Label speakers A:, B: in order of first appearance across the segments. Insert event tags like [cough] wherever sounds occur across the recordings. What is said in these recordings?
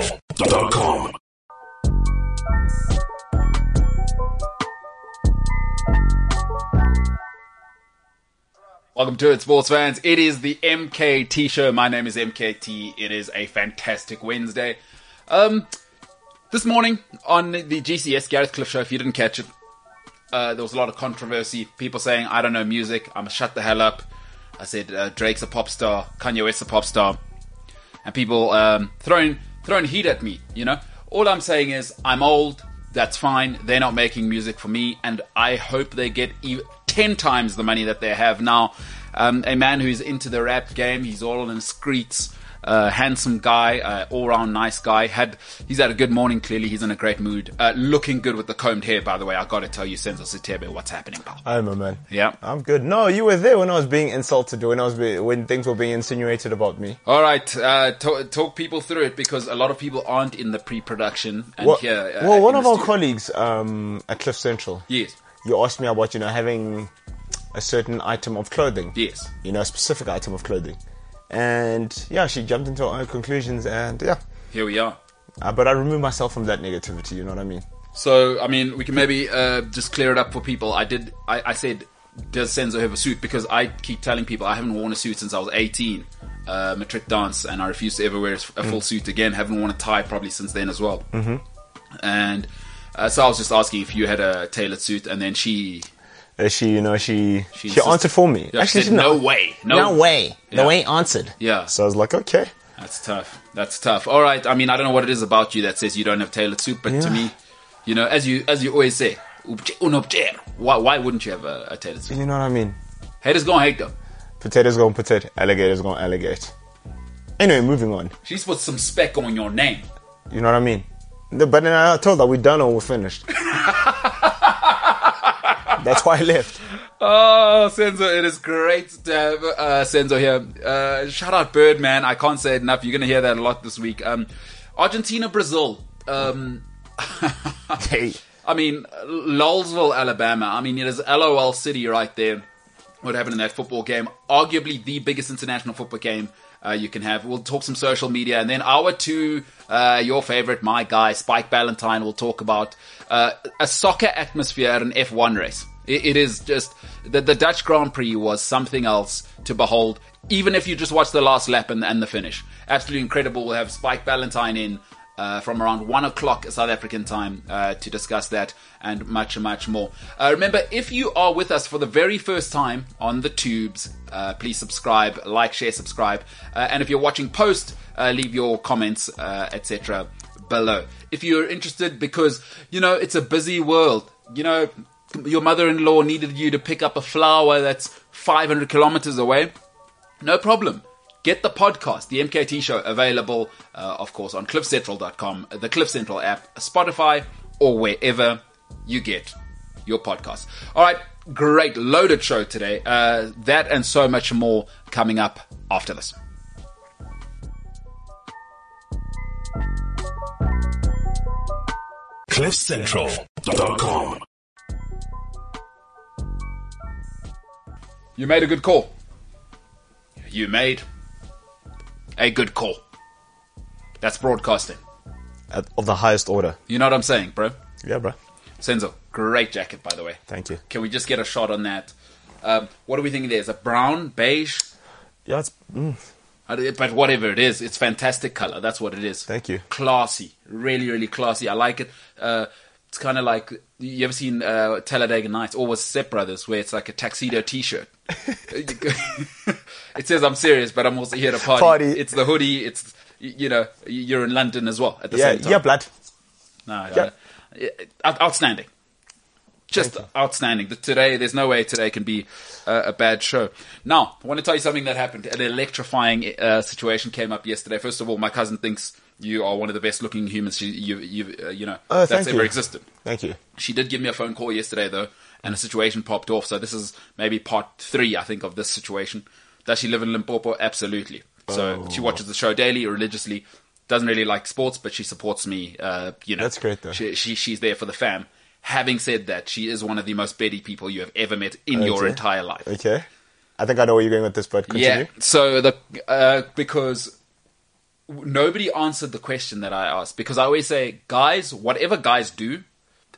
A: CliffCentral.com.
B: Welcome to it, sports fans. It is the MKT show. My name is MKT. It is a fantastic Wednesday. Um, this morning on the GCS Gareth Cliff show, if you didn't catch it, uh, there was a lot of controversy. People saying, I don't know music. I'm going to shut the hell up. I said, uh, Drake's a pop star. Kanye West's a pop star. And people um, throwing, throwing heat at me, you know? All I'm saying is, I'm old. That's fine. They're not making music for me. And I hope they get e- 10 times the money that they have now. Um, a man who's into the rap game. He's all in the streets uh, handsome guy, uh, all round nice guy. Had he's had a good morning. Clearly, he's in a great mood. Uh, looking good with the combed hair, by the way. I got to tell you, Senzo Sitebe, what's happening, pal?
C: I remember, man.
B: Yeah.
C: I'm good. No, you were there when I was being insulted, when I was be- when things were being insinuated about me.
B: All right, uh, to- talk people through it because a lot of people aren't in the pre-production and
C: Well,
B: here. Uh,
C: well, one
B: in
C: of
B: the
C: our
B: studio.
C: colleagues um, at Cliff Central,
B: Yes,
C: you asked me about you know having a certain item of clothing.
B: yes.
C: You know, a specific item of clothing, and yeah, she jumped into her own conclusions, and yeah.
B: Here we are.
C: Uh, but I remove myself from that negativity. You know what I mean?
B: So, I mean, we can maybe uh, just clear it up for people. I did. I, I said, does Senzo have a suit? Because I keep telling people I haven't worn a suit since I was 18, uh, matric dance, and I refuse to ever wear a s- a
C: Mm.
B: full suit again. Haven't worn a tie probably since then as well. Mm-hmm. And uh, so I was just asking if you had a tailored suit, and then she
C: Uh, she, you know, she she,
B: insisted-
C: answered for me.
B: Yeah, she
C: Actually,
B: said,
C: she
B: no way, no,
C: way.
B: Yeah.
C: No way answered.
B: Yeah.
C: So I was like, okay.
B: That's tough. That's tough. All right. I mean, I don't know what it is about you that says you don't have tailored suit, but to
C: Yeah.
B: me, you know, as you as you always say, "Ubje- un obje." why why wouldn't you have a, a tailored suit?
C: You know what I mean?
B: Haters gonna hate though.
C: Potatoes gonna potato, alligators gonna alligate. Anyway, moving on.
B: She's put some speck on your name.
C: You know what I mean? No, But then I told her we're done or we're [laughs] finished. That's why I left.
B: Oh, Senzo, it is great to have uh, Senzo here. Uh, shout out Bird, man. I can't say it enough. You're gonna hear that a lot this week. Um, Argentina, Brazil. Um, [laughs]
C: Hey,
B: I mean, Lolsville, Alabama. I mean, it is LOL City right there. What happened in that football game? Arguably the biggest international football game uh, you can have. We'll talk some social media, and then hour two, uh, your favorite, my guy, Spike Ballantyne, will talk about uh, a soccer atmosphere at an F1 race. It, it is just the, the Dutch Grand Prix was something else to behold. Even if you just watch the last lap and, and the finish, absolutely incredible. We'll have Spike Ballantyne in uh, from around one o'clock South African time uh, to discuss that and much, much more. Uh, remember, if you are with us for the very first time on the tubes, uh, please subscribe, like, share, subscribe, uh, and if you're watching post, uh, leave your comments, uh, etc. below. If you're interested, because you know it's a busy world, you know your mother-in-law needed you to pick up a flower that's 500 kilometers away. No problem. Get the podcast, the MKT show, available, uh, of course, on cliffcentral.com, the Cliff Central app, Spotify, or wherever you get your podcast. All right, great loaded show today. Uh, that and so much more coming up after this.
A: CliffCentral.com.
B: You made a good call. You made a good call. That's broadcasting.
C: At- of the highest order.
B: You know what I'm saying, bro?
C: Yeah, bro.
B: Senzo, great jacket, by the way.
C: Thank you.
B: Can we just get a shot on that? Um, what are we thinking there? Is it brown, beige?
C: Yeah, it's, mm,
B: I don't- But whatever it is, it's fantastic color. That's what it is.
C: Thank you.
B: Classy, really, really classy. I like it. Uh, it's kind of like you ever seen uh, Talladega Nights or was Step Brothers, where it's like a tuxedo
C: [laughs]
B: T-shirt. it says I'm serious, but I'm also here to party.
C: Party.
B: It's the hoodie. It's y- you know you're in London as well at the
C: yeah,
B: same time.
C: yeah, blood.
B: No,
C: Yeah.
B: uh, out- outstanding. Just outstanding. The- Today, there's no way today can be uh, a bad show. Now, I want to tell you something that happened. An electrifying uh, situation came up yesterday. First of all, my cousin thinks you are one of the best-looking humans she, you, you, uh, you know
C: Oh,
B: that's
C: thank
B: ever
C: you.
B: existed.
C: Thank you.
B: She did give me a phone call yesterday though, and a situation popped off. So this is maybe part three, I think, of this situation. Does she live in Limpopo? Absolutely. So
C: Oh.
B: she watches the show daily, religiously. Doesn't really like sports, but she supports me. Uh, you know,
C: That's great, though.
B: She, she she's there for the fam. Having said that, she is one of the most betty people you have ever met in your
C: Okay.
B: entire life.
C: Okay. I think I know where you're going with this, but continue.
B: Yeah. So the uh, because nobody answered the question that I asked because I always say, guys, whatever guys do,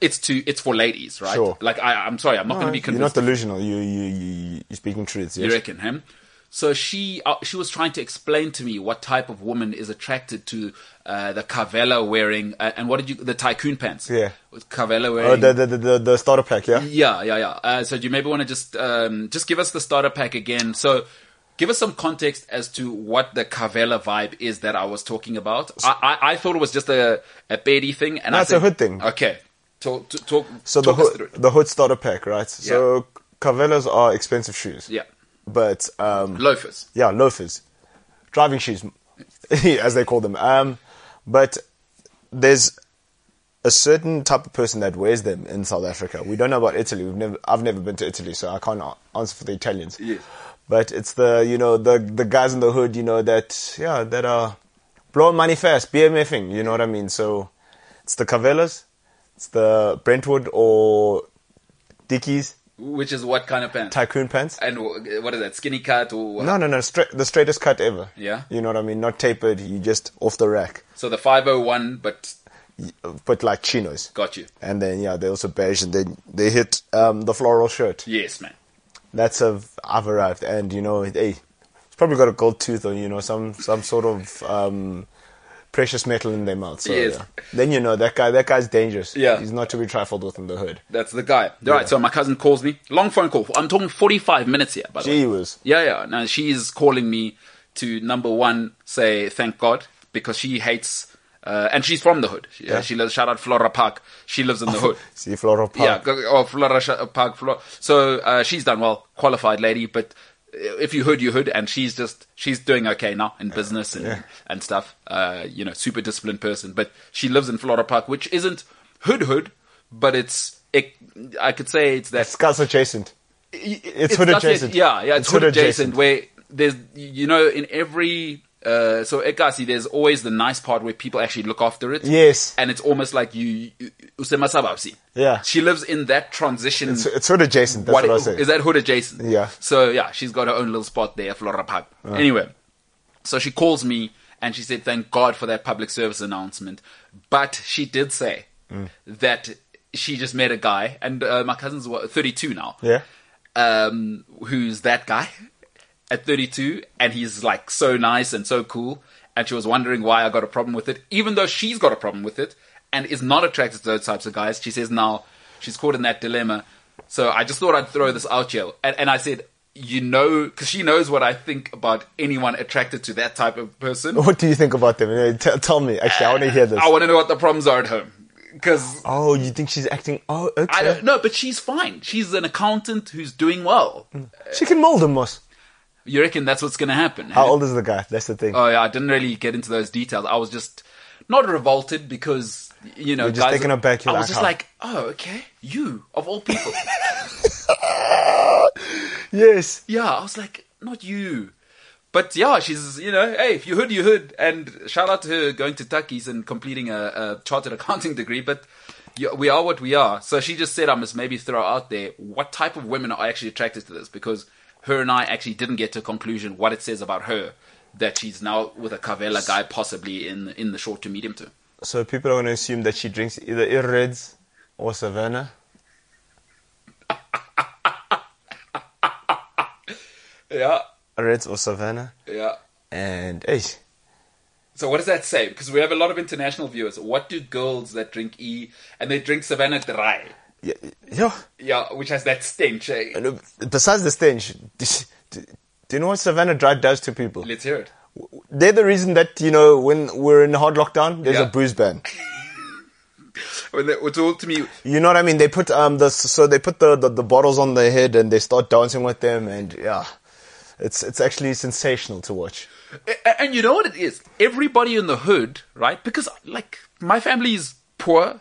B: it's to it's for ladies, right?
C: Sure.
B: Like I, I'm sorry, I'm not going to be
C: You're
B: convinced.
C: not delusional. You you you you're speaking truths. Yes.
B: You reckon him? So she uh, she was trying to explain to me what type of woman is attracted to uh, the Cavella wearing uh, and what did you the tycoon pants?
C: Yeah.
B: with Cavella wearing.
C: oh, the, the the the the starter pack. Yeah.
B: yeah, yeah, yeah. Uh, so do you maybe want to just um, just give us the starter pack again? So give us some context as to what the Cavella vibe is that I was talking about. I I, I thought it was just a a Betty thing, and I
C: That's a
B: said-
C: hood thing.
B: Okay, talk t- talk.
C: So the
B: talk us
C: hood
B: through it.
C: the hood starter pack, right? So Cavellas are expensive shoes.
B: Yeah.
C: But um,
B: loafers.
C: yeah, loafers, driving shoes, [laughs] as they call them. Um, but there's a certain type of person that wears them in South Africa. We don't know about Italy. We've never, I've never been to Italy, so I can't a- answer for the Italians.
B: Yes.
C: But it's the you know the the guys in the hood, you know that yeah that are blowing money fast, BMFing. You know what I mean? So it's the Cavellas, it's the Brentwood or Dickies
B: Which is what kind of pants?
C: tycoon pants.
B: and wh- what is that? Skinny cut or
C: No, no, no. Straight, the straightest cut ever.
B: Yeah.
C: You know what I mean? Not tapered. You just off the rack,
B: So the 501, but
C: but like chinos.
B: got you.
C: And then yeah, they also beige, and then they hit um, the floral shirt.
B: Yes, man.
C: That's a I've arrived, and you know, hey, it's probably got a gold tooth or you know some some sort of um, precious metal in their mouth. So,
B: Yes.
C: yeah. Then you know that guy. That guy's dangerous.
B: Yeah.
C: He's not to be trifled with in the hood.
B: That's the guy. All right, so my cousin calls me. Long phone call. I'm talking 45 minutes here, by the
C: Gee
B: way.
C: whiz.
B: Yeah, yeah. Now she's calling me to number one, say thank God, because she hates, uh, and she's from the hood. She, uh, she lives, shout out Flora Park. She lives in the hood.
C: See floral
B: Yeah,
C: Oh, [laughs] park.
B: go- oh, Flora Sh- Park. Flora. So uh, she's done well, qualified lady. But uh, if you hood, you hood, and she's just she's doing okay now in business and and stuff. Uh, you know, super disciplined person. But she lives in Flora Park, which isn't hood hood, but it's it, I could say it's that
C: It's Scots adjacent.
B: it's,
C: hood
B: that's it.
C: adjacent.
B: Yeah, yeah, it's,
C: It's
B: hood,
C: hood
B: adjacent,
C: adjacent.
B: Where there's you know in every. Uh, so Ekasi, there's always the nice part where people actually look after it.
C: Yes.
B: and it's almost like you, you Usema Sababsi.
C: Yeah.
B: she lives in that transition.
C: It's, it's hood adjacent. That's what, I say.
B: Is that hood adjacent?
C: Yeah.
B: So yeah, she's got her own little spot there, Flora Pub. Anyway, so she calls me and she said, "Thank God for that public service announcement," but she did say
C: Mm.
B: that she just met a guy, and uh, my cousin's what, 32 now.
C: Yeah.
B: Um, who's that guy at 32? And he's like so nice and so cool. And she was wondering why I got a problem with it, even though she's got a problem with it and is not attracted to those types of guys. She says now she's caught in that dilemma. So I just thought I'd throw this out here. And, and I said, you know, because she knows what I think about anyone attracted to that type of person.
C: What do you think about them? Eh, T- tell me. Actually, I want to hear this.
B: Uh, I want to know what the problems are at home. Because
C: Oh, you think she's acting? Oh, okay.
B: I don't know, but she's fine. She's an accountant who's doing well.
C: She can mold him, Moss.
B: You reckon that's what's going to happen?
C: How old is the guy? That's the thing.
B: Oh yeah, I didn't really get into those details. I was just not revolted because you know,
C: You're just
B: guys,
C: taken aback,
B: I
C: you're
B: was
C: like,
B: just
C: "Huh."
B: like, oh okay, you of all
C: [laughs]
B: people.
C: yes.
B: yeah, I was like, not you. But yeah, she's you know, hey, if you hood, you hood, and shout out to her going to Tuckies and completing a, a chartered [laughs] accounting degree. But you, we are what we are. So she just said, I must maybe throw out there what type of women are actually attracted to this because her and I actually didn't get to a conclusion what it says about her that she's now with a Cavella guy possibly in in the short to medium term.
C: So people are going to assume that she drinks either Irreds or Savannah.
B: Yeah,
C: Reds or Savannah.
B: yeah.
C: And, hey,
B: So what does that say? Because we have a lot of international viewers. What do girls that drink E and they drink Savannah Dry?
C: yeah, yeah.
B: Yeah, which has that stench. eh?
C: And, uh, besides the stench, do, do- do you know what Savannah Dry does to people?
B: Let's hear it.
C: They're the reason that, you know, when we're in hard lockdown, there's
B: Yeah.
C: a booze ban.
B: When they, it's all to me.
C: You know what I mean? They put, um, the, so they put the, the, the bottles on their head and they start dancing with them and, yeah. It's, it's actually sensational to watch.
B: A- And you know what it is? Everybody in the hood, right? Because like my family is poor,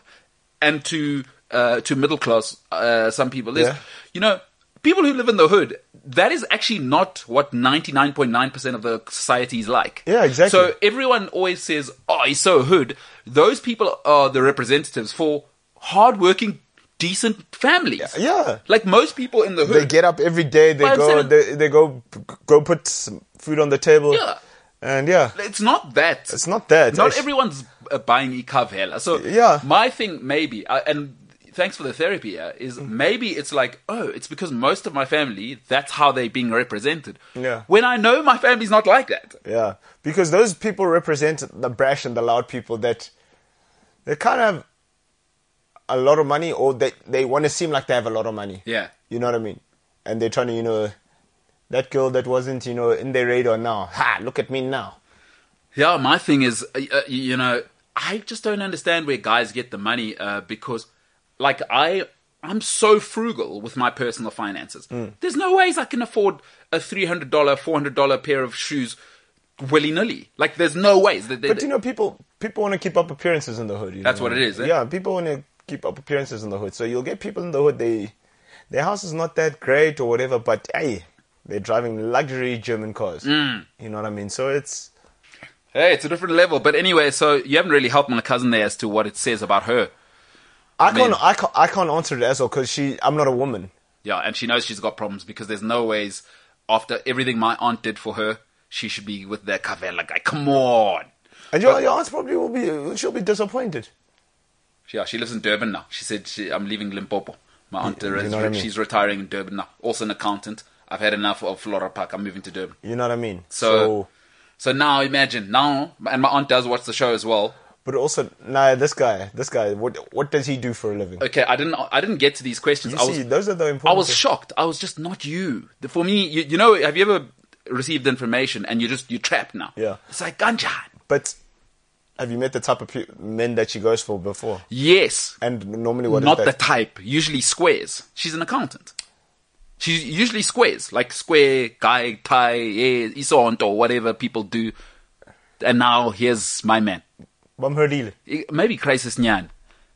B: and to uh, to middle class, uh, some people is.
C: Yeah.
B: You know, people who live in the hood. That is actually not what ninety nine point nine percent of the society is like.
C: Yeah, exactly.
B: So everyone always says, "Oh, he's so hood." Those people are the representatives for hardworking, decent families.
C: yeah.
B: Like most people in the hood,
C: They get up every day. They
B: But I'm
C: go.
B: saying-
C: They, they go. Go put some food on the table.
B: Yeah.
C: And yeah,
B: It's not that.
C: it's not that.
B: Not
C: It's-
B: everyone's uh, buying Ikavela. So
C: Yeah.
B: my thing maybe, I, and thanks for the therapy, yeah, is
C: Mm.
B: maybe it's like, oh, it's because most of my family, that's how they're being represented.
C: Yeah.
B: When I know my family's not like that.
C: Yeah, because those people represent the brash and the loud people that they kind of have a lot of money, or they they want to seem like they have a lot of money.
B: Yeah.
C: you know what I mean. And they're trying to, you know, that girl that wasn't, you know, in their radar now. Ha! Look at me now.
B: Yeah, my thing is, uh, uh, you know, I just don't understand where guys get the money uh, because, like, I I'm so frugal with my personal finances.
C: Mm.
B: There's no ways I can afford a three hundred dollar, four hundred dollar pair of shoes willy nilly. Like, there's no ways. They- they-
C: But you know, people people want to keep up appearances in the hood. you
B: That's
C: know?
B: what it is, eh?
C: Yeah, people want to keep up appearances in the hood. So you'll get people in the hood. They their house is not that great or whatever, but hey, they're driving luxury German cars.
B: Mm.
C: You know what I mean? So it's
B: hey, it's a different level. But anyway, so you haven't really helped my cousin there as to what it says about her.
C: I
B: mean-
C: can't, I can't, I can't answer it as well because she, I'm not a woman.
B: Yeah, and she knows she's got problems because there's no ways after everything my aunt did for her, she should be with that Cavella guy. Come on.
C: And your, your aunt probably will be, she'll be disappointed.
B: Yeah, she lives in Durban now. She said, she, I'm leaving Limpopo. My aunt
C: you
B: is,
C: know what I mean?
B: she's retiring in Durban now. Also an accountant. I've had enough of Flora Park. I'm moving to Durban.
C: You know what I mean?
B: So, so, now imagine, now, and my aunt does watch the show as well.
C: but also, nah, this guy, this guy, what, what does he do for a living?
B: Okay, I didn't, I didn't get to these questions.
C: You
B: Oh, I
C: see,
B: was,
C: those are the
B: I
C: important.
B: was
C: things.
B: shocked. I was just not you. The- For me, you, you know, have you ever received information and you just, you're trapped now?
C: Yeah.
B: It's like, Ganjan.
C: but have you met the type of pe- men that she goes for before?
B: Yes.
C: And normally, what is
B: not the
C: that?
B: type. Usually squares. She's an accountant. She's usually squares, like square guy, tie, yeah, isont or whatever people do. And now here's my man.
C: Bam her deal.
B: I- Maybe crisis nyan.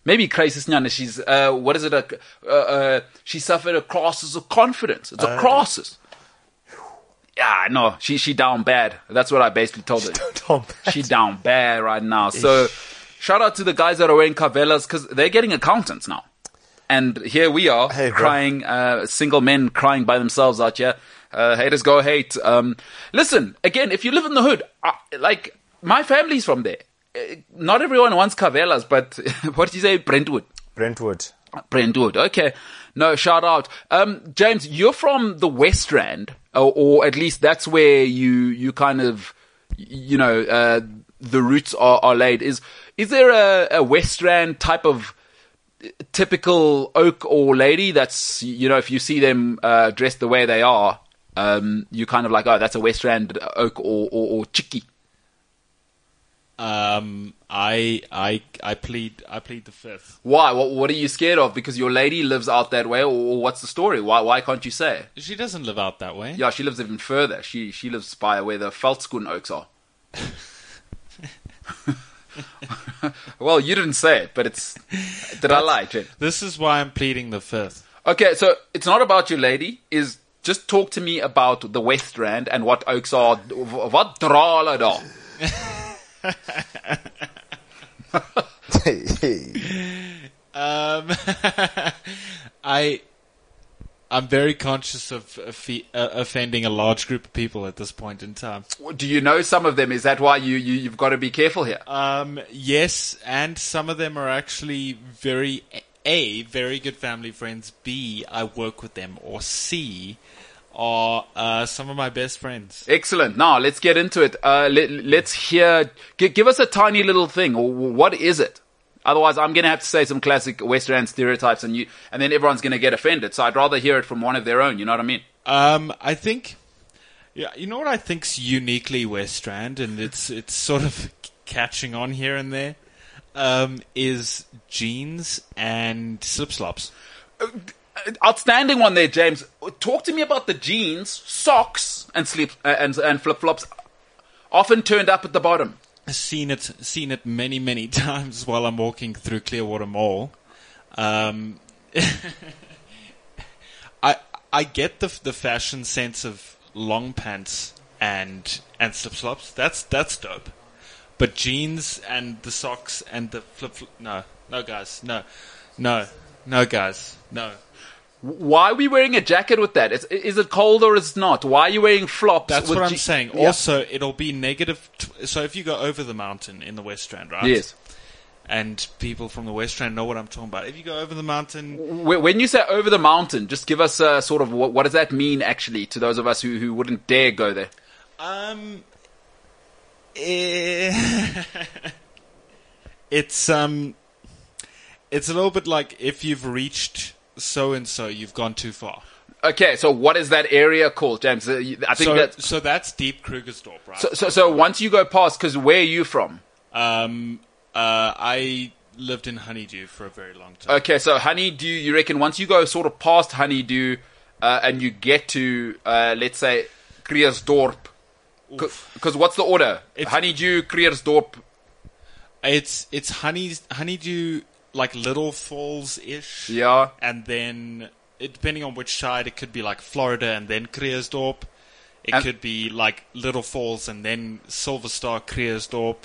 B: Maybe crisis nyan. is She's uh, what is it? A, uh, uh, she suffered a crisis of confidence. It's
C: Ah.
B: a crisis. Yeah, no, she she down bad. That's what I basically told her.
C: Tom.
B: She down bad right now. So shout out to the guys that are wearing Cavellas because they're getting accountants now. And here we are
C: Hey, bro.
B: crying, uh, single men crying by themselves out here. Uh, haters go hate. Um, listen, again, if you live in the hood, I, like my family's from there. Uh, Not everyone wants Cavellas, but [laughs] what did you say? Brentwood.
C: Brentwood.
B: Brentwood. Okay. No, shout out. Um, James, you're from the West Rand, or, or at least that's where you, you kind of, you know, uh, the roots are, are laid. Is, is there a, a West Rand type of uh, typical oak or lady that's, you know, if you see them, uh, dressed the way they are, um, you kind of like, oh, that's a West Rand oak or, or, or chicky.
A: Um, I I I plead I plead the fifth.
B: Why? What, what are you scared of? Because your lady lives out that way, or, or what's the story? Why, why can't you say?
A: She doesn't live out that way.
B: Yeah, she lives even further. She she lives by where the Feldskun oaks are. well, you didn't say it, but it's did I lie, Jen?
A: This is why I'm pleading the fifth.
B: Okay, so it's not about your lady. Is just talk to me about the West Rand and what oaks are. What drala da?
A: Um, [laughs] I I'm very conscious of offe- uh, offending a large group of people at this point in time.
B: Do you know some of them? Is that why you, you you've got to be careful here?
A: Um, yes, and some of them are actually very a very good family friends. B I work with them, or C are uh, some of my best friends.
B: Excellent. Now let's get into it. Uh, let, let's hear. G- give us a tiny little thing. W- What is it? Otherwise, I'm going to have to say some classic West Rand stereotypes, and you, and then everyone's going to get offended. So I'd rather hear it from one of their own. You know what I mean?
A: Um, I think, yeah, you know what I think's uniquely West Strand, and it's it's sort of c- catching on here and there, um, is jeans and slip slops.
B: Uh, Outstanding one there, James. Talk to me about the jeans, socks, and sleep uh, and and flip flops, often turned up at the bottom.
A: Seen it, seen it many many [laughs] times while I'm walking through Clearwater Mall. Um, [laughs] I I get the the fashion sense of long pants and and slip slops. That's that's dope. But jeans and the socks and the flip flop. No, no, guys, no, no, no, guys, no.
B: Why are we wearing a jacket with that? Is, is it cold or is it not? Why are you wearing flops?
A: That's
B: with
A: what I'm
B: je-
A: saying.
B: Yeah.
A: Also, it'll be negative. T- so if you go over the mountain in the West Strand, right?
B: Yes.
A: And people from the West Strand know what I'm talking about. If you go over the mountain,
B: Wh- When you say over the mountain, just give us a sort of what, what does that mean actually to those of us who, who wouldn't dare go there?
A: um, eh, [laughs] it's um, it's a little bit like if you've reached so and so, you've gone too far.
B: Okay, so what is that area called, James? Uh, you- I think
A: So
B: that's
A: so that's deep Krugersdorp, right?
B: so, so. So once you go past, because where are you from?
A: um, uh, I lived in Honeydew for a very long time.
B: Okay, so Honeydew, you reckon once you go sort of past Honeydew uh, and you get to, uh, let's say, Kriersdorp, because what's the order?
A: It's-
B: Honeydew, Kriersdorp.
A: It's it's honey's honeydew like little falls ish.
B: Yeah.
A: And then it, depending on which side, it could be like Florida and then Kreersdorp. It
B: And-
A: could be like Little Falls and then Silver Star Kreersdorp.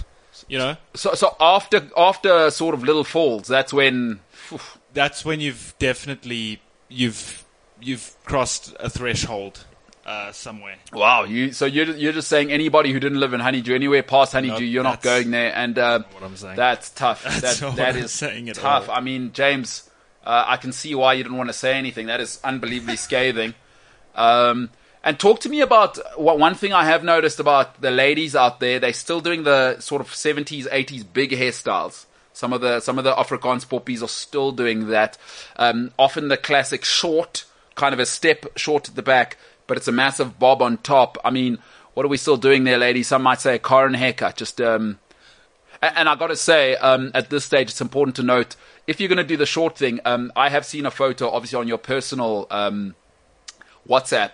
A: You know,
B: So, so after after sort of Little Falls, that's when. phew,
A: that's when you've definitely you've you've crossed a threshold uh, somewhere.
B: Wow, you so you're you're just saying anybody who didn't live in Honeydew anywhere past Honeydew,
A: Nope,
B: you're not
A: that's-
B: going there, and uh,
A: not what I'm saying.
B: that's tough.
A: That's
B: that,
A: not
B: that
A: [laughs] what I'm
B: is
A: saying at
B: tough.
A: all.
B: I mean, James, uh, I can see why you didn't want to say anything. That is
A: [laughs]
B: unbelievably scathing. Um, and talk to me about what one thing I have noticed about the ladies out there. They're still doing the sort of 70s, 80s big hairstyles. Some of the some of the Afrikaans poppies are still doing that. Um, often the classic short, kind of a step short at the back, but it's a massive bob on top. I mean, what are we still doing there, ladies? Some might say a Karen haircut. Just um, and, and I got to say, um, at this stage, it's important to note if you're going to do the short thing. Um, I have seen a photo, obviously, on your personal um, WhatsApp.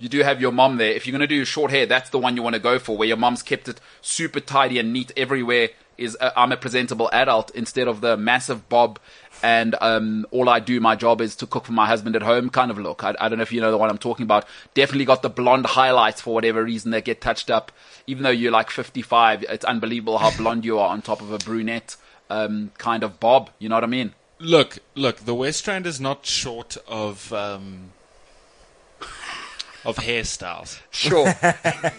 B: You do have your mom there. If you're going to do short hair, that's the one you want to go for, where your mom's kept it super tidy and neat everywhere. Is uh, I'm a presentable adult instead of the massive bob, and um, all I do, my job is to cook for my husband at home kind of look. I, I don't know if you know the one I'm talking about. Definitely got the blonde highlights for whatever reason that get touched up. Even though you're like 55, it's unbelievable how blonde you are on top of a brunette um, kind of bob. You know what I mean?
A: Look, look, the West Strand is not short of um, of hairstyles.
B: Sure.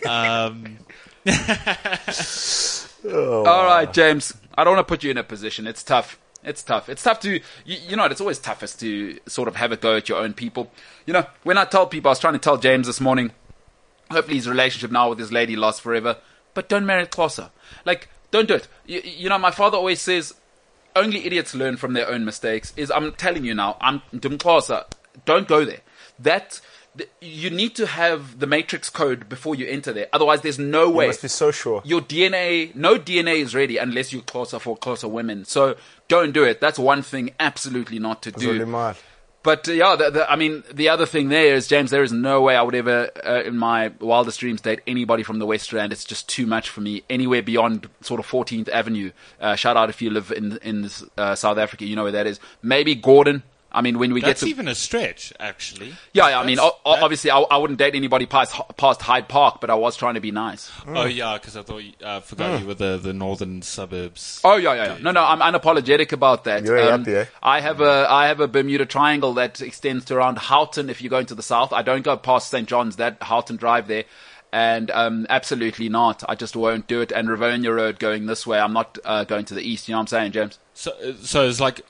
A: Um,
B: All
C: uh,
B: right, James. I don't want to put you in a position. It's tough. It's tough. It's tough to, you, you know, it's always toughest to sort of have a go at your own people. You know, when I tell people, I was trying to tell James this morning, hopefully his relationship now with his lady lasts forever, but don't marry closer. Like, don't do it. You, you know, my father always says, only idiots learn from their own mistakes. Is I'm telling you now, I'm closer. Don't go there. That, th- you need to have the matrix code before you enter there. Otherwise, there's no way
C: You must be so sure.
B: your DNA, no DNA is ready unless you're closer for closer women. So don't do it. That's one thing absolutely not to do.
C: Zolimar.
B: But uh, yeah, the, the, I mean, the other thing there is, James, there is no way I would ever, uh, in my wildest dreams, date anybody from the West Strand. It's just too much for me. Anywhere beyond sort of 14th Avenue. Uh, shout out if you live in in uh, South Africa, you know where that is. Maybe Gordon. I mean, when we
A: That's
B: get to
A: even a stretch, actually.
B: yeah, yeah, I mean, o-
A: That's-
B: o- obviously, I, I wouldn't date anybody past past Hyde Park, but I was trying to be nice.
A: Oh yeah, because I thought you, I forgot you were the, the northern suburbs.
B: Mm. Oh yeah, yeah, yeah. No, no, I'm unapologetic about that. Um,
C: You're happy, eh?
B: I have a I have a Bermuda Triangle that extends to around Houghton. If you're going to the south, I don't go past St John's. That Houghton Drive there, and um, absolutely not. I just won't do it. And Rivonia Road going this way. I'm not uh, going to the east. You know what I'm saying, James?
A: So uh, so it's like,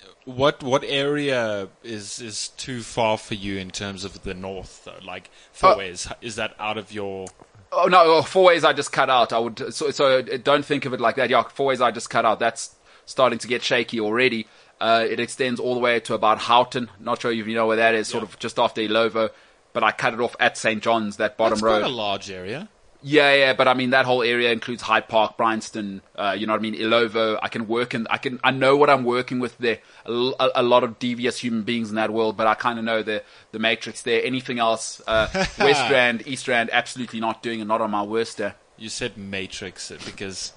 A: uh, what what area is is too far for you in terms of the north though? Like four
B: Oh.
A: ways is that out of your?
B: Oh no, oh, four ways I just cut out. I would so so uh, don't think of it like that. Yeah, four ways I just cut out. That's starting to get shaky already. Uh, it extends all the way to about Houghton. Not sure if you know where that is. Sort of just after Ilovo. But I cut it off at St. John's, that bottom
A: That's
B: road.
A: quite a large area.
B: Yeah, yeah, but I mean that whole area includes Hyde Park, Bryanston. Uh, you know what I mean? Ilovo. I can work in. I can. I know what I'm working with there. A, l- a- a lot of devious human beings in that world, but I kind of know the the matrix there. Anything else?
A: [laughs]
B: Uh, West Rand, East Rand, absolutely not doing it. Not on my worst day.
A: You said Matrix uh, because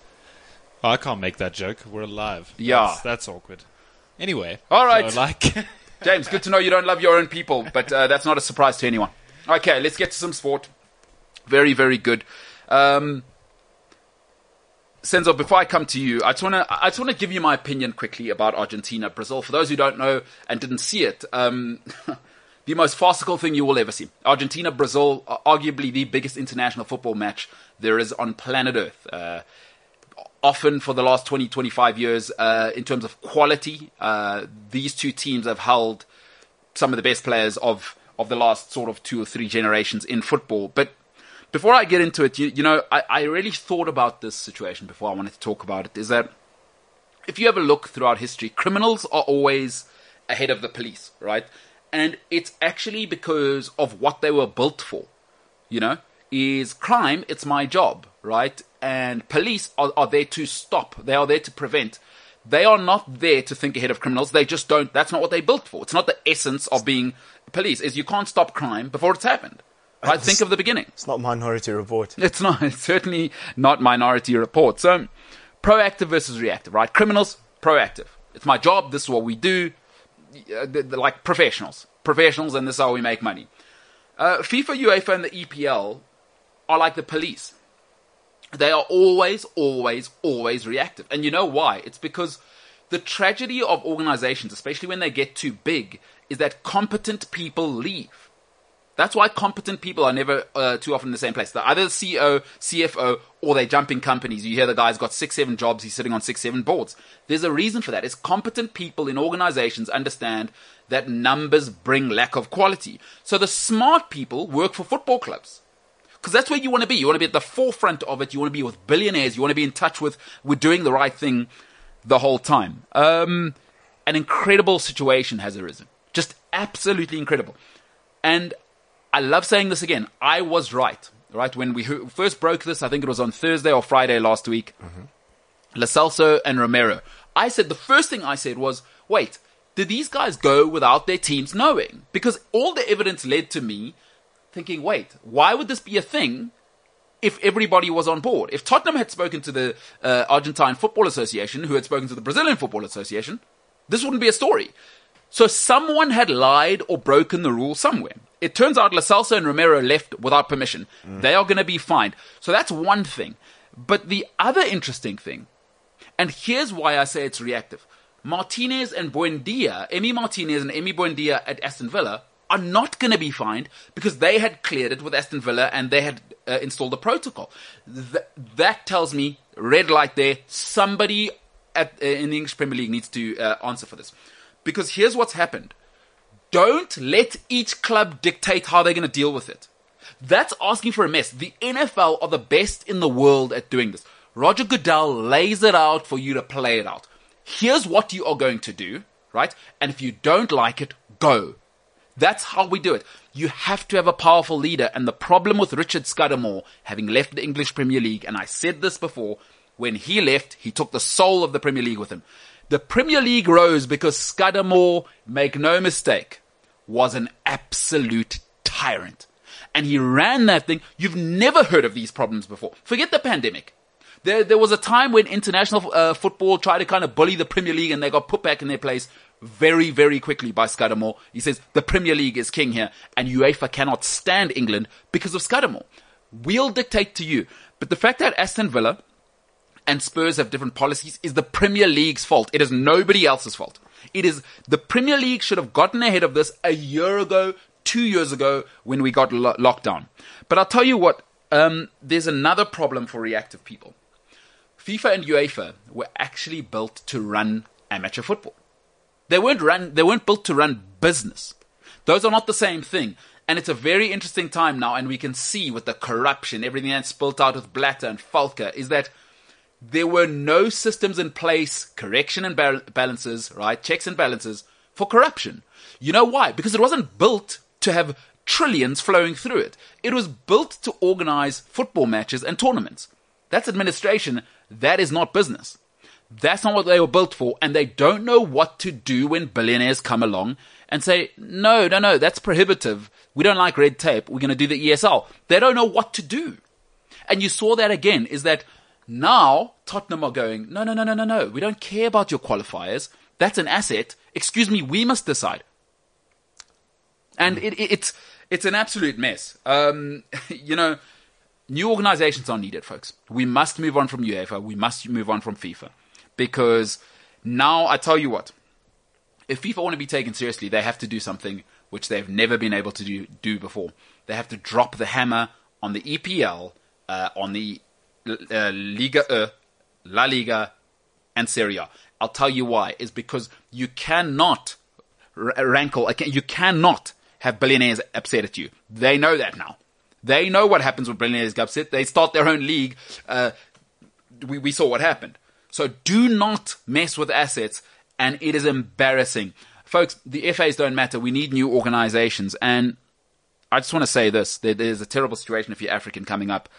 A: oh, I can't make that joke. We're alive.
B: Yeah.
A: that's, that's awkward. Anyway,
B: All
A: so,
B: right.
A: like [laughs]
B: James, good to know you don't love your own people, but uh, that's not a surprise to anyone. Okay, let's get to some sport. Very, very good. Um, Senzo, before I come to you, I just want to I just want to give you my opinion quickly about Argentina, Brazil. For those who don't know and didn't see it, um, [laughs] the most farcical thing you will ever see. Argentina, Brazil, are arguably the biggest international football match there is on planet Earth. Uh, often for the last 20, 25 years, uh, in terms of quality, uh, these two teams have held some of the best players of, of the last sort of two or three generations in football. But before I get into it, you, you know, I, I really thought about this situation before I wanted to talk about it. Is that if you ever look throughout history, criminals are always ahead of the police, right? And it's actually because of what they were built for, you know? Is crime, it's my job, right? And police are, are there to stop, they are there to prevent. They are not there to think ahead of criminals. They just don't, that's not what they built for. It's not the essence of being police, is you can't stop crime before it's happened. Right? Think of the beginning.
C: It's not Minority Report.
B: [laughs] It's not. It's certainly not Minority Report. So, proactive versus reactive, right? Criminals, proactive. It's my job. This is what we do. Uh, th- th- like professionals, professionals, and this is how we make money. Uh, FIFA, UEFA, and the EPL are like the police. They are always, always, always reactive, and you know why? It's because the tragedy of organizations, especially when they get too big, is that competent people leave. That's why competent people are never uh, too often in the E same place. They're either CEO, CFO, or they jump in companies. You hear the guy's got six, seven jobs. He's sitting on six, seven boards. There's a reason for that. It's competent people in organizations understand that numbers bring lack of quality. So the smart people work for football clubs. Because that's where you want to be. You want to be at the forefront of it. You want to be with billionaires. You want to be in touch with, we're doing the right thing the whole time. Um, an incredible situation has arisen. Just absolutely incredible. And I love saying this again. I was right, right? When we h- first broke this, I think it was on Thursday or Friday last week. Lacelso and Romero. I said the first thing I said was, wait, did these guys go without their teams knowing? Because all the evidence led to me thinking, wait, why would this be a thing if everybody was on board? If Tottenham had spoken to the uh, Argentine Football Association, who had spoken to the Brazilian Football Association, this wouldn't be a story. So someone had lied or broken the rule somewhere. It turns out Lasalsa and Romero left without permission. They are going to be fined. So that's one thing. But the other interesting thing, and here's why I say it's reactive. Martinez and Buendia, Emi Martinez and Emi Buendia at Aston Villa are not going to be fined because they had cleared it with Aston Villa and they had uh, installed a protocol. Th- that tells me red light there. Somebody at, uh, in the English Premier League needs to uh, answer for this because here's what's happened. Don't let each club dictate how they're going to deal with it. That's asking for a mess. The NFL are the best in the world at doing this. Roger Goodell lays it out for you to play it out. Here's what you are going to do, right? And if you don't like it, go. That's how we do it. You have to have a powerful leader. And the problem with Richard Scudamore, having left the English Premier League, and I said this before, when he left, he took the soul of the Premier League with him. The Premier League rose because Scudamore, make no mistake, was an absolute tyrant. And he ran that thing. You've never heard of these problems before. Forget the pandemic. There, there was a time when international uh, football tried to kind of bully the Premier League and they got put back in their place very, very quickly by Scudamore. He says, the Premier League is king here and UEFA cannot stand England because of Scudamore. We'll dictate to you. But the fact that Aston Villa and Spurs have different policies is the Premier League's fault. It is nobody else's fault. It is the Premier League should have gotten ahead of this a year ago, two years ago when we got lo- locked down. But I'll tell you what, um, there's another problem for reactive people. FIFA and UEFA were actually built to run amateur football. They weren't run. They weren't built to run business. Those are not the same thing. And it's a very interesting time now, and we can see with the corruption, everything that's spilt out with Blatter and Falca, is that there were no systems in place, correction and bal- balances, right? Checks and balances for corruption. You know why? Because it wasn't built to have trillions flowing through it. It was built to organize football matches and tournaments. That's administration. That is not business. That's not what they were built for, and they don't know what to do when billionaires come along and say, no, no, no, that's prohibitive. We don't like red tape. We're going to do the ESL. They don't know what to do. And you saw that again is that now Tottenham are going, no, no, no, no, no, no. We don't care about your qualifiers. That's an asset. Excuse me, we must decide. And it, it, it's, it's an absolute mess. Um, [laughs] you know, New organizations are needed, folks. We must move on from UEFA. We must move on from FIFA. Because now, I tell you what, if FIFA want to be taken seriously, they have to do something which they've never been able to do, do before. They have to drop the hammer on the EPL, uh, on the uh, Liga, uh, La Liga, and Serie A. I'll tell you why. Is because you cannot r- rankle. You cannot have billionaires upset at you. They know that now. They know what happens when billionaires get upset. They start their own league. Uh, we, we saw what happened. So do not mess with assets, and it is embarrassing. Folks, the FAs don't matter. We need new organizations. And I just want to say this there, there's a terrible situation if you're African coming up.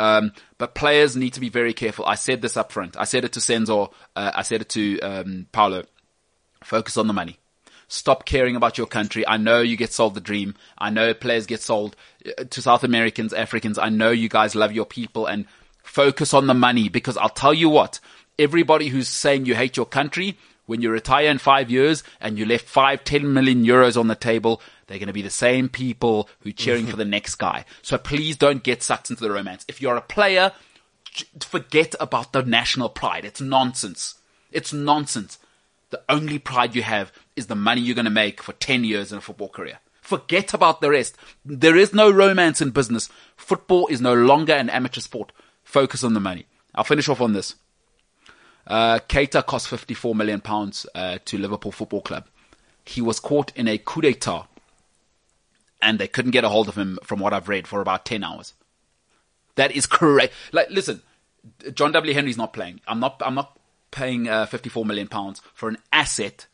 B: Um, but players need to be very careful. I said this up front. I said it to Senzo. Uh, I said it to um, Paolo. Focus on the money. Stop caring about your country. I know you get sold the dream. I know players get sold uh, to South Americans, Africans. I know you guys love your people and focus on the money because I'll tell you what, everybody who's saying you hate your country, when you retire in five years and you left five, ten million euros on the table, they're going to be the same people who are cheering for the next guy. So please don't get sucked into the romance. If you're a player, j- forget about the national pride. It's nonsense. It's nonsense. The only pride you have is the money you're going to make for 10 years in a football career. Forget about the rest. There is no romance in business. Football is no longer an amateur sport. Focus on the money. I'll finish off on this. Uh, Keita cost 54 million pounds uh, to Liverpool Football Club. He was caught in a coup d'état, and they couldn't get a hold of him, from what I've read, for about 10 hours. That is correct. Like, listen, John W. Henry's not playing. I'm not. I'm not paying uh, 54 million pounds for an asset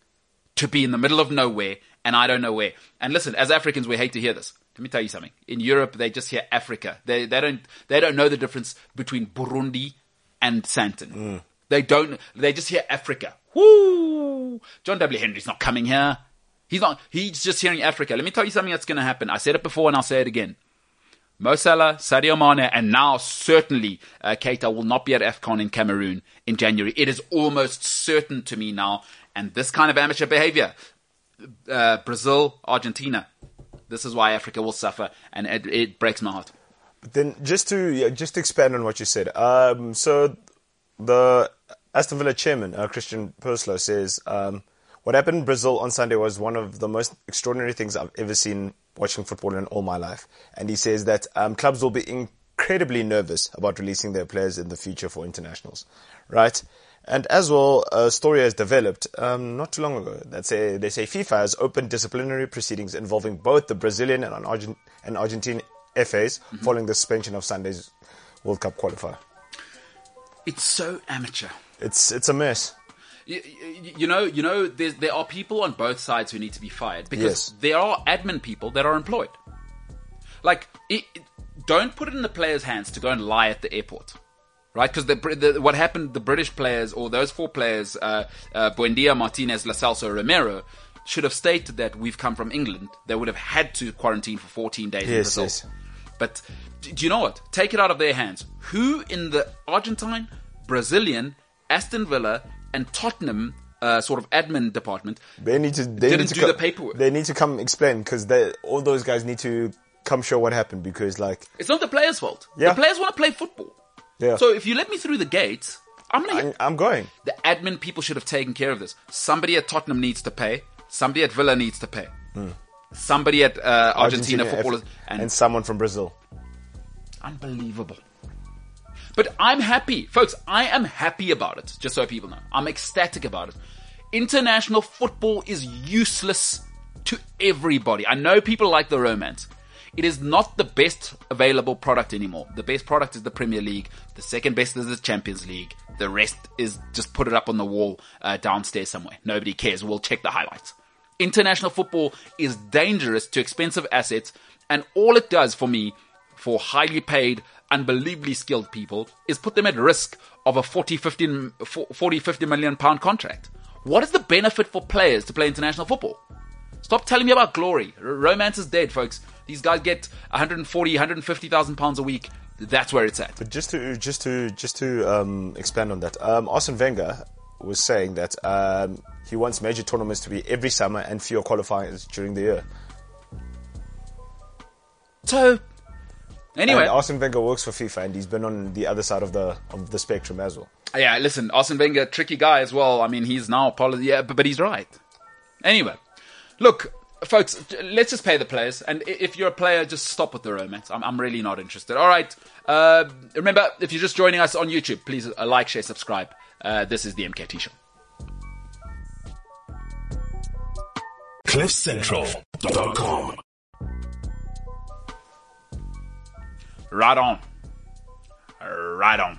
B: to be in the middle of nowhere, and I don't know where. And listen, as Africans, we hate to hear this. Let me tell you something. In Europe, they just hear Africa. They they don't they don't know the difference between Burundi and Santon. They don't. They just hear Africa. Woo! John W. Henry's not coming here. He's not. He's just hearing Africa. Let me tell you something that's going to happen. I said it before, and I'll say it again. Mo Salah, Sadio Mane, and now certainly uh, Keita will not be at AFCON in Cameroon in January. It is almost certain to me now. And this kind of amateur behavior, uh, Brazil, Argentina, this is why Africa will suffer, and it, it breaks my heart.
C: Then just to yeah, just to expand on what you said, um, so the Aston Villa chairman uh, Christian Perslow says um, what happened in Brazil on Sunday was one of the most extraordinary things I've ever seen watching football in all my life, and he says that um, clubs will be incredibly nervous about releasing their players in the future for internationals, right? And as well, a story has developed um, not too long ago that say they say FIFA has opened disciplinary proceedings involving both the Brazilian and an Argent- and Argentine FAs
B: Mm-hmm.
C: following the suspension of Sunday's World Cup qualifier.
B: It's so amateur.
C: It's it's a mess.
B: you, you- you know, you know, there's, there are people on both sides who need to be fired because
C: Yes.
B: there are admin people that are employed. Like, it, it- don't put it in the players' hands to go and lie at the airport, right? Because the, Br- the, what happened, the British players or those four players, uh, uh, Buendia, Martinez, Lasalso, Romero, should have stated that we've come from England. They would have had to quarantine for 14 days in
C: Yes,
B: Brazil.
C: yes.
B: But d- do you know what? Take it out of their hands. Who in the Argentine, Brazilian, Aston Villa, and Tottenham uh, sort of admin department?
C: They need to. They
B: Didn't
C: need to
B: do
C: co-
B: the paperwork.
C: They need to come explain because they all those guys need to come show what happened because like
B: It's not the players' fault.
C: Yeah.
B: The players want to play football.
C: Yeah.
B: So if you let me through the gates, I'm gonna.
C: I'm, I'm going.
B: the admin people should have taken care of this. Somebody at Tottenham needs to pay. Somebody at Villa needs to pay. Somebody at uh, Argentina,
C: Hmm. F-
B: footballers
C: and, someone from Brazil.
B: Unbelievable. But I'm happy, folks. I am happy about it, just so people know. I'm ecstatic about it. International football is useless to everybody. I know people like the romance. It is not the best available product anymore. The best product is the Premier League. The second best is the Champions League. The rest is just put it up on the wall uh, downstairs somewhere. Nobody cares. We'll check the highlights. International football is dangerous to expensive assets, and all it does for me for highly paid, unbelievably skilled people is put them at risk of a 40, 15, 40, 50 million pound contract. What is the benefit for players to play international football? Stop telling me about glory. R- romance is dead, folks. These guys get 140, 150,000 pounds a week. That's where it's at.
C: But just to just to just to um, expand on that, um, Arsene Wenger was saying that um, he wants major tournaments to be every summer and fewer qualifiers during the year.
B: So, Anyway,
C: and Arsene Wenger works for FIFA, and he's been on the other side of the of the spectrum as well.
B: yeah, listen, Arsene Wenger, tricky guy as well. I mean, he's now apologized, yeah, but, but he's right. Anyway, look, folks, j- let's just pay the players. And i- if you're a player, just stop with the romance. I'm, I'm really not interested. All right. Uh, remember, if you're just joining us on YouTube, please uh, like, share, subscribe. Uh, this is the MKT Show.
D: CliffCentral.com.
B: Right on. Right on.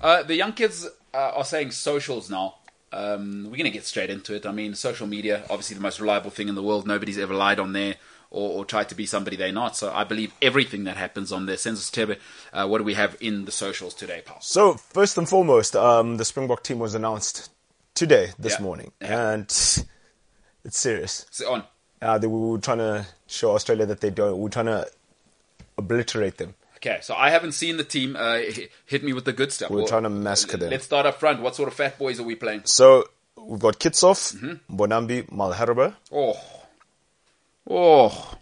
B: Uh, the young kids uh, are saying socials now. Um, we're going to get straight into it. I mean, social media, obviously the most reliable thing in the world. Nobody's ever lied on there or, or tried to be somebody they're not. So I believe everything that happens on there. Census Tebe, uh, what do we have in the socials today, pal?
C: So first and foremost, um, the Springbok team was announced today, this
B: Yeah.
C: morning,
B: Yeah.
C: and it's serious.
B: So on.
C: Uh, they were trying to show Australia that they don't. We're trying to obliterate them.
B: Okay, so I haven't seen the team. Uh, h- hit me with the good stuff.
C: We're trying to massacre them.
B: Let's start up front. What sort of fat boys are we playing?
C: So we've got Kitsoff,
B: Mm-hmm.
C: Bonambi, Malherba.
B: Oh, oh.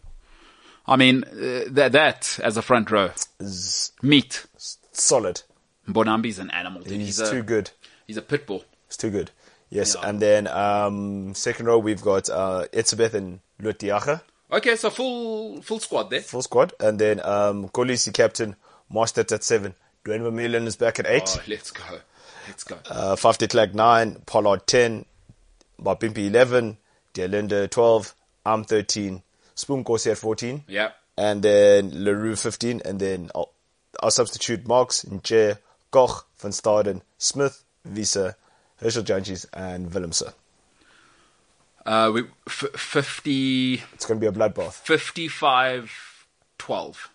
B: I mean, uh, that that as a front row
C: is
B: meat.
C: solid.
B: Bonambi's an animal. Dude.
C: He's,
B: He's, a
C: too good.
B: he's a pit bull.
C: It's too good. Yes,
B: Yeah.
C: and then um, second row we've got uh, Itzebeth and Lutiaga,
B: Okay, so full full squad there.
C: full squad, and then um, Kolisi captain, Mostert at seven, Dwayne Vermeulen is back at eight,
B: Oh, let's go, let's go.
C: uh, Faf de Klerk nine, Pollard ten, Mbapimpi eleven, Delinde twelve, Arm thirteen, Spoon Corsi at fourteen,
B: yeah,
C: and then Leroux 15, and then our, our substitute marks Nche, Koch, Van Staden, Smith, Visa, Herschel Janchis, and Willemse.
B: uh, we f- 50,
C: It's going to be a bloodbath.
B: 55, 12.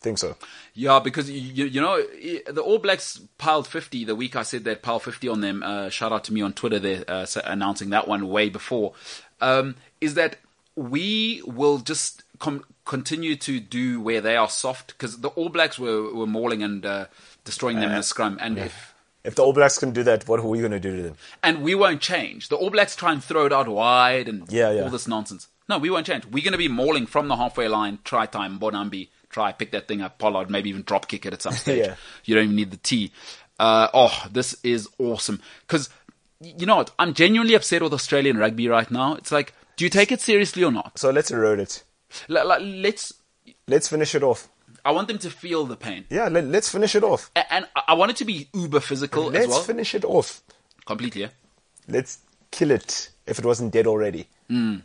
C: think so.
B: Yeah, because you, you know i- the All Blacks piled fifty the week I said that piled fifty on them. Uh, shout out to me on Twitter there uh, s- announcing that one way before. Um, is that we will just com- continue to do where they are soft because the All Blacks were were mauling and uh, destroying them in a scrum, and if
C: If the All Blacks can do that, what are we going to do to them?
B: and we won't change. The All Blacks try and throw it out wide and
C: Yeah, yeah.
B: all this nonsense. No, we won't change. We're going to be mauling from the halfway line. Try time, Bonambi. Try pick that thing up, Pollard. Maybe even drop kick it
C: [laughs]
B: at some stage.
C: Yeah.
B: You don't even need the tee. Uh, oh, this is awesome. Because you know what? I'm genuinely upset with Australian rugby right now. It's like, do you take it seriously or not?
C: So let's erode it.
B: Like, like, let's.
C: Let's finish it off.
B: I want them to feel the pain,
C: Yeah, let, let's finish it off.
B: A- and I I want it to be uber physical
C: Let's
B: as well.
C: finish it off.
B: Completely. Yeah?
C: Let's kill it if it wasn't dead already.
B: I'm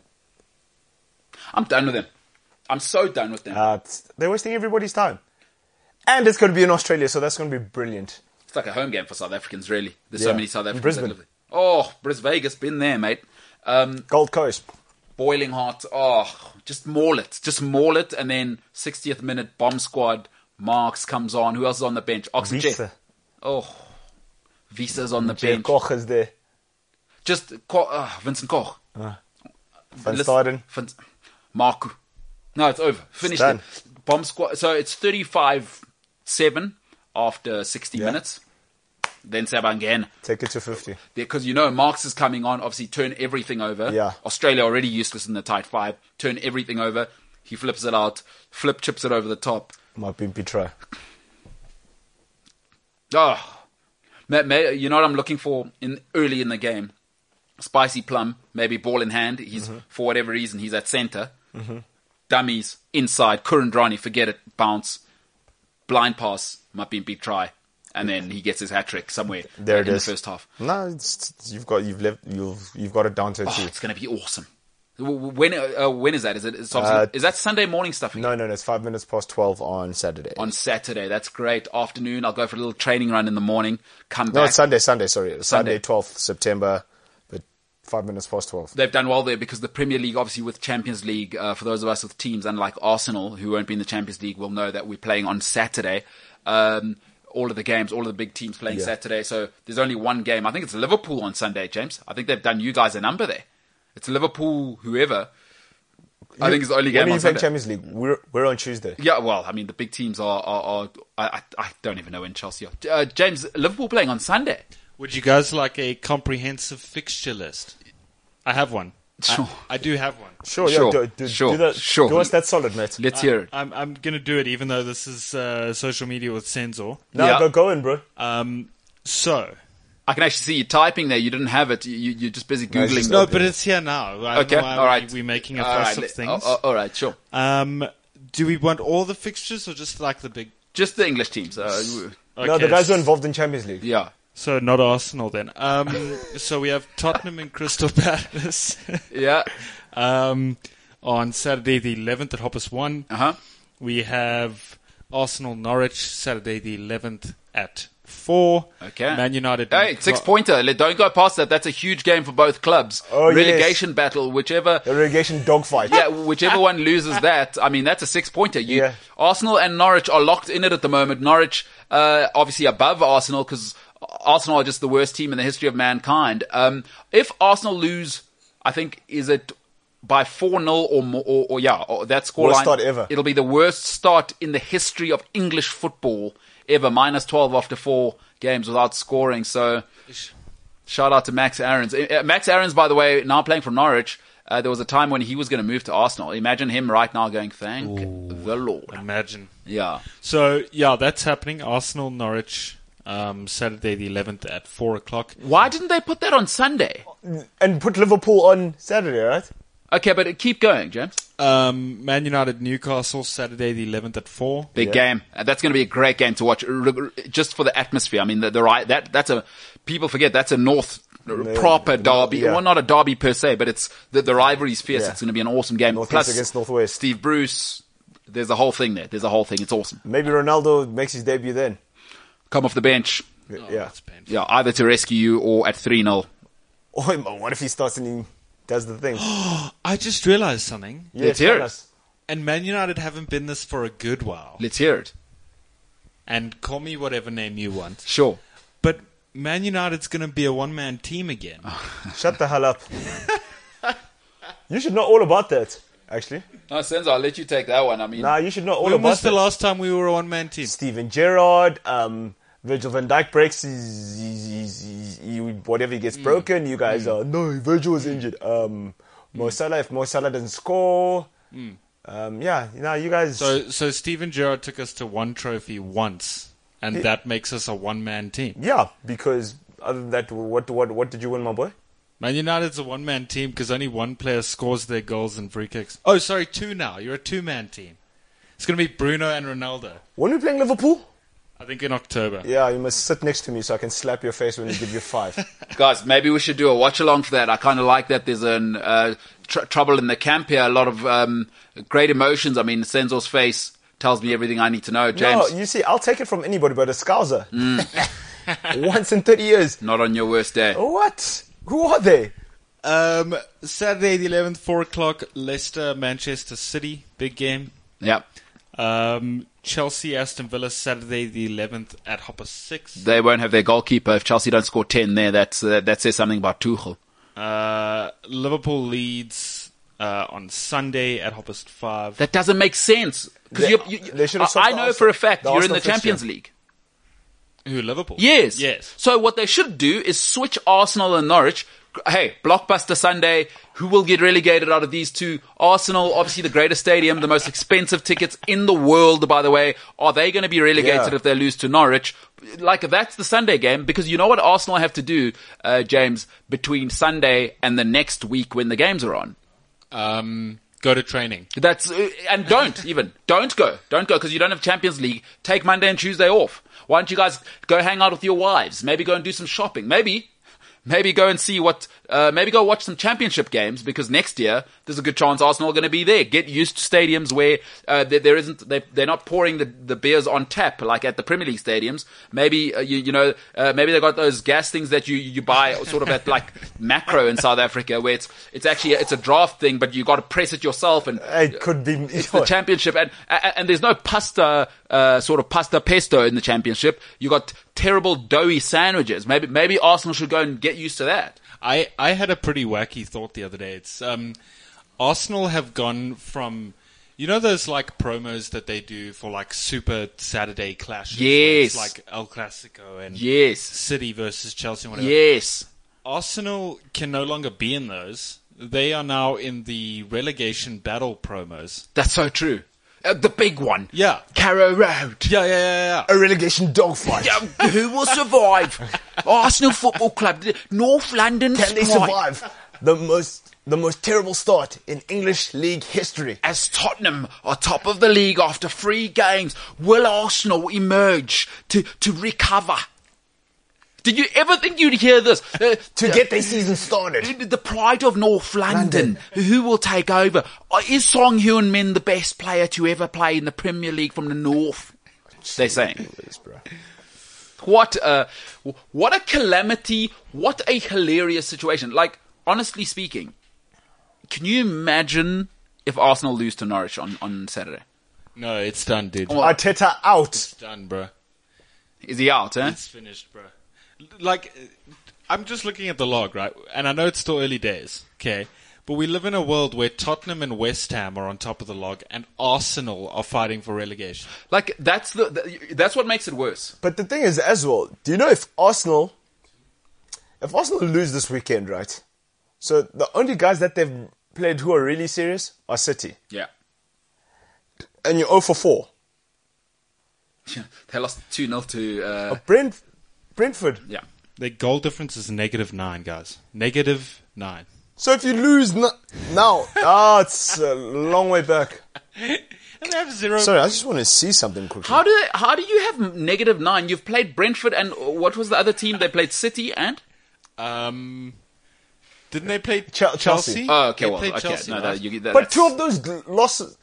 B: done with them. I'm so done with them.
C: Uh, it's- they're wasting everybody's time. And it's going to be in Australia, so that's going to be brilliant.
B: It's like a home game for South Africans, really. There's so
C: Yeah.
B: many South Africans.
C: Brisbane.
B: That live there. Oh, Bris Vegas, been there, mate. Um,
C: Gold Coast.
B: boiling hot. Oh, just maul it. Just maul it. And then 60th minute bomb squad. Marks comes on. Who else is on the bench? Oxygen.
C: Visa.
B: Oh, Visa's on the
C: Jay
B: bench.
C: Koch is there.
B: Just Ko- uh, Vincent Koch.
C: Van
B: Listen-
C: Staden.
B: Fin- Marku. No, it's over. Finished
C: done.
B: it. Bomb squad. So it's 35 7 after 60
C: Yeah.
B: minutes. Then Sabangan.
C: Take it to 50.
B: because you know Marx is coming on. Obviously, turn everything over.
C: Yeah.
B: Australia already useless in the tight five. Turn everything over. He flips it out. Flip chips it over the top.
C: My Bimpy try.
B: Oh, ma ma you know what I'm looking for in early in the game? Spicy plum, maybe ball in hand. He's
C: Mm-hmm.
B: for whatever reason he's at center. Dummies inside. Kurandrani, forget it. Bounce, blind pass. Mapimpi try, and then he gets his hat trick somewhere
C: There
B: uh,
C: it
B: in
C: is.
B: the first half.
C: No, it's, you've got you've left you've you've got it down to a
B: Oh,
C: two.
B: it's going to be awesome. W- w- When uh, uh, when is that? Is it is,
C: Uh,
B: is that Sunday morning stuff
C: No, no, no. It's five minutes past twelve on Saturday.
B: on Saturday? That's great. Afternoon, I'll go for a little training run in the morning. Come back.
C: no, it's Sunday. Sunday. Sorry, Sunday,
B: Sunday.
C: twelfth September, but five minutes past twelve.
B: They've done well there because the Premier League, obviously with Champions League, uh, for those of us with teams, unlike Arsenal, who won't be in the Champions League, will know that we're playing on Saturday. Um, all of the games, all of the big teams playing
C: Yeah.
B: Saturday. So there's only one game. I think it's Liverpool on Sunday, James. I think they've done you guys a number there. It's Liverpool, whoever. I think it's the only game
C: When are
B: on
C: you playing
B: Sunday.
C: Champions League? We're we're on Tuesday.
B: Yeah, well, I mean, the big teams are. are, are I, I I don't even know when Chelsea are. Uh, James, Liverpool playing on Sunday.
A: Would you guys like a comprehensive fixture list? I have one.
B: [laughs] Sure.
A: I do have one.
C: Sure,
B: Sure,
C: yeah, do, do,
B: sure,
C: do, that,
B: sure.
C: do us that solid, mate.
B: Let's hear it.
A: I'm, I'm going to do it even though this is uh, social media with Sensor.
C: No,
B: Yeah.
C: go, go in, bro.
A: Um, so.
B: I can actually see you typing there. You didn't have it. You, you- you're just busy
C: it's
B: googling.
C: just
A: No, but it's here now. I don't
B: okay.
A: know why
B: All right.
A: we, we're making a
B: All
A: fuss
B: right,
A: of
B: let-
A: things.
B: oh, oh, all right. Sure.
A: Um, do we want all the fixtures or just like the big?
B: Just the English teams.
A: [laughs]
B: Uh,
C: No, the
A: Okay,
C: guys who are involved in Champions League.
B: yeah.
A: So not Arsenal then. Um, [laughs] so we have Tottenham and Crystal [laughs] Palace
B: Yeah.
A: um, on Saturday the 11th at Hoppus One.
B: Uh huh.
A: We have Arsenal Norwich Saturday the 11th at four.
B: Okay.
A: Man United.
B: Hey, six pointer. Let- Don't go past that. That's a huge game for both clubs.
C: Oh, yes.
B: Relegation battle, whichever.
C: The relegation dogfight.
B: Yeah, whichever one loses that, I mean, that's a six pointer. You,
C: Yeah.
B: Arsenal and Norwich are locked in it at the moment. Norwich, uh, obviously above Arsenal because Arsenal are just the worst team in the history of mankind. Um, if Arsenal lose, I think, is it by 4 0 or more, or, or yeah, or that scoreline?
C: Worst start ever.
B: It'll be the worst start in the history of English football ever. Minus 12 after four games without scoring. So. Shout out to Max Aaron's. Uh, uh, Max Aaron's, by the way, now playing for Norwich. Uh, there was a time when he was going to move to Arsenal. Imagine him right now going, "Thank the Lord."
A: Imagine.
B: Yeah,
A: So yeah, that's happening. Arsenal Norwich um, Saturday the 11th at four o'clock.
B: why didn't they put that on Sunday?
C: And put Liverpool on Saturday, right?
B: Okay, but uh, keep going, James.
A: Um, Man United Newcastle Saturday the 11th at four.
B: Big game. Uh, That's going to be a great game to watch, r- r- just for the atmosphere. I mean, the, the right that that's a people forget that's a North uh, proper derby.
C: yeah.
B: Well, not a derby per se, but it's the, the rivalry's fierce.
C: Yeah.
B: It's going to be an awesome game.
C: Northeast
B: Plus
C: against Northwest.
B: Steve Bruce. There's a whole thing there. There's a whole thing. It's awesome.
C: Maybe Ronaldo makes his debut then.
B: Come off the bench.
C: Y-
A: Oh,
C: yeah.
A: that's painful.
B: Yeah, either to rescue you or at 3 0.
C: Oh, man, what if he starts and he does
B: [gasps]
C: the thing?
A: I just realized something.
C: Yeah,
B: Let's hear
C: tell
B: it.
C: us.
A: And Man United haven't been this for a good while.
B: Let's hear it.
A: And call me whatever name you want.
B: Sure.
A: But Man United's going to be a one man team again.
C: Shut
B: [laughs]
C: the hell up. you should know all about that, actually.
B: No, Senzo, I'll let you take that one. I mean,
C: Nah, you should know all
A: when
C: about
A: was the
C: that.
A: last time we were a one man team?
C: Steven Gerrard, um, Virgil van Dijk breaks his, his, his, his, he- whatever he
B: Mm.
C: gets broken. You guys are, no, Virgil was injured. Um, Mo Salah, if Mo Salah doesn't score.
B: Mm.
C: Um, yeah, now you guys.
A: So, so Steven Gerrard took us to one trophy once, and that makes us a one man team.
C: yeah, because other than that, what, what, what did you win, my boy?
A: Man United's a one man team because only one player scores their goals and free kicks. Oh, sorry, two now. You're a two man team. It's going to be Bruno and Ronaldo.
C: When we playing Liverpool?
A: I think in October.
C: Yeah, you must sit next to me so I can slap your face when you give you five.
B: guys, maybe we should do a watch along for that. I kind of like that. There's an uh, tr- trouble in the camp here. A lot of um, great emotions. I mean, Senzo's face tells me everything I need to know. [laughs] James,
C: No, you see, I'll take it from anybody but a Scouser.
B: Mm.
C: [laughs] Once in 30 years.
B: not on your worst day.
C: What? Who are they?
A: Um, Saturday the 11th, 4 o'clock, Leicester, Manchester City, big game.
B: Yep.
A: Um, Chelsea, Aston Villa, Saturday the 11th at Hopper 6.
B: They won't have their goalkeeper if Chelsea don't score 10 there. That's, uh, that says something about Tuchel.
A: Uh, Liverpool, Leeds uh, on Sunday at Hopper 5.
B: That doesn't make sense.
C: They-
B: Because you, you,
C: they should have
B: I, I
C: stopped the
B: know
C: Arsenal-
B: for a fact
C: the
B: you're in
C: Arsenal
B: the Champions
C: fixture.
B: League.
A: Who, Liverpool?
B: Yes.
A: Yes.
B: So what they should do is switch Arsenal and Norwich. Hey, blockbuster Sunday. Who will get relegated out of these two? Arsenal, obviously the greatest stadium, the most expensive tickets in the world, by the way. Are they going to be relegated
C: Yeah.
B: if they lose to Norwich? Like that's the Sunday game because you know what Arsenal have to do, uh, James, between Sunday and the next week when the games are on.
A: Um, go to training.
B: That's uh, and don't even don't go, don't go because you don't have Champions League. Take Monday and Tuesday off. Why don't you guys go hang out with your wives? Maybe go and do some shopping. Maybe, maybe go and see what. Uh, maybe go watch some Championship games because next year there's a good chance Arsenal are going to be there. Get used to stadiums where uh, there, there isn't they they're not pouring the, the beers on tap like at the Premier League stadiums. Maybe uh, you you know uh, maybe they got those gas things that you you buy sort of at like [laughs] Macro in South Africa where it's it's actually it's a draft thing, but you got to press it yourself and
C: It could be.
B: it's the championship, and and, and there's no pasta uh, sort of pasta pesto in the championship. You got terrible doughy sandwiches. Maybe maybe Arsenal should go and get used to that.
A: I, I had a pretty wacky thought the other day. It's um, Arsenal have gone from you know those like promos that they do for like Super Saturday clashes. where
B: Yes.
A: it's like El Clasico and
B: Yes,
A: City versus Chelsea. and Whatever.
B: yes,
A: Arsenal can no longer be in those. They are now in the relegation battle promos.
B: That's so true. Uh, the big one.
A: Yeah.
B: Carrow Road.
A: Yeah, yeah, yeah,
C: A relegation dogfight.
B: Um, who will
C: [laughs]
B: survive? Arsenal Football Club, North London.
C: Can they
B: Sprite.
C: survive the most the most terrible start in English league history?
B: As Tottenham are top of the league after three games, will Arsenal emerge to, to recover? Did you ever think you'd hear this? Uh,
C: To get their season started.
B: the pride of North London. Who will take over? Uh, Is Song Hyun Min the best player to ever play in the Premier League from the North? They're saying. What a what a calamity! What a hilarious situation! Like honestly speaking, can you imagine if Arsenal lose to Norwich on, on Saturday?
A: yeah. No, it's done, dude.
C: Arteta out.
A: It's done, bro.
B: Is he out? Eh?
A: It's finished, bro. Like, uh, I'm just looking at the log, right? And I know it's still early days, okay? But we live in a world where Tottenham and West Ham are on top of the log, and Arsenal are fighting for relegation.
B: Like that's the, the that's what makes it worse.
C: But the thing is, as well, do you know if Arsenal, if Arsenal lose this weekend, right? So the only guys that they've played who are really serious are City,
B: Yeah, [laughs]
C: and you're 0 for 4.
B: they lost two 0 to uh,
C: Brent, Brentford.
B: yeah.
A: Their goal difference is negative nine, guys. Negative nine.
C: So if you lose n- now, ah, it's a long way back.
A: [laughs] And they have zero.
C: Sorry, I just want to see something quickly.
B: How do they, how do you have negative nine? You've played Brentford and uh, what was the other team? They played City and
A: Um, didn't they play
C: Chel- Chelsea.
A: Chelsea?
B: oh okay
A: They
B: well
A: played
B: okay
A: Chelsea,
B: no,
A: right?
B: that, you, that,
C: but
B: that's-
C: two of those l- losses.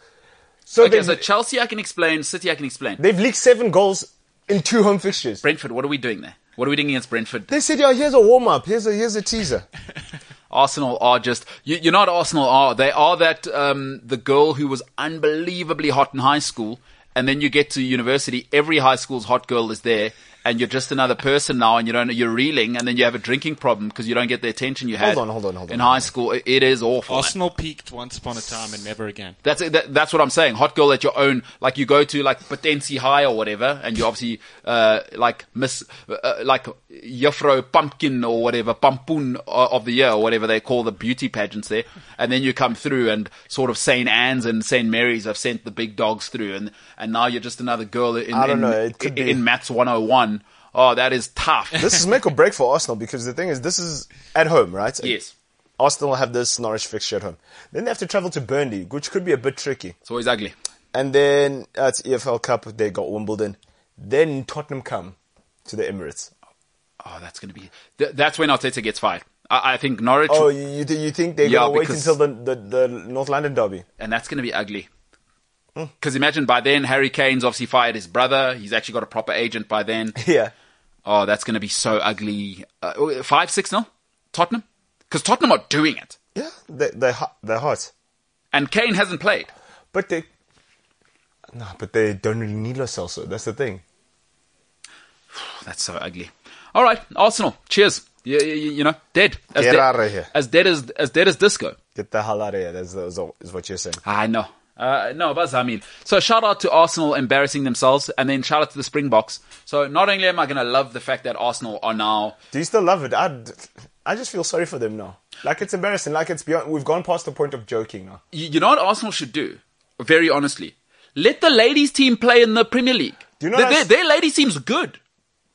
C: So
B: okay
C: they've,
B: so Chelsea I can explain City I can explain
C: they've leaked seven goals in two home fixtures.
B: Brentford what are we doing there? What are we doing against Brentford?
C: They said, "Yeah, here's a warm up. Here's a here's a teaser."
B: Arsenal are just you, you're not Arsenal are they are that um, the girl who was unbelievably hot in high school and then you get to university every high school's hot girl is there and you're just another person now and you don't you're reeling and then you have a drinking problem because you don't get the attention you had
C: Hold on, hold on, hold on,
B: in
C: hold
B: high
C: on.
B: school it, it is awful man.
A: Arsenal peaked once upon a time and never again.
B: That's it. That, that's what I'm saying. Hot girl at your own, like you go to like Potensi High or whatever, and you obviously uh, like Miss, uh, like Yafro Pumpkin or whatever, Pampoon uh, of the year or whatever they call the beauty pageants there, and then you come through and sort of St Anne's and St Mary's have sent the big dogs through, and and now you're just another girl in
C: I don't
B: in,
C: know, it could
B: in,
C: be.
B: in Matt's 101. Oh, that is tough.
C: this is make or break for Arsenal because the thing is, this is at home, right?
B: Yes.
C: Arsenal have this Norwich fixture at home. Then they have to travel to Burnley, which could be a bit tricky.
B: it's always ugly.
C: And then at EFL Cup, they got Wimbledon. Then Tottenham come to the Emirates.
B: Oh, that's gonna be. Th- that's when Arteta gets fired. I, I think Norwich.
C: Oh, you you, th- you think they're
B: Yeah,
C: gonna wait
B: because-
C: until the, the the North London derby? [laughs]
B: and that's going to be ugly.
C: Hmm.
B: Because imagine by then Harry Kane's obviously fired his brother. He's actually got a proper agent by
C: [laughs]
B: then.
C: Yeah.
B: Oh, that's going to be so ugly. Uh, five six no, Tottenham, because Tottenham are doing it,
C: Yeah, they they hu- they're hot,
B: and Kane hasn't played.
C: but they no, but they don't really need Lo Celso. That's the thing.
B: Oh, That's so ugly. All right, Arsenal. Cheers. You, you, you know, dead as
C: Get
B: dead,
C: outta here.
B: as dead as as dead as disco.
C: Get the hell out of here. That's, that's all- is what you're saying.
B: I know. Uh, no, but I mean, so shout out to Arsenal embarrassing themselves, and then shout out to the Springboks. So not only am I going to love the fact that Arsenal are now
C: Do you still love it? I I just feel sorry for them now. Like it's embarrassing. Like it's beyond. We've gone past the point of joking now.
B: you, you know what Arsenal should do? Very honestly, let the ladies team play in the Premier League.
C: Do you know
B: Their-
C: that's-
B: their, their ladies team's good.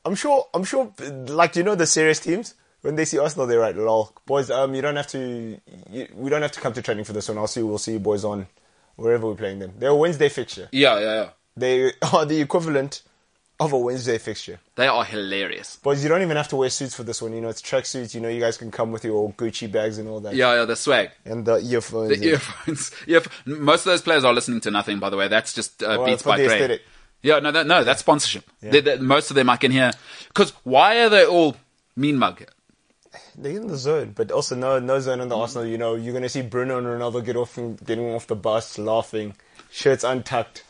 C: I'm sure. I'm sure. Like you know, the serious teams when they see Arsenal, they're like, "Lol, boys. Um, you don't have to. You, we don't have to come to training for this one. I'll see. We'll see you boys on wherever we're playing them. They're a Wednesday fixture.
B: Yeah, yeah, yeah.
C: They [laughs] are the equivalent of a Wednesday fixture.
B: They are hilarious.
C: Boys, you don't even have to wear suits for this one. You know, it's tracksuits. You know, you guys can come with your Gucci bags and all that.
B: Yeah, yeah, the swag.
C: And the earphones.
B: The [laughs] earphones. Yeah, most of those players are listening to nothing, by the way. That's just uh,
C: Well,
B: Beats
C: for
B: by
C: the
B: Dre.
C: aesthetic.
B: Yeah, no, that, no, that's sponsorship. They- they- most of them I can hear. Because why are they all mean mug?
C: They're in the zone, but also no no zone
B: Mm.
C: on the Arsenal. You know, you're gonna see Bruno and Ronaldo get off and getting off the bus, laughing, shirts untucked.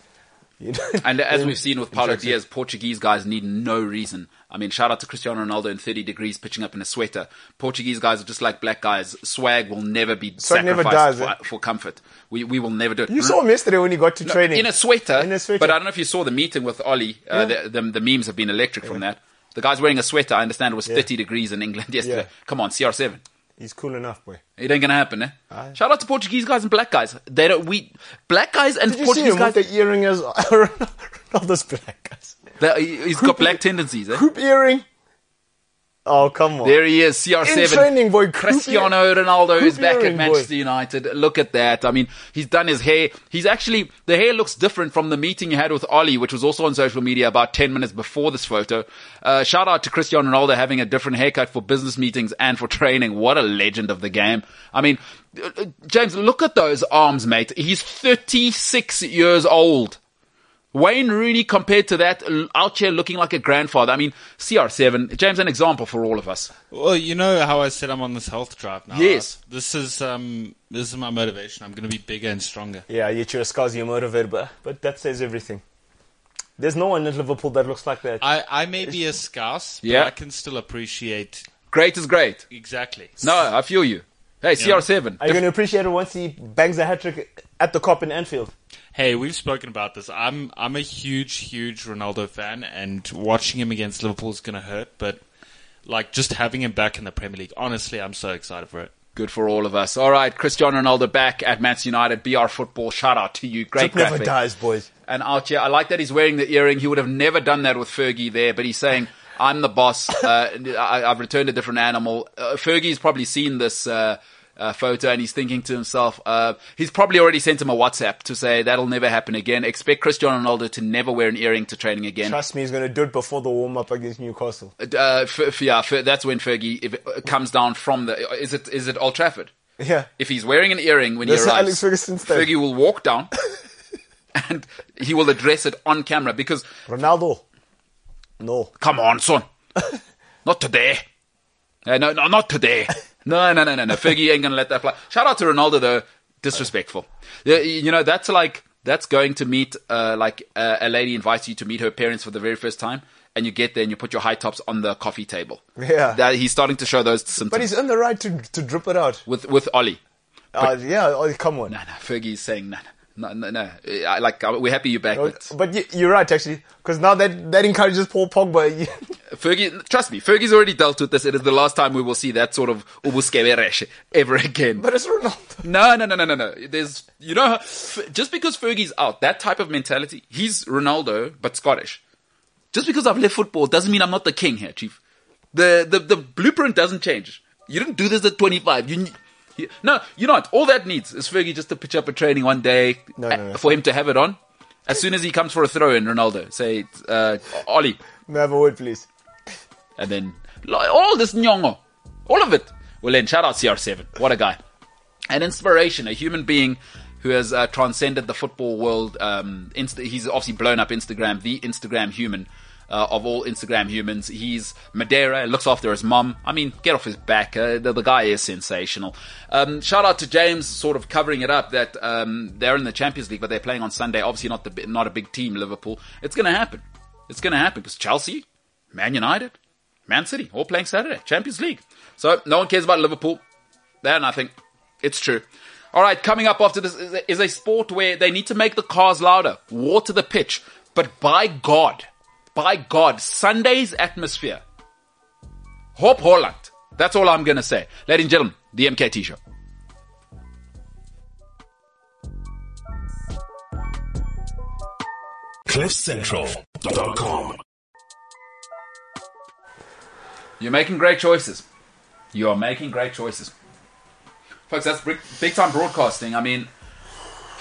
C: You know,
B: [laughs] And as
C: in-
B: we've seen with
C: in
B: Paulo
C: tracksuit.
B: Diaz, Portuguese guys need no reason. I mean, shout out to Cristiano Ronaldo in 30 degrees pitching up in a sweater. Portuguese guys are just like black guys. Swag will never be
C: Swag never
B: sacrificed
C: dies,
B: for,
C: eh?
B: for comfort. We, we will never do it.
C: [laughs] You saw him yesterday when he got to training
B: in a sweater.
C: In a sweater,
B: But I don't know if you saw the meeting with Ollie. Uh, the, the, the memes have been electric from that. The guy's wearing a sweater. I understand it was 30 degrees in England yesterday.
C: Yeah.
B: Come on, CR7.
C: He's cool enough, boy.
B: It ain't gonna happen, eh? Shout out to Portuguese guys and black guys. They don't. We black guys and
C: Did you see
B: Portuguese
C: him
B: guys.
C: with the earring as [laughs] Ronaldo's black guys?
B: they- he- he's got black tendencies. Eh?
C: Hoop earring. Oh come on!
B: There he is,
C: In
B: CR7.
C: training, boy. E Croupier-
B: Cristiano Ronaldo is back at
C: Croupiering,
B: Manchester
C: boy.
B: United. Look at that. I mean, he's done his hair. He's actually, the hair looks different from the meeting he had with Ollie, which was also on social media about 10 minutes before this photo. Uh, shout out to Cristiano Ronaldo having a different haircut for business meetings and for training. What a legend of the game. I mean, uh, uh, James, look at those arms, mate. He's 36 years old. Wayne Rooney compared to that l- out here looking like a grandfather. I mean, CR7, James, an example for all of us.
A: Well, you know how I said I'm on this health drive now.
B: Yes.
A: right? This is um this is my motivation. I'm going to be bigger and stronger.
C: Yeah, you your scars, you motivate, but but that says everything. There's no one at Liverpool that looks like that.
A: I I may be a scarce, but
B: Yeah.
A: I can still appreciate
B: Great is great.
A: exactly.
B: No, I feel you. Hey, CR7.
C: Are you going to appreciate it once he bangs a hat trick at the cop in Anfield?
A: Hey, we've spoken about this. I'm I'm a huge huge Ronaldo fan and watching him against Liverpool is going to hurt, but like just having him back in the Premier League, honestly, I'm so excited for it.
B: Good for all of us. All right, Cristiano Ronaldo back at Manchester United. BR Football, shout out to you. Great
C: It never
B: graphic.
C: dies, boys.
B: And out here, I like that he's wearing the earring. He would have never done that with Fergie there, but he's saying, I'm the
C: [laughs]
B: boss. Uh, I, I've returned a different animal. Uh, Fergie's probably seen this uh, uh, photo and he's thinking to himself, uh, he's probably already sent him a WhatsApp to say, that'll never happen again. Expect Cristiano Ronaldo to never wear an earring to training again.
C: Trust me, he's going to do it before the warm up against Newcastle.
B: uh, f f- yeah, f- that's when Fergie if, uh, comes down from the. Is it is it Old Trafford?
C: Yeah.
B: If he's wearing an earring when
C: That's
B: he
C: how
B: arrives,
C: Alex Ferguson said.
B: Fergie will walk down, [laughs] and he will address it on camera because
C: Ronaldo. No.
B: come on,
C: [laughs]
B: son, not today. Uh, no, no, not
C: [laughs]
B: today. No, no, no, no, no. Fergie ain't gonna let that fly. Shout out to Ronaldo though, disrespectful. Yeah, you know that's like that's going to meet uh, like uh, a lady invites you to meet her parents for the very first time, and you get there and you put your high tops on the coffee table.
C: Yeah.
B: that, he's starting to show those symptoms
C: But he's in the right to, to drip it out.
B: with with Ollie.
C: Uh, yeah, oh, come on.
B: No, no, Fergie's saying no, no, no, no. no. I, like I- we're happy you're back.
C: But,
B: But
C: but you, you're right, actually, because now that, that encourages Paul Pogba. [laughs]
B: Fergie, trust me, Fergie's already dealt with this. It is the last time we will see that sort of ubuskeberesh ever again.
C: but it's Ronaldo.
B: No, no, no, no, no, no. There's, you know, f- just because Fergie's out, that type of mentality, he's Ronaldo, but Scottish. Just because I've left football doesn't mean I'm not the king here, Chief. The, the, the blueprint doesn't change. You didn't do this at 25. You, you No, you know what? All that needs is Fergie just to pitch up a training one day
C: No,
B: uh,
C: no, no.
B: for him to have it on. As soon as he comes for a throw in, Ronaldo, say, uh, Ollie.
C: May I have a word, please?
B: And then like, all this nyongo, all of it. Well, then shout out CR7. What a guy. An inspiration, a human being who has uh, transcended the football world. Um, inst- he's obviously blown up Instagram, the Instagram human uh, of all Instagram humans. He's Madeira, looks after his mum. I mean, get off his back. Uh, the, the guy is sensational. Um, shout out to James, sort of covering it up that um, they're in the Champions League, but they're playing on Sunday. Obviously, not the bi- not a big team, Liverpool. It's going to happen. It's going to happen because Chelsea, Man United, Man City, all playing Saturday, Champions League. So no one cares about Liverpool. They're nothing. It's true. All right, coming up after this is a, is a sport where they need to make the cars louder, water the pitch. But by God, by God, Sunday's atmosphere. Hop Holland. That's all I'm going to say. Ladies and gentlemen, the MKT show.
D: CliffCentral.com.
B: You're making great choices. You are making great choices. Folks, that's big, big time broadcasting. I mean,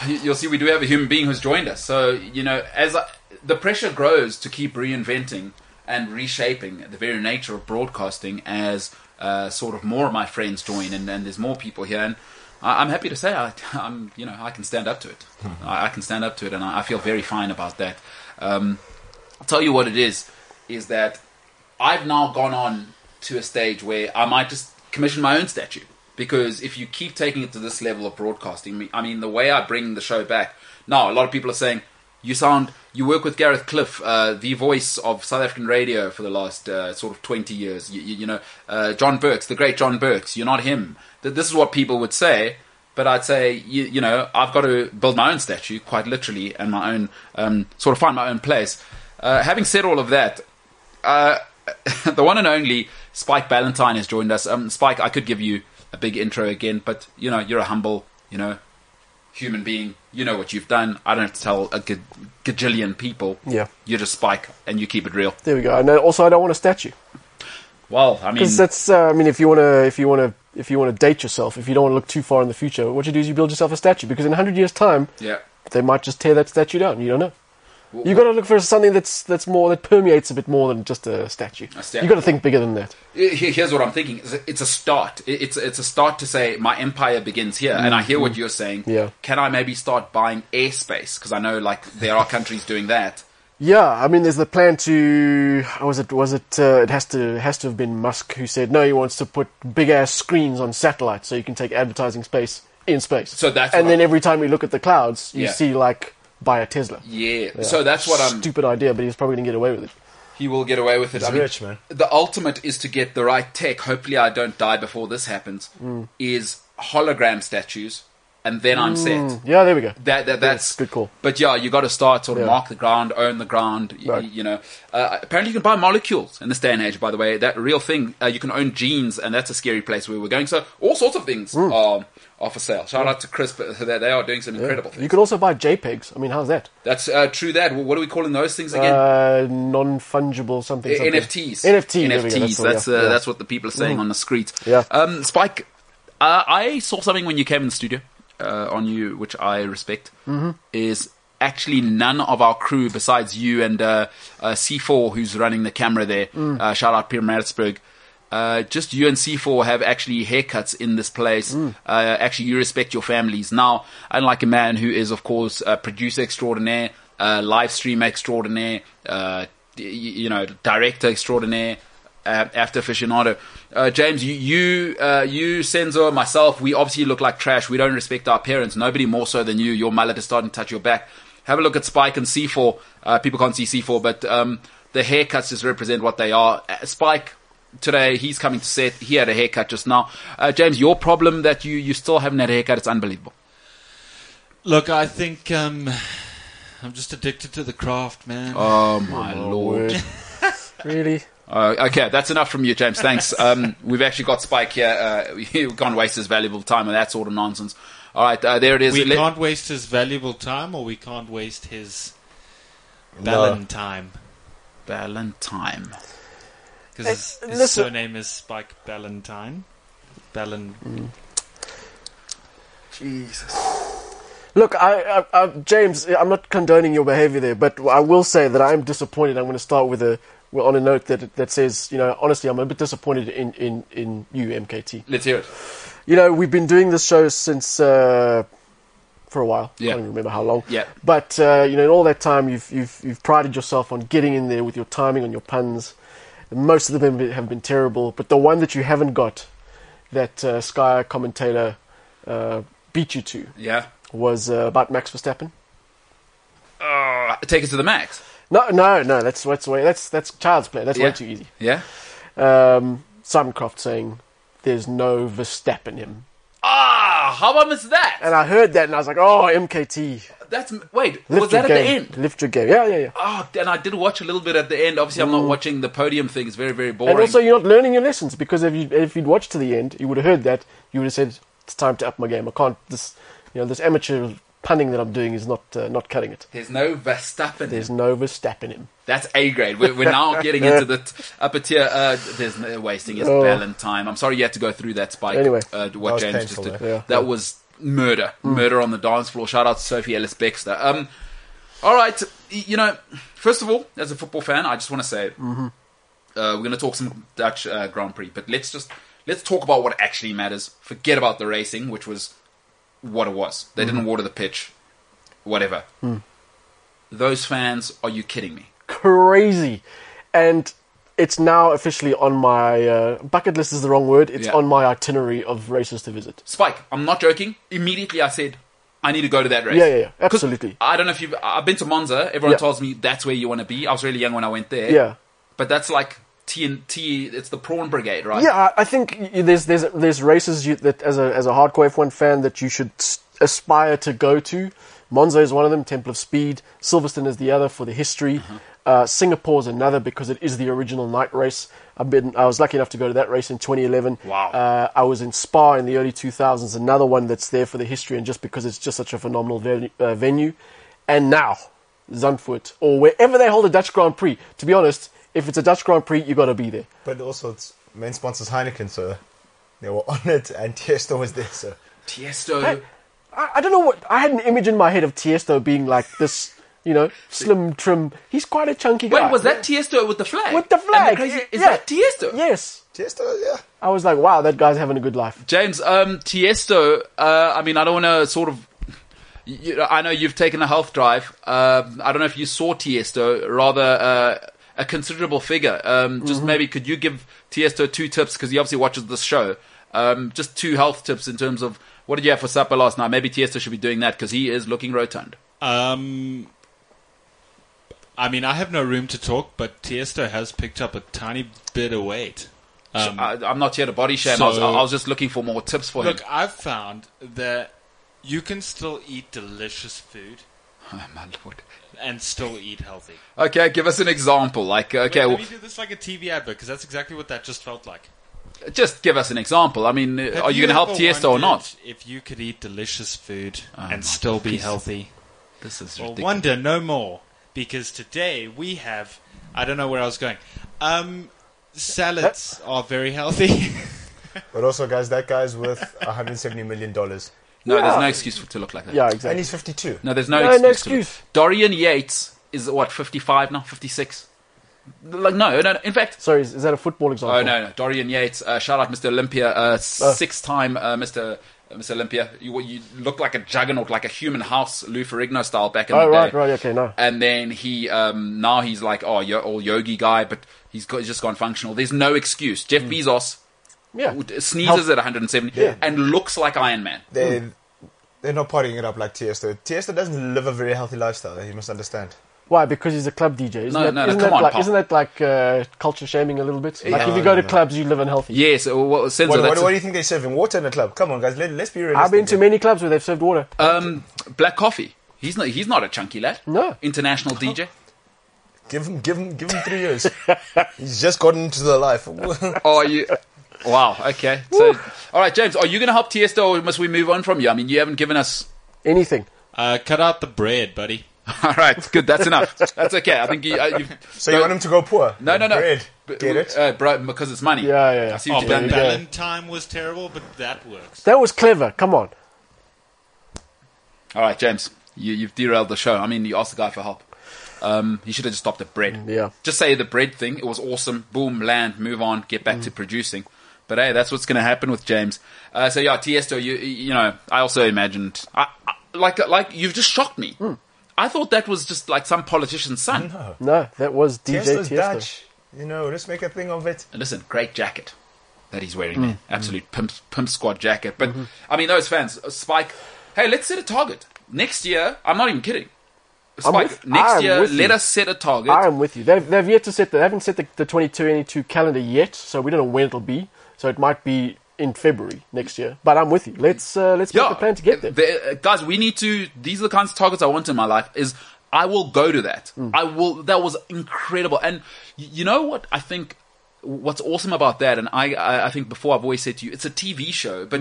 B: you- you'll see we do have a human being who's joined us. So, you know, as I, the pressure grows to keep reinventing and reshaping the very nature of broadcasting as uh, sort of more of my friends join and, and there's more people here. And I, I'm happy to say I, [laughs] I'm, you know, I can stand up to it. I, I can stand up to it and I, I feel very fine about that. Um, I'll tell you what it is, is that I've now gone on to a stage where I might just commission my own statue. Because if you keep taking it to this level of broadcasting, me- I mean, the way I bring the show back, now a lot of people are saying, you sound, you work with Gareth Cliff, uh, the voice of South African radio for the last uh, sort of 20 years. You, you, you know, uh, John Burks, the great John Burks, you're not him. Th- This is what people would say. But I'd say, you, you know, I've got to build my own statue, quite literally, and my own, um, sort of find my own place. Uh, having said all of that, [laughs] uh, the one and only Spike Ballantyne has joined us. Um, Spike, I could give you a big intro again, but you know, you're a humble, you know, human being. You know what you've done. I don't have to tell a ga- gajillion people.
E: Yeah.
B: You're just Spike, and you keep it real.
E: There we go. And uh, also, I don't want a statue
B: Well, I mean,
E: because that's. Uh, I mean, if you want to, if you want to, if you want to date yourself, if you don't want to look too far in the future, what you do is you build yourself a statue. Because in hundred years' time,
B: yeah.
E: they might just tear that statue down. You don't know. You got to look for something that's that's more that permeates a bit more than just a statue.
B: A statue.
E: You got to think bigger than that.
B: Here- Here's what I'm thinking: It's a- it's a start. It- It's it's a start to say my empire begins here, and I hear what you're saying.
E: Mm-hmm. Yeah.
B: Can I maybe start buying airspace? Because I know like there are countries doing that.
E: Yeah, I mean, there's the plan to. how Was it? Was it? Uh, it has to. Has to have been Musk who said no. He wants to put big ass screens on satellites so you can take advertising space in space.
B: So that's
E: And
B: what
E: then
B: I-
E: every time you look at the clouds, you
B: Yeah.
E: see like buy a Tesla.
B: Yeah. So that's what I'm.
E: Stupid idea, but he's probably gonna get away with it.
B: He will get away with it.
C: He's rich, man.
B: The ultimate is to get the right tech. Hopefully, I don't die before this happens.
E: Mm.
B: Is hologram statues, and then I'm set.
E: Yeah, there we go.
B: That, that that's
E: Mm. good call.
B: But yeah, you got to start sort of
E: Yeah.
B: mark the ground, own the ground. y-
E: Right.
B: You know, uh, apparently you can buy molecules in this day and age. By the way, that real thing. Uh, you can own genes, and that's a scary place where we're going. So all sorts of things
E: Mm.
B: are are for sale. Shout out to Crisp. uh, [laughs] They they are doing some incredible
E: You
B: things.
E: could also buy JPEGs. I mean, how's that?
B: That's uh, true. That Wh- what are we calling those things again?
E: Uh, non-fungible something,
B: Uh,
E: something.
B: NFTs.
E: NFT. there we go,
B: NFTs.
E: the-
B: That's
E: yeah,
B: uh,
E: yeah.
B: that's what the people are saying on the street.
E: Yeah.
B: Um, Spike, uh, I saw something when you came in the studio uh, on you, which I respect. Is actually none of our crew besides you and uh, uh, C4, who's running the camera there. Uh, shout out Peter Maritzburg. Uh, just you and C4 have actually haircuts in this place. Uh, actually, you respect your families. Now, unlike a man who is, of course, a producer extraordinaire, uh, live stream extraordinaire, uh, d- y- you know, director extraordinaire, uh, after aficionado. Uh, James, you, you, uh, you, Senzo, myself, we obviously look like trash. We don't respect our parents. Nobody more so than you. Your mullet is starting to touch your back. Have a look at Spike and C4. Uh, people can't see C4, but um, the haircuts just represent what they are. Uh, Spike, today, he's coming to set. He had a haircut just now. Uh, James, your problem that you, you still haven't had a haircut, it's unbelievable.
A: Look, I think um, I'm just addicted to the craft, man.
B: Oh, my lord.
E: Word. really?
B: Uh, okay, that's enough from you, James. Thanks. Um, we've actually got Spike here. Uh, [laughs] we can't waste his valuable time with that sort of nonsense. All right, uh, there it is.
A: we
B: Let-
A: can't waste his valuable time, or we can't waste his Valentine time
B: Valentine.
A: because his,
E: Uh,
A: his
E: listen-
A: surname is Spike Ballantyne. Ballan.
E: Look, I, I, I, James, I'm not condoning your behaviour there, but I will say that I am disappointed. I'm going to start with a well, on a note that that says, you know, honestly, I'm a bit disappointed in in in you, MKT.
B: Let's hear it.
E: You know, we've been doing this show since uh, for a while.
B: Yeah.
E: I don't even remember how long.
B: Yeah.
E: But uh, you know, in all that time, you've you've you've prided yourself on getting in there with your timing on your puns. Most of them have been terrible, but the one that you haven't got, that uh, Sky commentator uh, beat you to,
B: Yeah.
E: was uh, about Max Verstappen. Ah.
B: Uh, take it to the max.
E: No, no, no. That's that's way that's that's child's play. That's
B: Yeah.
E: way too easy.
B: Yeah.
E: Um, Simon Croft saying, "There's no Verstappen him,"
B: Ah, how I missed that?
E: and I heard that and I was like, "Oh, MKT,
B: That's wait.
E: lift
B: was
E: your
B: that at
E: game,
B: the end?
E: lift your game." Yeah, yeah, yeah.
B: Oh, and I did watch a little bit at the end. Obviously, I'm not watching the podium thing. It's very, very boring.
E: And also, you're not learning your lessons because if you if you'd watched to the end, you would have heard that. You would have said, "It's time to up my game. I can't this, you know, this amateur punning that I'm doing is not uh, not cutting it."
B: there's no Verstappen.
E: There's no Verstappen him.
B: That's A grade. We're, we're now getting into the t- upper tier. Uh, there's no wasting his
E: Oh.
B: Valentine. I'm sorry you had to go through that spike.
E: Anyway.
B: uh, what
C: was
B: James
C: painful,
B: just did.
E: though. Yeah. Hmm.
B: That was murder. Murder on the dance floor. Shout out to Sophie Ellis Bexter. Um, all right. y- You know, first of all, as a football fan, I just want to say
E: Mm-hmm.
B: uh, we're going to talk some Dutch uh, Grand Prix, but let's just let's talk about what actually matters. Forget about the racing, which was what it was.
E: Mm-hmm.
B: They didn't water the pitch, whatever.
E: Hmm.
B: Those fans, are you kidding me?
E: crazy, and it's now officially on my uh, bucket list. Is the wrong word. It's
B: Yeah.
E: on my itinerary of races to visit.
B: Spike, I'm not joking. Immediately I said, I need to go to that race.
E: Yeah, yeah, yeah.
B: 'Cause
E: Absolutely.
B: I don't know if you've. I've been to Monza. Everyone
E: Yeah.
B: tells me that's where you want to be. I was really young when I went there.
E: Yeah.
B: But that's like TNT. It's the Prawn Brigade, right?
E: Yeah, I- I think y- there's there's there's races you, that as a as a hardcore F1 fan that you should s-
B: Mm-hmm.
E: aspire to go to. Monza is one of them. Temple of Speed, Silverstone is the other for the history. Uh, Singapore is another because it is the original night race. I've been, I was lucky enough to go to that race in 2011.
B: Wow.
E: Uh, I was in Spa in the early 2000s, another one that's there for the history and just because it's just such a phenomenal venue. Uh, venue. And now, Zandvoort, or wherever they hold a Dutch Grand Prix. To be honest, if it's a Dutch Grand Prix, you got to be there.
C: But also, it's main sponsors Heineken, so they were [laughs] on it, and Tiesto was there. So
B: Tiesto.
E: I, I I don't know what I had an image in my head of Tiesto being like this, you know, slim, trim. He's quite a chunky guy.
B: Wait, was that Tiesto with the flag?
E: with the
B: And
E: flag?
B: crazy-
E: y-
B: is
E: yeah.
B: that Tiesto?
E: Yes,
C: Tiesto, yeah,
E: I was like, wow, that guy's having a good life.
B: James, um, Tiesto, uh, I mean, I don't want to sort of. You, I know you've taken a health drive. Um, I don't know if you saw Tiesto, rather uh, a considerable figure. Um,
A: Mm-hmm.
B: just maybe could you give Tiesto two tips, because he obviously watches this show. Um, just two health tips in terms of what did you have for supper last night? Maybe Tiesto should be doing that because he is looking rotund.
A: Um, I mean, I have no room to talk, but Tiesto has picked up a tiny bit of weight. Um,
B: I, I'm not here to body shame. I, was,
A: so-
B: I was just looking for more tips for
A: Look,
B: him.
A: I've found that you can still eat delicious food
B: Oh, my lord.
A: and still eat healthy.
B: Okay, give us an example. Like, okay,
A: Wait,
B: well,
A: let me do this like a TV advert because that's exactly what that just felt like.
B: just give us an example. I mean, uh,
A: Have
B: are you going to help
A: ever
B: Tiesto or not?
A: wondered If you could eat delicious food
B: my
A: and still be healthy,
B: This is
A: Oh, well,
B: ridiculous.
A: wonder no more because today we have. I don't know where I was going. Um, salads are very healthy. [laughs]
C: but also, guys, that guy's worth [laughs] 170 million dollars,
B: no, there's
E: Yeah.
B: no excuse for, to look like that.
E: Yeah,
C: and
E: exactly.
C: he's 52.
B: No, there's no,
E: No,
B: excuse.
E: no
B: to look-
E: excuse.
B: Dorian Yates is what 55 now, 56. Like no, no. no. In fact,
E: Sorry, is, is that a football example?
B: oh no, no. Dorian Yates, uh, shout out Mr. Olympia, uh, six-time uh, Mr. Uh, Mr. Olympia. You you looked like a juggernaut, like a human house Lou Ferrigno style back in
E: Oh,
B: the
E: right,
B: day.
E: right, okay, no.
B: And then he um, now he's like oh, you're all yogi guy, but he's got he's just gone functional. There's no excuse. Jeff
E: Hmm.
B: Bezos
E: Yeah.
B: w- sneezes at 170 and looks like Iron Man.
C: They they're not partying it up like Tiesto. Tiesto doesn't live a very healthy lifestyle. You must understand.
E: Why? Because he's a club DJ. Isn't
B: No,
E: that,
B: no, no,
E: isn't
B: come
E: that
B: on,
E: like,
B: pal.
E: isn't that like uh, culture shaming a little bit? Like if
C: No,
E: you go
C: no,
E: to
C: no.
E: clubs, you live unhealthy.
B: Yes, uh, what, Senzo,
C: What, what,
B: that's
C: what do you think they're serving? Water in a club? Come on, guys. Let, let's be realistic.
E: I've been to many clubs where they've served water.
B: Um, Black Coffee. He's not. He's not a chunky lad.
E: No.
B: International DJ.
C: Give him, give him, give him three years. He's just gotten into the life.
B: [laughs]
C: [laughs]
B: Oh, you. Wow. Okay. So, all right, James. Are you going to help Tiesto, or must we move on from you? I mean, you haven't given us. [laughs]
E: Anything.
A: uh, cut out the bread, buddy.
B: All right. Good. That's
C: [laughs]
B: enough. That's okay. I think you. Uh, you've,
C: so you want him to go poor?
B: No, no, no.
C: Bread.
B: But-
C: Get it?
B: Uh, bro, because it's money.
E: Yeah, yeah, yeah.
B: I see
A: Oh,
B: what
A: but
B: you've done there.
A: Valentine was terrible, but that works.
E: That was clever. Come on.
B: All right, James. You, you've derailed the show. I mean, you asked the guy for help. Um, you should have just stopped at bread.
E: yeah.
B: Just say the bread thing. It was awesome. Boom, land, move on, get back to producing. But hey, that's what's going to happen with James. Uh, so yeah, Tiesto, you you know, I also imagined, I, I, like like you've just shocked me. I thought that was just like some politician's son.
E: No, that was DJ
C: Tiesto's
E: Tiesto.
C: Dutch. You know, let's make a thing of it.
B: And listen, great jacket that he's wearing
E: Mm,
B: there. Absolute pimp, pimp squad jacket. But,
E: Mm-hmm.
B: I mean, those fans, uh, Spike, hey, let's set a target. Next year, I'm not even kidding. Spike,
E: with-
B: next
E: I'm
B: year,
E: with you.
B: let us set a target.
E: I am with you. They've, they've yet to set. The, they haven't set the, the 2022 calendar yet, so we don't know when it'll be. So it might be in February next year. But I'm with you. Let's uh, let's make the plan to get there.
B: the- uh, guys, we need to. These are the kinds of targets I want in my life. Is I will go to that.
E: Hmm.
B: I will. That was incredible. And y- you know what? I think what's awesome about that, and I, I, I think before I've always said to you, it's a TV show, but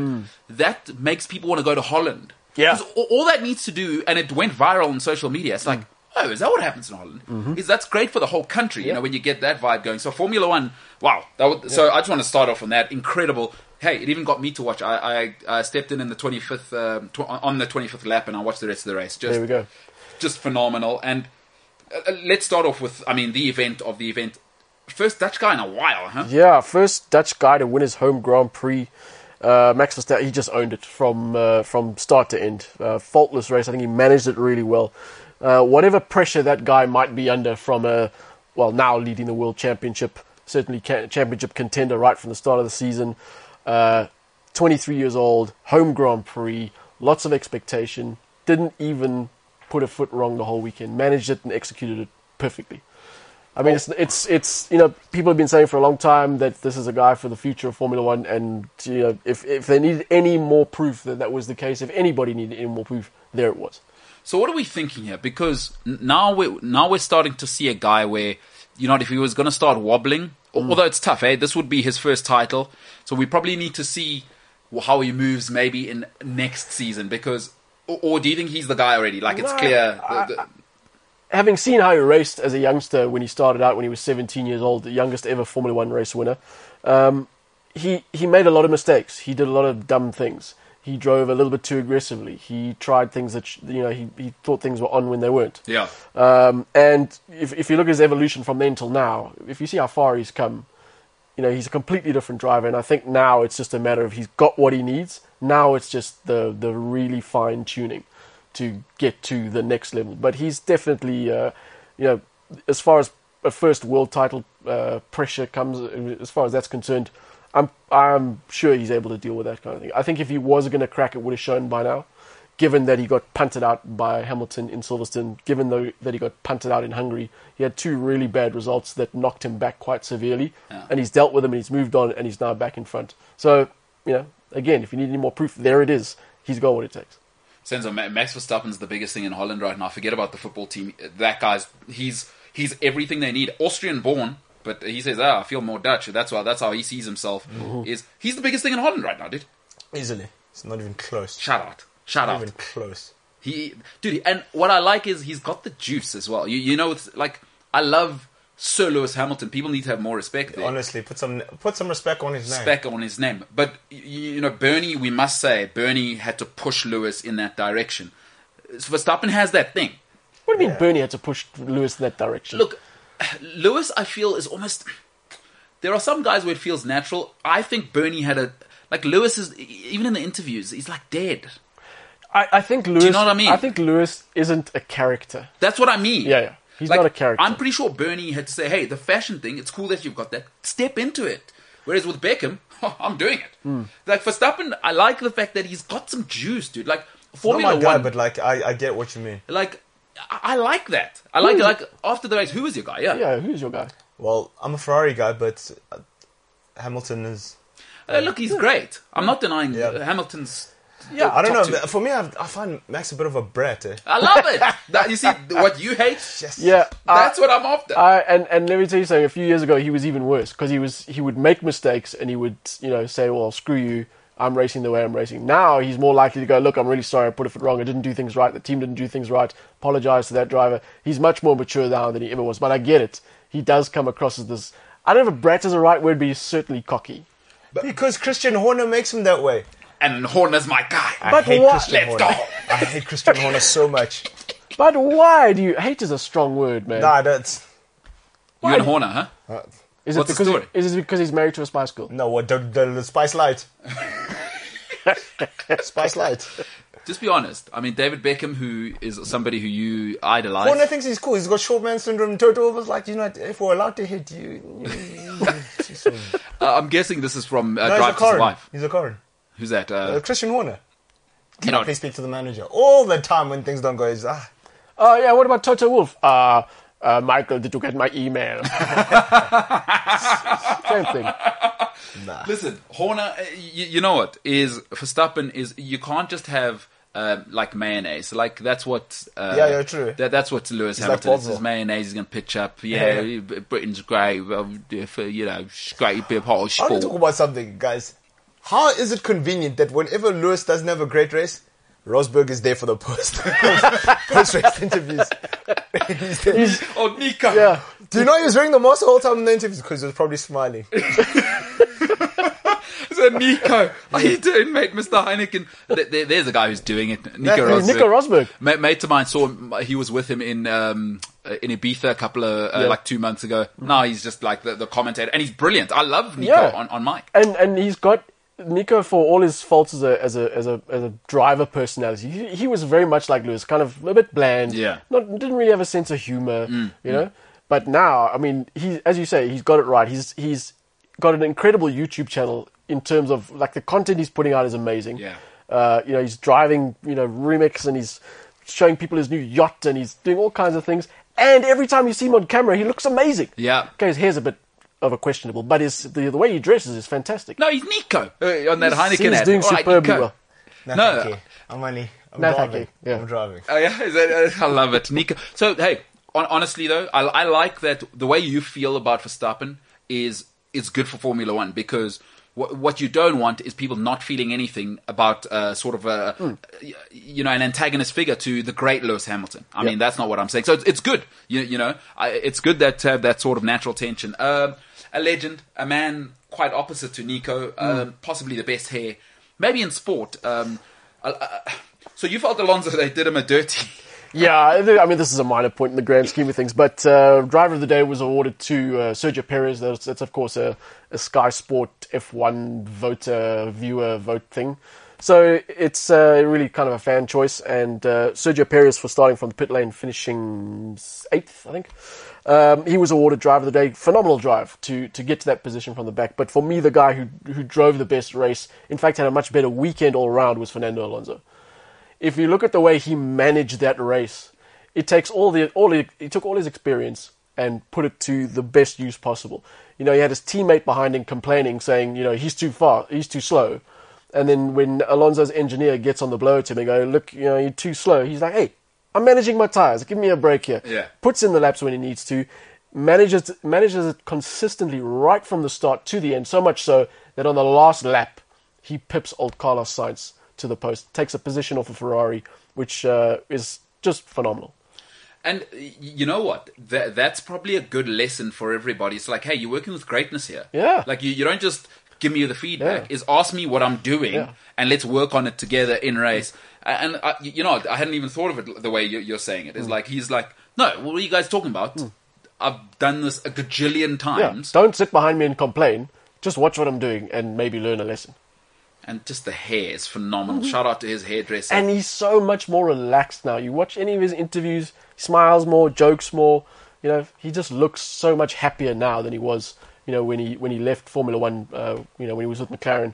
B: that makes people want to go to Holland.
E: Hmm. Yeah. Hmm.
B: 'Cause all, all that needs to do, and it went viral on social media. It's like. Oh, is that what happens in Holland?
E: Mm-hmm.
B: Is that's great for the whole country? You know, when you get that vibe going. So Formula One, wow. That would, So I just want to start off on that incredible. Hey, it even got me to watch. I I, I stepped in in the twenty fifth um, tw- on the twenty fifth lap, and I watched the rest of the race. Just
E: There we go.
B: just phenomenal. And uh, uh, let's start off with, I mean, the event of the event. First Dutch guy in a while, huh?
E: Yeah, first Dutch guy to win his home Grand Prix. Uh, Max Verstappen, he just owned it from uh, from start to end. Uh, faultless race. I think he managed it really well. Uh, whatever pressure that guy might be under from a well now leading the world championship, certainly ca- championship contender right from the start of the season. Uh, 23 years old, home Grand Prix, lots of expectation. Didn't even put a foot wrong the whole weekend. Managed it and executed it perfectly. I mean, it's it's it's you know people have been saying for a long time that this is a guy for the future of Formula One, and you know if if they needed any more proof that that was the case, if anybody needed any more proof, there it was.
B: So what are we thinking here? Because n- now we now we're starting to see a guy where you know if he was going to start wobbling, al- although it's tough, eh? This would be his first title, so we probably need to see wh- how he moves maybe in next season. Because or, or do you think he's the guy already? Like it's
E: No,
B: clear. the- the-
E: having seen how he raced as a youngster when he started out when he was 17 years old, the youngest ever Formula One race winner, um, he he made a lot of mistakes. He did a lot of dumb things. He drove a little bit too aggressively. He tried things that sh- you know he, he thought things were on when they weren't.
B: yeah.
E: Um, and if if you look at his evolution from then till now, if you see how far he's come, you know he's a completely different driver. And I think now it's just a matter of he's got what he needs. Now it's just the the really fine tuning to get to the next level. But he's definitely, uh, you know, as far as a first world title uh, pressure comes, as far as that's concerned, I'm I'm sure he's able to deal with that kind of thing. I think if he was going to crack it, would have shown by now given that he got punted out by Hamilton in Silverstone, given though that he got punted out in Hungary, he had two really bad results that knocked him back quite severely, and he's dealt with them and he's moved on and he's now back in front. So, you know, again, if you need any more proof, there it is. He's got what it takes.
B: Senzo, Ma- Max Verstappen's the biggest thing in Holland right now. Forget about the football team. That guy's he's he's everything they need. Austrian born, but he says, "Ah, I feel more Dutch." That's why that's how he sees himself. Is he's the biggest thing in Holland right now, dude?
C: Easily. It's not even close.
B: Shout out, shout
C: not
B: out.
C: even close.
B: He, dude, and what I like is he's got the juice as well. You you know, it's like I love Sir Lewis Hamilton. People need to have more respect there.
C: Honestly, put some put some respect on his name.
B: Respect on his name, but y- you know, Bernie. We must say Bernie had to push Lewis in that direction. Verstappen has that thing.
E: What do you mean Bernie had to push Lewis in that direction?
B: Look, Lewis, I feel is almost. There are some guys where it feels natural. I think Bernie had a like Lewis is even in the interviews. He's like dead.
E: I, I think Lewis.
B: you know what I mean?
E: I think Lewis isn't a character.
B: That's what I mean.
E: Yeah, yeah. He's
B: Like,
E: not a character.
B: I'm pretty sure Bernie had to say, "Hey, the fashion thing. It's cool that you've got that. Step into it." Whereas with Beckham, [laughs] I'm doing it.
C: Hmm.
B: Like Verstappen, I like the fact that he's got some juice, dude. Like
C: Not
B: Formula
C: my guy,
B: One,
C: but like I, I get what you mean.
B: like I, I like that. I
C: Hmm.
B: like like after the race, who was your guy? Yeah,
E: Yeah, who's your guy?
C: Well, I'm a Ferrari guy, but uh, Hamilton is.
B: Uh, look, he's great. I'm not denying
C: Yeah.
B: Hamilton's.
E: Yeah,
C: I don't
B: Top
C: know.
B: two.
C: For me, I, I find Max a bit of a brat. Eh?
B: I love
C: [laughs]
B: it. That, you see, what you hate,
C: Yes.
E: Yeah, I-
B: That's what I'm after.
E: I, and and let me tell you something. A few years ago, he was even worse because he was he would make mistakes and he would you know say, "Well, screw you, I'm racing the way I'm racing." Now he's more likely to go, "Look, I'm really sorry, I put it wrong. I didn't do things right. The team didn't do things right. Apologize to that driver." He's much more mature now than he ever was. But I get it. He does come across as this. I don't know if brat is the right word, but he's certainly cocky.
C: Because Christian Horner makes him that way.
B: and Horner's my guy.
C: I
E: But
C: hate
E: what-
C: Christian
B: Let's
C: Horner.
B: go.
C: I hate Christian Horner so
E: [laughs]
C: much.
E: But why do you hate is a strong word, man?
C: Nah, that's
B: you and Horner, huh?
E: is
B: what's the
E: because he-
B: story?
E: is it because he's married to a Spice Girl?
C: no. What the, the, the Spice
E: [laughs]
C: Light? Spice Light.
B: Just be honest. I mean, David Beckham, who is somebody who you idolize.
C: Horner thinks he's cool. He's got short man syndrome. Toto was like, you know, if we're allowed to hit you, [laughs]
B: Uh, I'm guessing this is from uh,
C: no, he's a
B: Drive to
C: Karen.
B: Survive.
C: He's a Karen.
B: Who's that?
C: Uh,
B: Uh,
C: Christian Horner.
B: you know, [laughs]
C: Please speak to the manager all the time when things don't go. He's ah.
E: Oh yeah, what about Toto Wolf? Uh, uh, Michael, did you get my email? [laughs] Same thing.
B: Listen, Horner, uh, you, you know what is Verstappen is you can't just have uh, like mayonnaise. Like that's what. Uh,
C: Yeah, yeah, true.
B: That, that's what Lewis
C: like
B: Hamilton is.
C: Boswell.
B: His mayonnaise is going to pitch up.
C: Yeah,
B: Yeah, Britain's great. Well, if, uh, you know, great bit of hot
C: I want to talk
B: sport.
C: about something, guys. How is it convenient that whenever Lewis doesn't have a great race, Rosberg is there for the post [laughs] post race interviews? He's there.
B: Oh, Nico.
E: Yeah.
C: Do you know he was wearing the mask the whole time in the interviews because he was probably smiling.
B: [laughs] So Nico, how you doing, mate, Mr. Heineken? There- there- There's a guy who's doing it, Nico
C: That's-
B: Rosberg.
E: Nico Rosberg.
B: Ma- mate of mine saw him. He was with him in um, uh, in Ibiza a couple of uh,
E: Yeah.
B: like two months ago. Now he's just like the, the commentator, and he's brilliant. I love Nico
E: Yeah.
B: on on mic.
E: And and he's got Nico for all his faults as a as a as a, as a driver personality. He, he was very much like Lewis, kind of a bit bland.
B: Yeah. Mm,
E: Not didn't really have a sense of humor, you know. But now, I mean, he as you say, he's got it right. He's he's got an incredible YouTube channel in terms of like the content he's putting out is amazing.
B: Yeah.
E: Uh, you know, he's driving, you know, remix and he's showing people his new yacht and he's doing all kinds of things. And every time you see him on camera, he looks amazing.
B: Yeah.
E: Okay, his hair's a bit of a questionable, but his the, the way he dresses is fantastic.
B: No, he's Nico uh, on that
E: He's-
B: Heineken
E: he's
B: ad.
E: doing
B: All right,
E: superbly
B: Nico.
E: well. [laughs]
C: No,
B: No.
C: thank you. I'm only. I'm
E: No, thank
C: driving.
E: you. Yeah.
C: I'm driving.
B: [laughs] Oh yeah, Is that- I love it, Nico. So hey, on, honestly though, I, I like that the way you feel about Verstappen is is good for Formula One because what what you don't want is people not feeling anything about uh, sort of a y- you know an antagonist figure to the great Lewis Hamilton. I mean that's not what I'm saying. So it's, it's good, you you know, I, it's good that to have that sort of natural tension. Um, a legend, a man quite opposite to Nico, um, possibly the best hair, maybe in sport. Um, I- I- so you felt Alonso they did him a dirty.
E: Yeah, I think- I mean, this is a minor point in the grand scheme of things, but uh, Driver of the Day was awarded to uh, Sergio Perez. That's, that's of course, a, a Sky Sport F1 voter, viewer vote thing. So it's uh, really kind of a fan choice, and uh, Sergio Perez for starting from the pit lane, finishing s- eighth, I think. Um, he was awarded Driver of the Day. Phenomenal drive to, to get to that position from the back. But for me, the guy who who drove the best race, in fact, had a much better weekend all round, was Fernando Alonso if you look at the way he managed that race, it takes all the all the, he took all his experience and put it to the best use possible. You know, he had his teammate behind him complaining, saying, you know, he's too far, he's too slow. And then when Alonso's engineer gets on the blower to him and go, look, you know, you're too slow. He's like, hey, I'm managing my tires. Give me a break here.
B: Yeah.
E: Puts in the laps when he needs to. Manages manages it consistently right from the start to the end. So much so that on the last lap, he pips old Carlos Sainz to the post, takes a position off a Ferrari, which uh, is just phenomenal.
B: And y- you know what? That, that's probably a good lesson for everybody. It's like, hey, you're working with greatness here.
E: Yeah.
B: Like you, you don't just give me the feedback.
E: Yeah.
B: Is ask me what I'm doing,
E: Yeah.
B: and let's work on it together in race. And I, you know, I hadn't even thought of it the way you- you're saying
E: Mm.
B: it. It's like he's like, no, what are you guys talking about? I've done this a gajillion
E: Yeah.
B: times,
E: Don't sit behind me and complain. Just watch what I'm doing and maybe learn a lesson.
B: and just the hair is phenomenal. Shout out to his hairdresser.
E: Mm-hmm. And he's so much more relaxed now. You watch any of his interviews, he smiles more, jokes more. You know, he just looks so much happier now than he was. You know, when he when he left Formula One. Uh, you know, when he was with McLaren,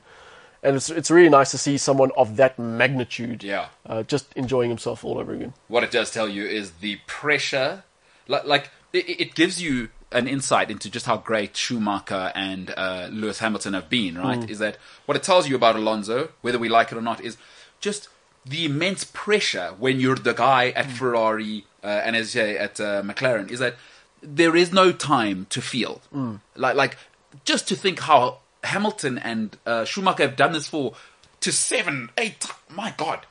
E: and it's it's really nice to see someone of that magnitude.
B: Yeah.
E: Uh, just enjoying himself all over again.
B: what it does tell you is the pressure. Like, like it, it gives you an insight into just how great Schumacher and uh, Lewis Hamilton have been, right? Is that what it tells you about Alonso, whether we like it or not, is just the immense pressure when you're the guy at Ferrari uh, and as you say, at uh, McLaren, is that there is no time to feel. Like, like just to think how Hamilton and uh, Schumacher have done this for to seven, eight. ti- My God,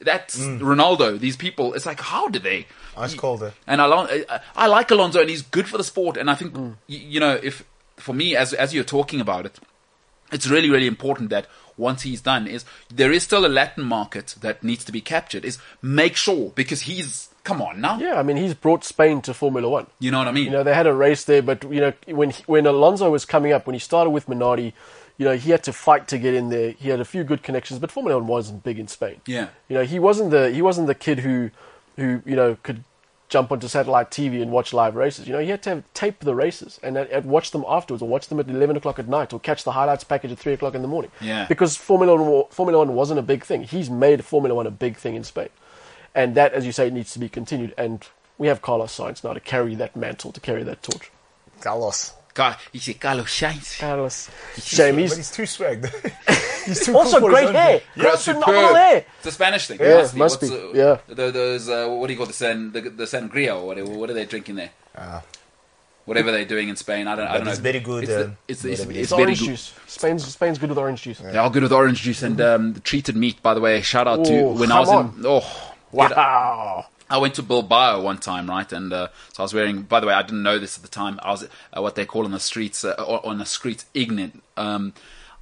B: that's Ronaldo. These people, it's like, how do they?
C: Ice colder.
B: And Alon- I, I like Alonso, and he's good for the sport. And I think y you know, if for me, as as you're talking about it, it's really really important that once he's done, is there is still a Latin market that needs to be captured. Is make sure because he's come on now,
E: Yeah, I mean, he's brought Spain to Formula One.
B: you know what I mean?
E: You know, they had a race there, but you know, when he- when Alonso was coming up, when he started with Minardi, you know, he had to fight to get in there. He had a few good connections, but Formula One wasn't big in Spain.
B: Yeah.
E: you know, he wasn't the he wasn't the kid who who you know could jump onto satellite TV and watch live races. You know, he had to have, tape the races and, uh, and- and watch them afterwards, or watch them at eleven o'clock at night, or catch the highlights package at three o'clock in the morning.
B: Yeah.
E: because Formula One, wa- Formula One wasn't a big thing. He's made Formula One a big thing in Spain and that, as you say, needs to be continued. And we have Carlos Sainz now to carry that mantle, to carry that torch.
C: Carlos.
B: God, you see, Carlos Sainz.
E: Carlos, shame
C: But
E: he's
C: he's too
E: [laughs]
C: swagged. he's too cool
E: also
C: for his
E: great
C: own
E: hair.
C: thing.
B: Bro,
E: That's
B: superb.
E: phenomenal hair.
B: It's a Spanish thing.
E: Yeah, must
B: What's,
E: be,
B: uh,
E: yeah.
B: tho- those uh, what do you call the san the, the sangria or whatever? What are they drinking there?
C: Ah.
B: Whatever they're doing in Spain, I don't. I
C: But
B: don't know.
C: it's very good,
B: It's, the-
C: um,
B: it's, it's,
C: whatever it
B: it's
E: It's
B: very
E: orange
B: good.
E: juice. Spain's Spain's good with orange juice.
B: They are good with orange juice and um, the treated meat. By the way, shout out to
E: Ooh,
B: when I was
E: come
B: in. Oh,
E: Wow.
B: I went to Bilbao one time, right? And uh, so I was wearing. By the way, I didn't know this at the time. I was uh, what they call on the streets uh, or- on the streets ignorant. Um,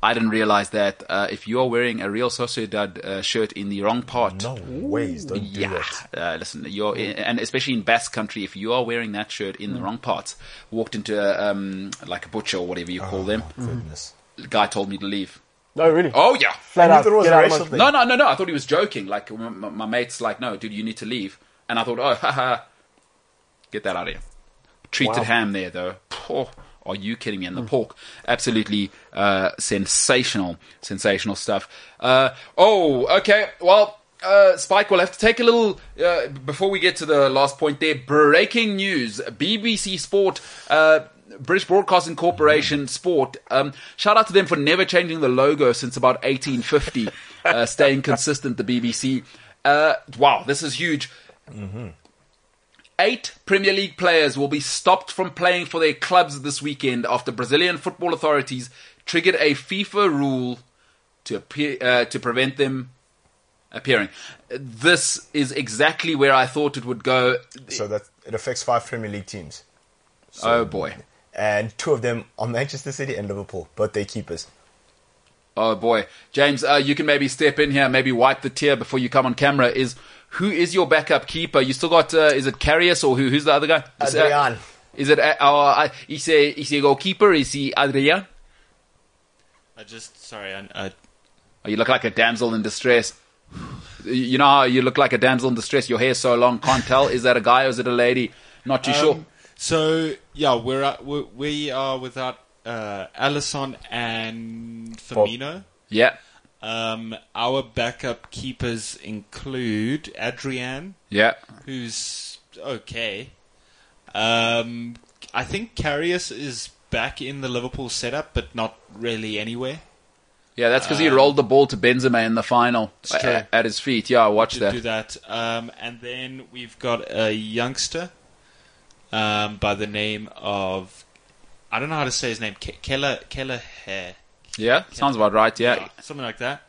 B: I didn't realize that uh, if you are wearing a Real Sociedad uh, shirt in the wrong part,
C: No ways. Don't do
B: yeah,
C: that.
B: uh, listen, you're and especially in Basque country, if you are wearing that shirt in the wrong parts, walked into a, um, like a butcher or whatever you call them,
E: Mm-hmm.
C: Goodness.
B: the guy told me to leave.
E: No, really.
B: Oh yeah,
E: Flat
C: I knew
E: out.
C: there was
E: get
C: a
E: out of
C: racial
E: my-
C: thing.
B: no, no, no, no. I thought he was joking. Like my, my my mate's like, no, dude, you need to leave, and I thought, oh, [laughs] haha, get that out of here. Treated
E: Wow.
B: ham there though. Poor. Are you kidding me? And the pork, absolutely uh, sensational, sensational stuff. Uh, oh, okay. Well, uh, Spike, we'll have to take a little uh, before we get to the last point. There, breaking news: BBC Sport. Uh, British Broadcasting Corporation Sport. Um, shout out to them for never changing the logo since about 1850, uh, staying consistent. The BBC. Uh, wow, this is huge. Eight Premier League players will be stopped from playing for their clubs this weekend after Brazilian football authorities triggered a FIFA rule to appear, uh, to prevent them appearing. This is exactly where I thought it would go.
C: So that it affects five Premier League teams,
B: oh boy.
C: and two of them are Manchester City and Liverpool, but they keepers.
B: Uh, Oh boy, James, uh, you can maybe step in here, maybe wipe the tear before you come on camera. Is who is your backup keeper? You still got? Uh, is it Carrius or who? Who's the other guy? Is, uh,
C: Adrian.
B: Is it uh, our? Uh, is he is he a goalkeeper? Is he Adrian?
A: I just sorry. I, I
B: Oh, you look like a damsel in distress. You know how you look like a damsel in distress. Your hair's so long, can't tell. Is that a guy or is it a lady? Not too
A: Um,
B: sure.
A: so yeah, we're at, we we are without uh, Allison and Firmino.
B: Yeah,
A: Um, our backup keepers include Adrian,
B: yeah.
A: who's okay. Um, I think Carrius is back in the Liverpool setup, but not really anywhere.
B: Yeah, that's because he rolled the ball to Benzema in the final
A: um, It's
B: a-
A: true.
B: a- at his feet. Yeah, I watched
A: to
B: that.
A: do that. Um, and then we've got a youngster um, by the name of I don't know how to say his name. Ke- Keller Keller Hare,
B: Yeah, sounds about right. Yeah.
A: something like that.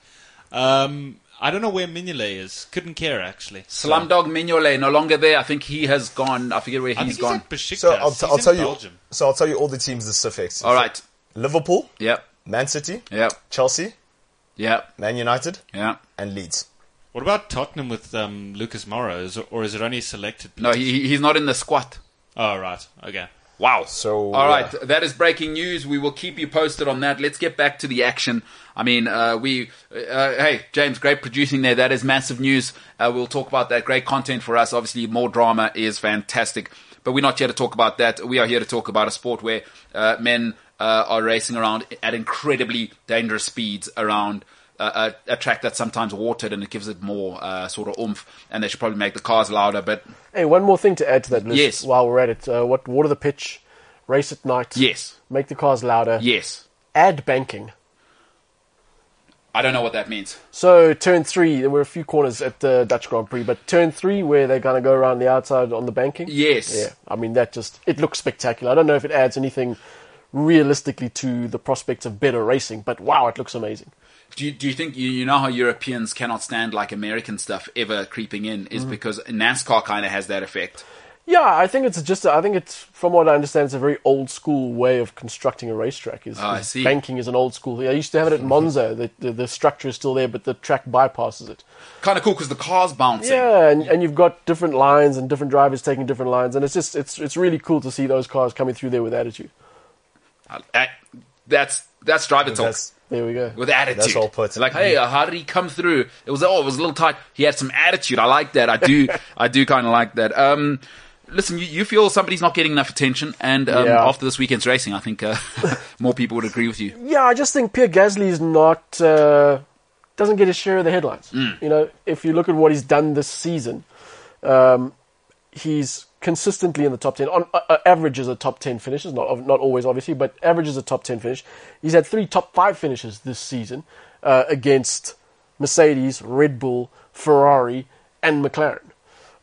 A: Um, I don't know where Mignolet is. Couldn't care actually.
B: Slumdog Mignolet no longer there. I think he has gone. I forget where
A: I think
B: he's
A: he's
B: gone.
A: at Besiktas.
C: So I'll, t-
A: He's
C: I'll
A: in
C: tell
A: Belgium.
C: you. So I'll tell you all the teams this affects.
B: All right.
C: Liverpool,
B: Yep.
C: Man City,
B: Yep.
C: Chelsea,
B: Yep.
C: Man United,
B: Yeah.
C: and Leeds.
A: What about Tottenham with um, Lucas Moura? Is, or is it only selected?
B: No, he, he- he's not in the squad.
A: Oh right, okay.
B: Wow.
C: So,
B: all right,
C: yeah.
B: that is breaking news. We will keep you posted on that. Let's get back to the action. I mean, uh, we uh, hey James, great producing there. That is massive news. Uh, we'll talk about that. Great content for us. Obviously, more drama is fantastic. But we're not here to talk about that. We are here to talk about a sport where uh, men uh, are racing around at incredibly dangerous speeds around uh, a, a track that's sometimes watered and it gives it more uh, sort of oomph. And they should probably make the cars louder. But
E: Hey, one more thing to add to that list
B: Yes.
E: while we're at it. Uh, what water the pitch, race at night.
B: Yes.
E: Make the cars louder.
B: yes,
E: Add banking.
B: I don't know what that means.
E: So turn three, there were a few corners at the Dutch Grand Prix, but turn three where they're going to go around the outside on the banking.
B: Yes.
E: Yeah. I mean that just it looks spectacular. I don't know if it adds anything realistically to the prospects of better racing, but wow, it looks amazing.
B: Do you, do you think you, you know how Europeans cannot stand like American stuff ever creeping in is because NASCAR kind of has that effect?
E: Yeah, I think it's just. I think it's from what I understand, it's a very old school way of constructing a racetrack. Is,
B: Ah, I
E: is
B: see.
E: banking is an old school. thing. I used to have it at
B: [laughs]
E: Monza. The, the the structure is still there, but the track bypasses it.
B: Kind of cool because the car's bouncing.
E: Yeah, and, and you've got different lines and different drivers taking different lines, and it's just it's it's really cool to see those cars coming through there with attitude.
B: Uh, that- that's that's driver talk
C: That's
E: There we go.
B: with attitude.
C: That's all put.
B: Like, hey, uh, how did he come through? It was oh, it was a little tight. He had some attitude. I like that. I do. I do kind of like that. Um, listen, you, you feel somebody's not getting enough attention, and um,
E: Yeah.
B: after this weekend's racing, I think uh, [laughs] more people would agree with you.
E: Yeah, I just think Pierre Gasly is not uh, doesn't get his share of the headlines.
B: Hmm.
E: You know, if you look at what he's done this season, um, he's consistently in the top ten. On uh, uh, average, is a top ten finish. It's not not always obviously, but average is a top ten finish. He's had three top five finishes this season uh, against Mercedes, Red Bull, Ferrari, and McLaren.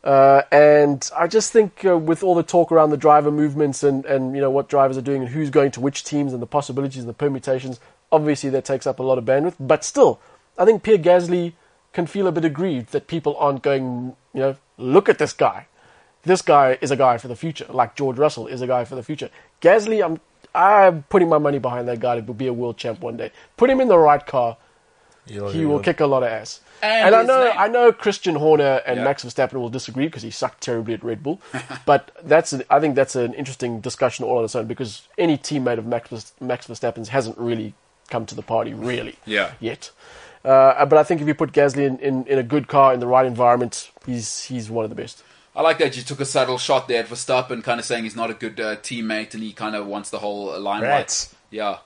E: Uh, and I just think uh, with all the talk around the driver movements and, and you know what drivers are doing and who's going to which teams and the possibilities and the permutations, obviously that takes up a lot of bandwidth. But still, I think Pierre Gasly can feel a bit aggrieved that people aren't going, you know, look at this guy. This guy is a guy for the future, like George Russell is a guy for the future. Gasly, I'm I'm putting my money behind that guy to be a world champ one day. Put him in the right car,
B: Oh,
E: he will kick a lot of ass.
B: And
E: And, I
B: his
E: know,
B: name.
E: I know, Christian Horner and
B: Yeah.
E: Max Verstappen will disagree because he sucked terribly at Red Bull. [laughs] but that's, an, I think, that's an interesting discussion all on its own because any teammate of Max, Vers- Max Verstappen's hasn't really come to the party really
B: Yeah.
E: yet. Uh, but I think if you put Gasly in, in, in a good car in the right environment, he's he's one of the best.
B: I like that you took a subtle shot there at Verstappen, kind of saying he's not a good uh, teammate and he kind of wants the whole limelight.
C: Rats.
B: Yeah.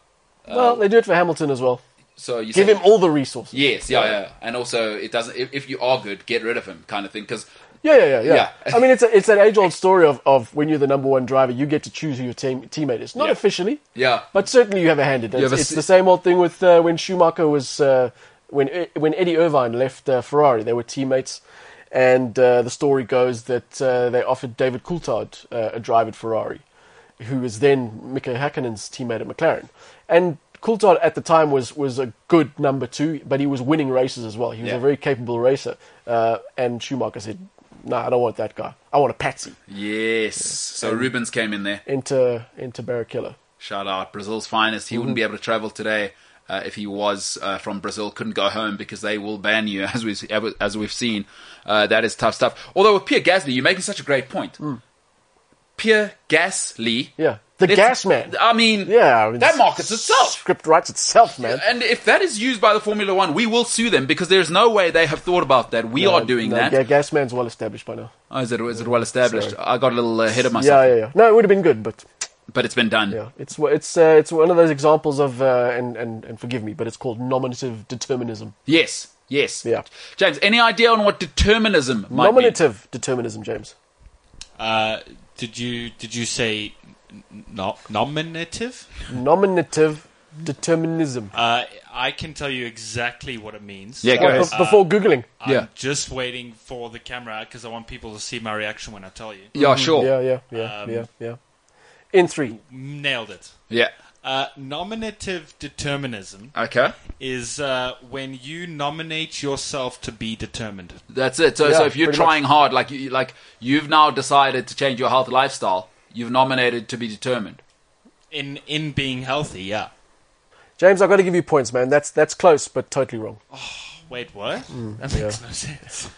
B: Um,
E: well, they do it for Hamilton as well.
B: So you
E: Give
B: say-
E: him all the resources.
B: Yes, yeah, yeah, and also it doesn't. If, if you are good, get rid of him, kind of thing. Because
E: Yeah, yeah, yeah, yeah.
B: Yeah.
E: I mean, it's a, it's that age old story of, of when you're the number one driver, you get to choose who your team, teammate is. Not
B: Yeah.
E: officially,
B: Yeah.
E: but certainly you have a hand in it. It's,
B: have a
E: it's
B: s-
E: the same old thing with uh, when Schumacher was uh, when when Eddie Irvine left uh, Ferrari, they were teammates, and uh, the story goes that uh, they offered David Coulthard uh, a drive at Ferrari, who was then Mika Häkkinen's teammate at McLaren, and. Coulthard at the time was, was a good number two, but he was winning races as well. He was
B: Yeah.
E: a very capable racer. Uh, and Schumacher said, "No, I don't want that guy. I want a patsy."
B: Yes. So Rubens came in there.
E: Into into Barrichello.
B: Shout out Brazil's finest. He
E: Mhm.
B: wouldn't be able to travel today uh, if he was uh, from Brazil. Couldn't go home because they will ban you, [laughs] as we've as we've seen. Uh, that is tough stuff. Although with Pierre Gasly, you're making such a great point. Pierre Gasly,
E: Mm. Yeah, the
B: Let's-
E: gas man.
B: I mean,
E: Yeah, I mean,
B: that markets itself.
E: Script writes itself, man.
B: And if that is used by the Formula One, we will sue them because there's no way they have thought about that. We are doing
E: no,
B: that.
E: Yeah, uh, gas man's well established by now.
B: Oh, is it is it well established? I got a little ahead of myself,
E: Yeah, yeah, yeah. No, it would have been good, but
B: but it's been done.
E: yeah, it's it's uh, it's one of those examples of uh, and and and forgive me, but it's called nominative determinism.
B: Yes, yes.
E: Yeah.
B: James, any idea on what determinism might
E: Nominative determinism, James.
A: Uh, did you did you say n- no- nominative?
E: Nominative determinism.
A: Uh, I can tell you exactly what it means.
B: be? Yeah, go
E: Uh,
B: ahead.
E: bef- before googling.
A: I'm
B: yeah.
A: just waiting for the camera because I want people to see my reaction when I tell you.
B: Yeah, sure.
E: Yeah, yeah, yeah,
A: Um,
E: yeah, yeah. In three.
A: Nailed it.
B: Yeah.
A: Uh, nominative determinism
B: Okay.
A: is uh, when you nominate yourself to be determined.
B: That's it. So,
E: Yeah,
B: so if you're
E: pretty much.
B: trying hard, like you, like you've now decided to change your health lifestyle, you've nominated to be determined.
A: In in being healthy, yeah.
E: James, I've got to give you points, man. That's that's close, but totally wrong.
B: Oh.
A: Wait, what?
B: Hmm,
A: [laughs] that makes no sense.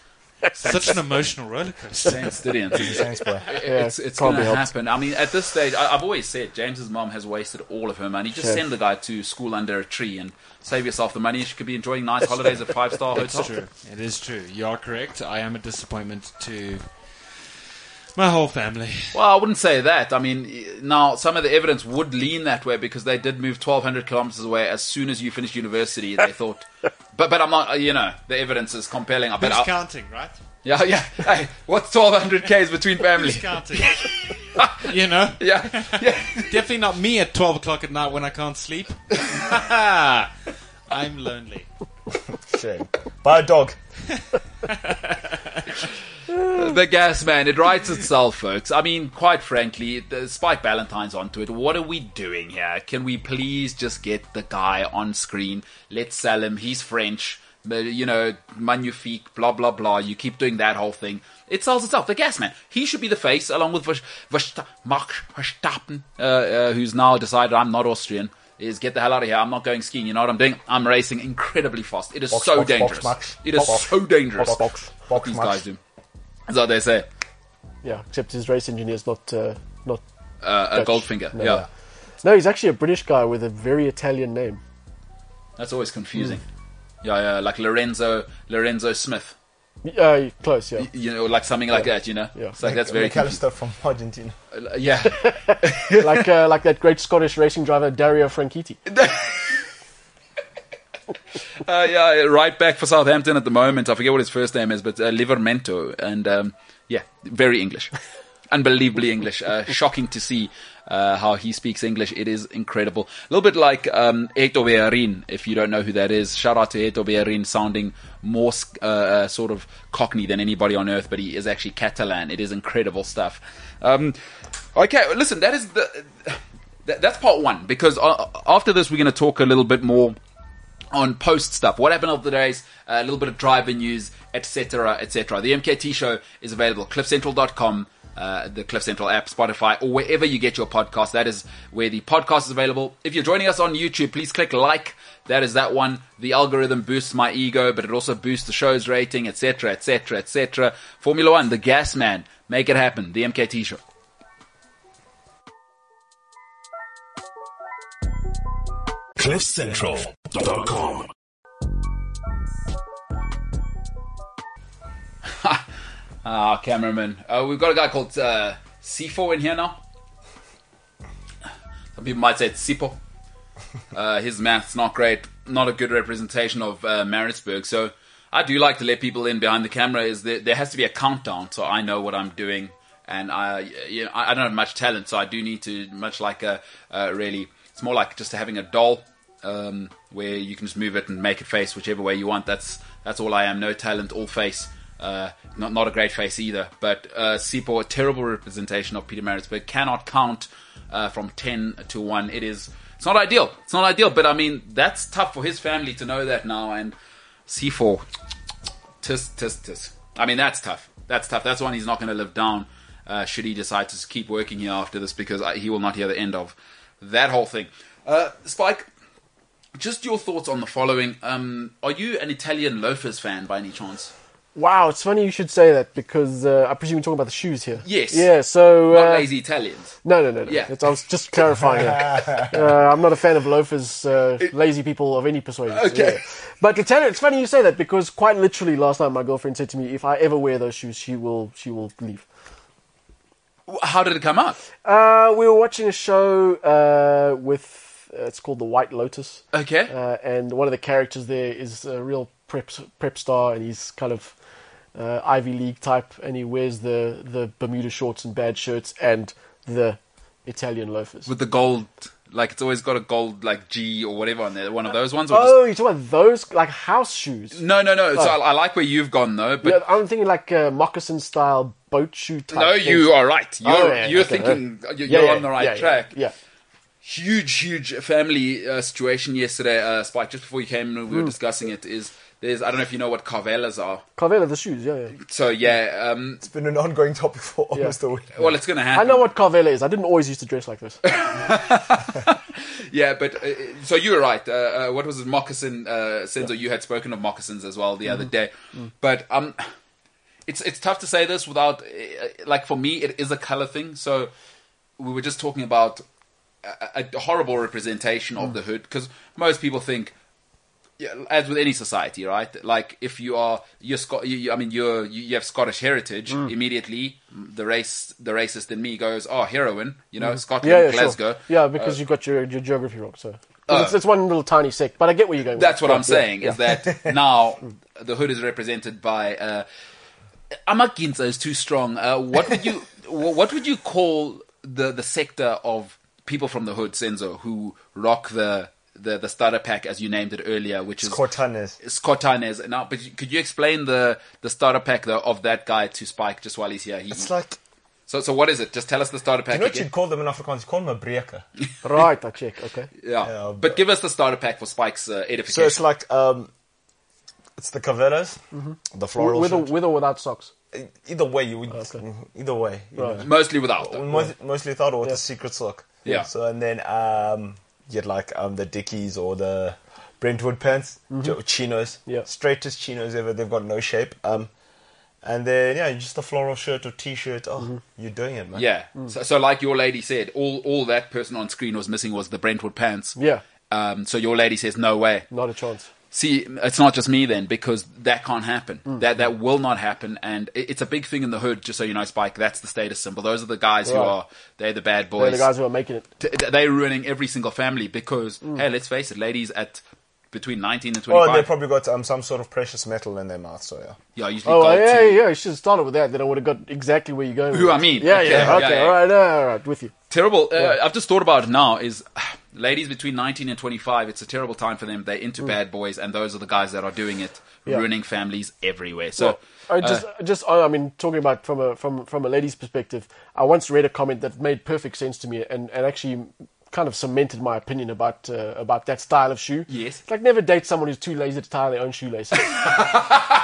A: Such an emotional roller
B: [laughs]
A: coaster.
B: Thanks, Didion.
E: [laughs]
C: Thanks, boy.
B: [laughs] it's it's
E: can't
B: going
E: be
B: to
E: helped.
B: happen. I mean, at this stage, I, I've always said James's mom has wasted all of her money. Just
E: Sure.
B: send the guy to school under a tree and save yourself the money. She could be enjoying nice holidays at five
E: [laughs]
B: star
A: It's
B: hotel.
A: true. It is true. You are correct. I am a disappointment to my whole family.
B: Well, I wouldn't say that. I mean, y- now some of the evidence would lean that way because they did move 1,200 kilometers away as soon as you finished university.
E: [laughs]
B: They thought, but but I'm not. uh, You know, the evidence is compelling. But
A: Who's
B: I,
A: counting, right?
B: [laughs] yeah, yeah. Hey, what's 1,200 k's between family? [laughs]
A: Who's counting? you know,
B: Yeah, yeah.
A: [laughs] definitely not me at twelve o'clock at night when I can't sleep. [laughs] I'm lonely.
C: Shame. Buy a dog.
B: the gas man. It writes itself, folks. I mean, quite frankly, the Spike Valentine's onto it. What are we doing here? Can we please just get the guy on screen? Let's sell him. He's French. Uh, You know, magnifique, blah, blah, blah. You keep doing that whole thing. It sells itself. The gas man. He should be the face, along with Verst- Verst- Mark Verstappen, uh, uh, who's now decided I'm not Austrian. Is get the hell out of here. I'm not going skiing. You know what I'm doing? I'm racing incredibly fast. It is
C: Box,
B: so
C: box, box,
B: dangerous.
C: Max.
B: It is
C: Box,
B: so dangerous.
C: box, box,
B: What
C: box,
B: these
C: Max.
B: guys do. Is that what they say?
E: Yeah, except his race engineer's not uh, not.
B: Uh, a
E: Dutch.
B: Goldfinger.
E: No,
B: yeah.
E: no. No, he's actually a British guy with a very Italian name.
B: that's always confusing. Yeah, yeah, like Lorenzo Lorenzo Smith.
E: Uh,
B: [laughs]
E: close, yeah.
B: You know, like something like that. You know,
E: Yeah.
B: it's like that's very confu-
C: McAllister from Argentina.
B: yeah.
E: like uh, like that great Scottish racing driver Dario Franchitti.
B: [laughs] Uh, yeah, right back for Southampton at the moment. I forget what his first name is, but uh, Livermento, and um, yeah, very English, [laughs] unbelievably English. Uh, shocking to see uh, how he speaks English. It is incredible. A little bit like um, Hector Bellerin, if you don't know who that is. Shout out to Hector Bellerin, sounding more sc- uh, uh, sort of Cockney than anybody on earth, but he is actually Catalan. It is incredible stuff. Um, okay, listen, that is the. that- That's part one because uh, after this we're going to talk a little bit more on post stuff. What happened over the days? uh, A little bit of driver news, etc., etc. The MKT show is available cliffcentral.com. Uh, the Cliff Central app, Spotify, or wherever you get your podcast. That is where the podcast is available. If you're joining us on YouTube, please click like. That is that one. The algorithm boosts my ego, but it also boosts the show's rating, etc., etc., etc. Formula One, The Gas Man. Make it happen. The MKT show.
D: CliffCentral.com.
B: Ah, cameraman. Uh, we've got a guy called uh, Sifo in here now. Some people might say it's Sipo. Uh, his math's not great. Not a good representation of uh, Maritzburg. So I do like to let people in behind the camera. Is that there has to be a countdown, so I know what I'm doing, and I, you know, I I don't have much talent, so I do need to much like a, a really. It's more like just having a doll um, where you can just move it and make it face whichever way you want. That's that's all I am. No talent, all face. Uh, not not a great face either. But uh, Sipo, a terrible representation of Peter Maritzburg, cannot count uh, from ten to one. It is it's not ideal. It's not ideal. But I mean, that's tough for his family to know that now. And C4, tis tis tis. I mean, that's tough. That's tough. That's one he's not going to live down. Uh, should he decide to keep working here after this, because I, he will not hear the end of that whole thing. Uh, Spike, just your thoughts on the following. Um, are you an Italian loafers fan by any chance?
E: Wow, it's funny you should say that because uh, I presume you're talking about the shoes here.
B: Yes.
E: Yeah. So
B: Not
E: uh,
B: lazy Italians.
E: No, no, no, no.
B: Yeah.
E: It's- I was just
B: [laughs]
E: clarifying. it. uh, I'm not a fan of loafers, uh, lazy people of any persuasion.
B: Okay.
E: Yeah. But Italian, it's funny you say that because quite literally last night my girlfriend said to me, "If I ever wear those shoes, she will, she will leave."
B: How did it come up?
E: Uh, we were watching a show uh, with uh, it's called The White Lotus.
B: Okay.
E: Uh, and one of the characters there is a real prep prep star, and he's kind of uh, Ivy League type, and he wears the the Bermuda shorts and bad shirts and the Italian loafers.
B: With the gold, like it's always got a gold like G or whatever on there. One of those ones. Or just,
E: Oh, you're talking about those like house shoes?
B: no, no, no. So I, I like where you've gone though, but
E: Yeah, I'm thinking like uh, moccasin style boat shoe type.
B: no,
E: things.
B: you are right. You're
E: Oh, yeah,
B: you're
E: okay.
B: thinking you're
E: Yeah, yeah,
B: on the right
E: yeah, yeah,
B: track.
E: Yeah,
B: huge, huge family uh, situation yesterday, uh, Spike. Just before you came, in, we
E: Hmm.
B: were discussing it. Is there's I don't know if you know what carvelas are.
E: Carvela the shoes. Yeah, yeah.
B: So yeah, um,
C: It's been an ongoing topic for almost a week.
B: well, it's gonna
E: I
B: happen.
E: know what Carvela is. I didn't always used to dress like this.
B: Yeah, but uh, so you were right. Uh, uh, what was it, moccasin? Uh, Senzo, you had spoken of moccasins as well the other
E: Mm-hmm.
B: day, but um, it's it's tough to say this without uh, like for me, it is a color thing. So we were just talking about a, a horrible representation
E: Mm.
B: of the hood because most people think. Yeah, as with any society, right? Like if you are you're Scot- you, you, I mean you're you, you have Scottish heritage.
E: Mm.
B: Immediately, the race the racist in me goes, oh, heroin, you know, Scotland,
E: Mm-hmm. Yeah, yeah,
B: Glasgow. Oh.
E: sure. Yeah, because you've got your, your geography wrong. So it's, it's one little tiny sec. But I get where you're going. with
B: That's
E: it.
B: what
E: Yeah,
B: I'm
E: yeah,
B: saying
E: yeah.
B: is
C: [laughs]
B: that now the hood is represented by. Uh, Amaginza is too strong. Uh, what would you [laughs] wh- what would you call the the sector of people from the hood, Senzo, who rock the the, the starter pack as you named it earlier, which is
C: Cortanes.
B: Scotanes. Now, but you- could you explain the the starter pack though of that guy to Spike just while he's here? He,
C: It's like,
B: so so what is it? Just tell us the starter
C: you
B: pack.
C: know what
B: again.
C: you'd call them in Afrikaans? You call them a breker.
E: Right, I check. Okay.
B: yeah,
C: Yeah,
B: but,
C: but-
B: give us the starter pack for Spike's uh, edification.
C: So it's like, um, it's the caveras, the floral
E: Mm-hmm. With or,
C: shirt.
E: with or without socks.
C: Either way, you would,
E: Okay.
C: either way. you
E: Right.
C: know.
B: mostly without.
C: We
B: Them.
C: most, mostly thought it was
E: Yeah.
C: the secret sock.
B: Yeah.
C: So and then um, you had like um, the Dickies or the Brentwood pants, jo- chinos.
E: Mm-hmm. Yeah.
C: Straightest chinos ever. They've got no shape. Um, and then yeah, just a floral shirt or t-shirt. Oh,
E: Mm-hmm.
C: you're doing it, man.
B: Yeah.
E: Mm.
B: So, so, like your lady said, all all that person on screen was missing was the Brentwood pants.
E: Yeah.
B: Um, so your lady says, no way.
E: Not a chance.
B: See, it's not just me then, because that can't happen.
E: Mm.
B: That that will not happen, and it, it's a big thing in the hood. Just so you know, Spike, that's the status symbol. Those are the guys who
E: Right.
B: are they're the bad
E: They're
B: boys.
E: the guys Mm. who are making it.
B: T- th- they're ruining every single family because hey, let's face it, ladies at between nineteen
E: Oh,
B: and
C: Well,
B: twenty-five,
C: they probably got um, some sort of precious metal in their mouth. So yeah.
B: yeah, usually
E: Oh,
B: gold
E: yeah,
B: too.
E: yeah, yeah. You should have started with that. Then I would have got exactly where you're going. with
B: Who
E: it.
B: I mean.
E: Yeah,
B: Okay,
E: yeah.
B: yeah,
E: Okay,
B: yeah.
E: all right, all right, with you.
B: terrible. Uh, I've just thought about it now. Is [sighs] ladies between 19 and 25, it's a terrible time for them. They're into bad boys, and those are the guys that are doing it,
E: Yeah.
B: ruining families everywhere. So, uh,
E: I just, just, oh, I mean, talking about from a from from a lady's perspective, I once read a comment that made perfect sense to me and, and actually kind of cemented my opinion about uh, about that style of shoe.
B: Yes.
E: It's like never date someone who's too lazy to tie their own shoelaces. [laughs]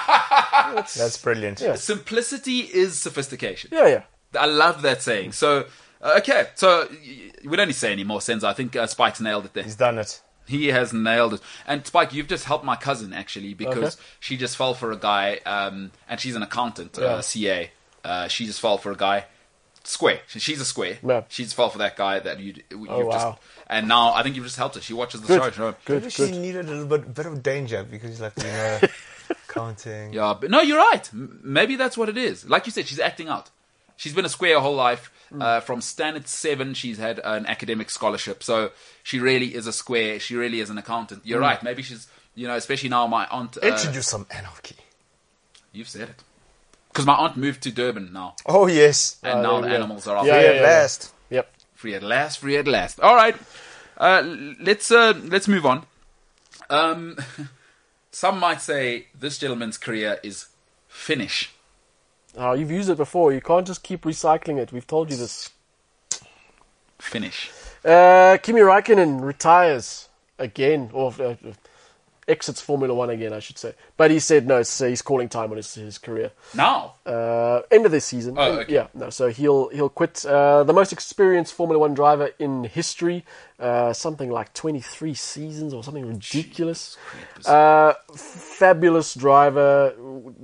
C: That's brilliant.
E: Yeah.
B: simplicity is sophistication.
E: yeah, yeah.
B: I love that saying. So, uh, okay, so y- we don't need to say any more, Senza. I think uh, Spike's nailed it there.
C: He's done it.
B: He has nailed it. And Spike, you've just helped my cousin actually because
E: Okay.
B: she just fell for a guy, um, and she's an accountant,
E: Yeah.
B: uh, CA. Uh, she just fell for a guy. Square. She- She's a square.
E: Yeah.
B: She just fell for that guy that you. You've
E: Oh,
B: just,
E: wow.
B: And now I think you've just helped her. She watches the
E: Good.
B: show.
E: Good.
C: Maybe she needed a little bit, bit of danger because like
B: [laughs]
C: you know, counting.
B: Yeah, but no, you're right. M- Maybe that's what it is. Like you said, she's acting out. She's been a square her whole life.
E: Hmm.
B: Uh, from standard seven, she's had
E: Hmm.
B: an academic scholarship. So she really is a square. She really is an accountant. You're right. Maybe she's You know, especially now my aunt. Uh,
C: Introduce some anarchy.
B: You've said it. Because my aunt moved to Durban now,
C: Oh yes,
B: and
E: Oh,
B: now
E: there
B: the
E: we go.
B: animals are off.
E: Yeah,
C: Free
E: yeah,
C: at last.
E: Yep.
B: Free at last, free at last. All right, uh, l- let's uh, let's move on. Um, [laughs] some might say this gentleman's career is finish.
E: Oh, you've used it before. You can't just keep recycling it. We've told you this.
B: Finish.
E: Uh, Kimi Raikkonen retires again, or uh, exits Formula One again, I should say. But he said no. So he's calling time on his, his career.
B: Now,
E: Uh, end of this season.
B: Oh, okay.
E: Yeah, no. So he'll he'll quit. Uh, the most experienced Formula One driver in history, uh, something like twenty three seasons or something ridiculous. Uh, fabulous driver.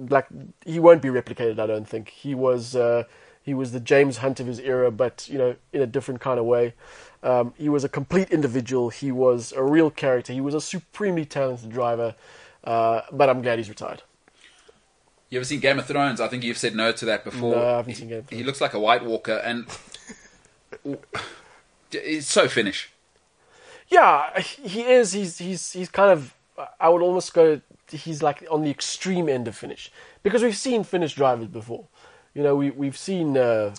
E: Like he won't be replicated. I don't think he was. Uh, he was the James Hunt of his era, but you know, in a different kind of way. Um, he was a complete individual. He was a real character. He was a supremely talented driver. Uh, but I'm glad he's retired.
B: you ever seen Game of Thrones? I think you've said no to that before.
E: No, I haven't seen
B: He-
E: Game of
B: He
E: Thrones.
B: looks like a White Walker, and [laughs] it's so finish.
E: Yeah, he is. He's he's he's kind of. I would almost go. He's like on the extreme end of finish because we've seen Finnish drivers before. You know, we we've seen uh,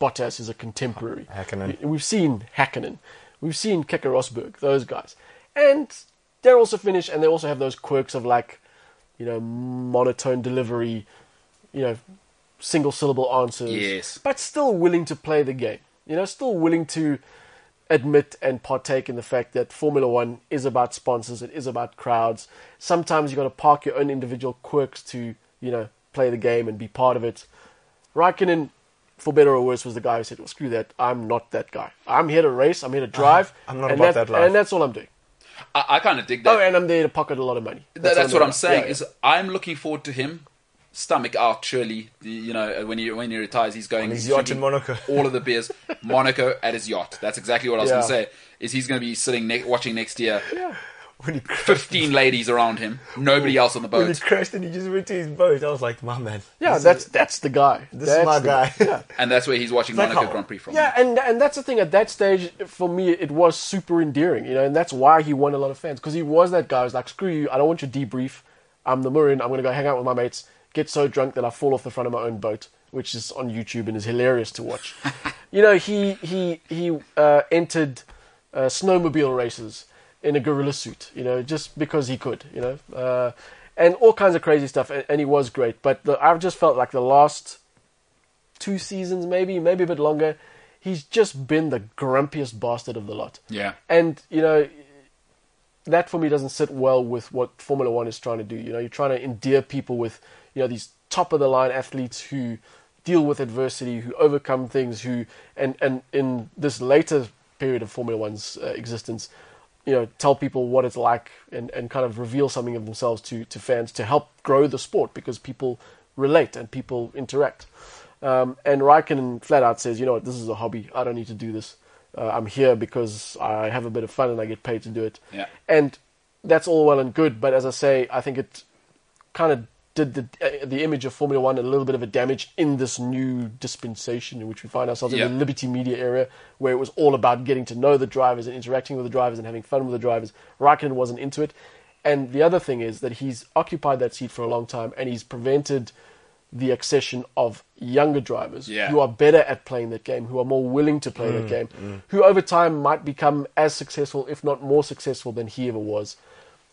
E: Bottas is a contemporary.
C: Häkkinen.
E: We- We've seen Hakkinen. We've seen Keke Rosberg. Those guys, and they're also Finnish, and they also have those quirks of like, you know, monotone delivery. You know, single syllable answers.
B: Yes.
E: But still willing to play the game. You know, still willing to admit and partake in the fact that Formula One is about sponsors, it is about crowds. Sometimes you've got to park your own individual quirks to, you know, play the game and be part of it. Raikkonen, for better or worse, was the guy who said, well, screw that, I'm not that guy. I'm here to race, I'm here to drive.
C: Uh-huh. I'm not
E: and
C: about that life."
E: And that's all I'm doing.
B: I, I kind of dig that.
E: Oh, and I'm there to pocket a lot of money.
B: That's, that's what I'm
E: about.
B: saying.
E: Yeah,
B: Is I'm looking forward to him, stomach out. Surely, the- you know, when he when he retires, he's going
C: his
B: he's
C: yacht
B: drinking
C: in Monaco.
B: [laughs] All of the beers, Monaco at his yacht. That's exactly what I was
E: Yeah.
B: going to say. Is he's going to be sitting ne- watching next year,
C: When he, crashed,
B: fifteen ladies around him, nobody else on the
C: when he
B: boat,
C: crashed and he just went to his boat, I was like, my man.
E: yeah
C: this
E: that's
C: is,
E: that's the guy.
C: this
E: That's
C: is my
E: the
C: guy. [laughs]
B: and that's where he's watching
C: like
B: Monaco
C: how-
B: Grand Prix from.
E: Yeah, and and that's the thing. At that stage, for me, it was super endearing, you know, and that's why he won a lot of fans because he was that guy who's like, "Screw you! I don't want your debrief. I'm the Maroon. I'm gonna go hang out with my mates, get so drunk that I fall off the front of my own boat," which is on YouTube and is hilarious to watch. you know, he he he uh, entered uh, snowmobile races in a gorilla suit, you know, just because he could, you know, uh, and all kinds of crazy stuff, and, and he was great. But the, I've just felt like the last two seasons, maybe, maybe a bit longer. He's just been the grumpiest bastard of the lot.
B: Yeah.
E: And, you know, that for me doesn't sit well with what Formula One is trying to do. You know, you're trying to endear people with, you know, these top of the line athletes who deal with adversity, who overcome things, who, and, and in this later period of Formula One's uh, existence, you know, tell people what it's like and, and kind of reveal something of themselves to, to fans to help grow the sport because people relate and people interact. Um, and Raikkonen flat out says, you know what, this is a hobby. I don't need to do this. Uh, I'm here because I have a bit of fun and I get paid to do it.
B: Yeah.
E: And that's all well and good, but as I say, I think it kind of did the uh, the image of Formula One a little bit of a damage in this new dispensation in which we find ourselves
B: Yeah.
E: in the Liberty Media era, where it was all about getting to know the drivers and interacting with the drivers and having fun with the drivers. Raikkonen wasn't into it, and the other thing is that he's occupied that seat for a long time and he's prevented the accession of younger drivers
B: Yeah. Mm,
E: who are better at playing that game, who are more willing to play that game, who over time might become as successful, if not more successful, than he ever was.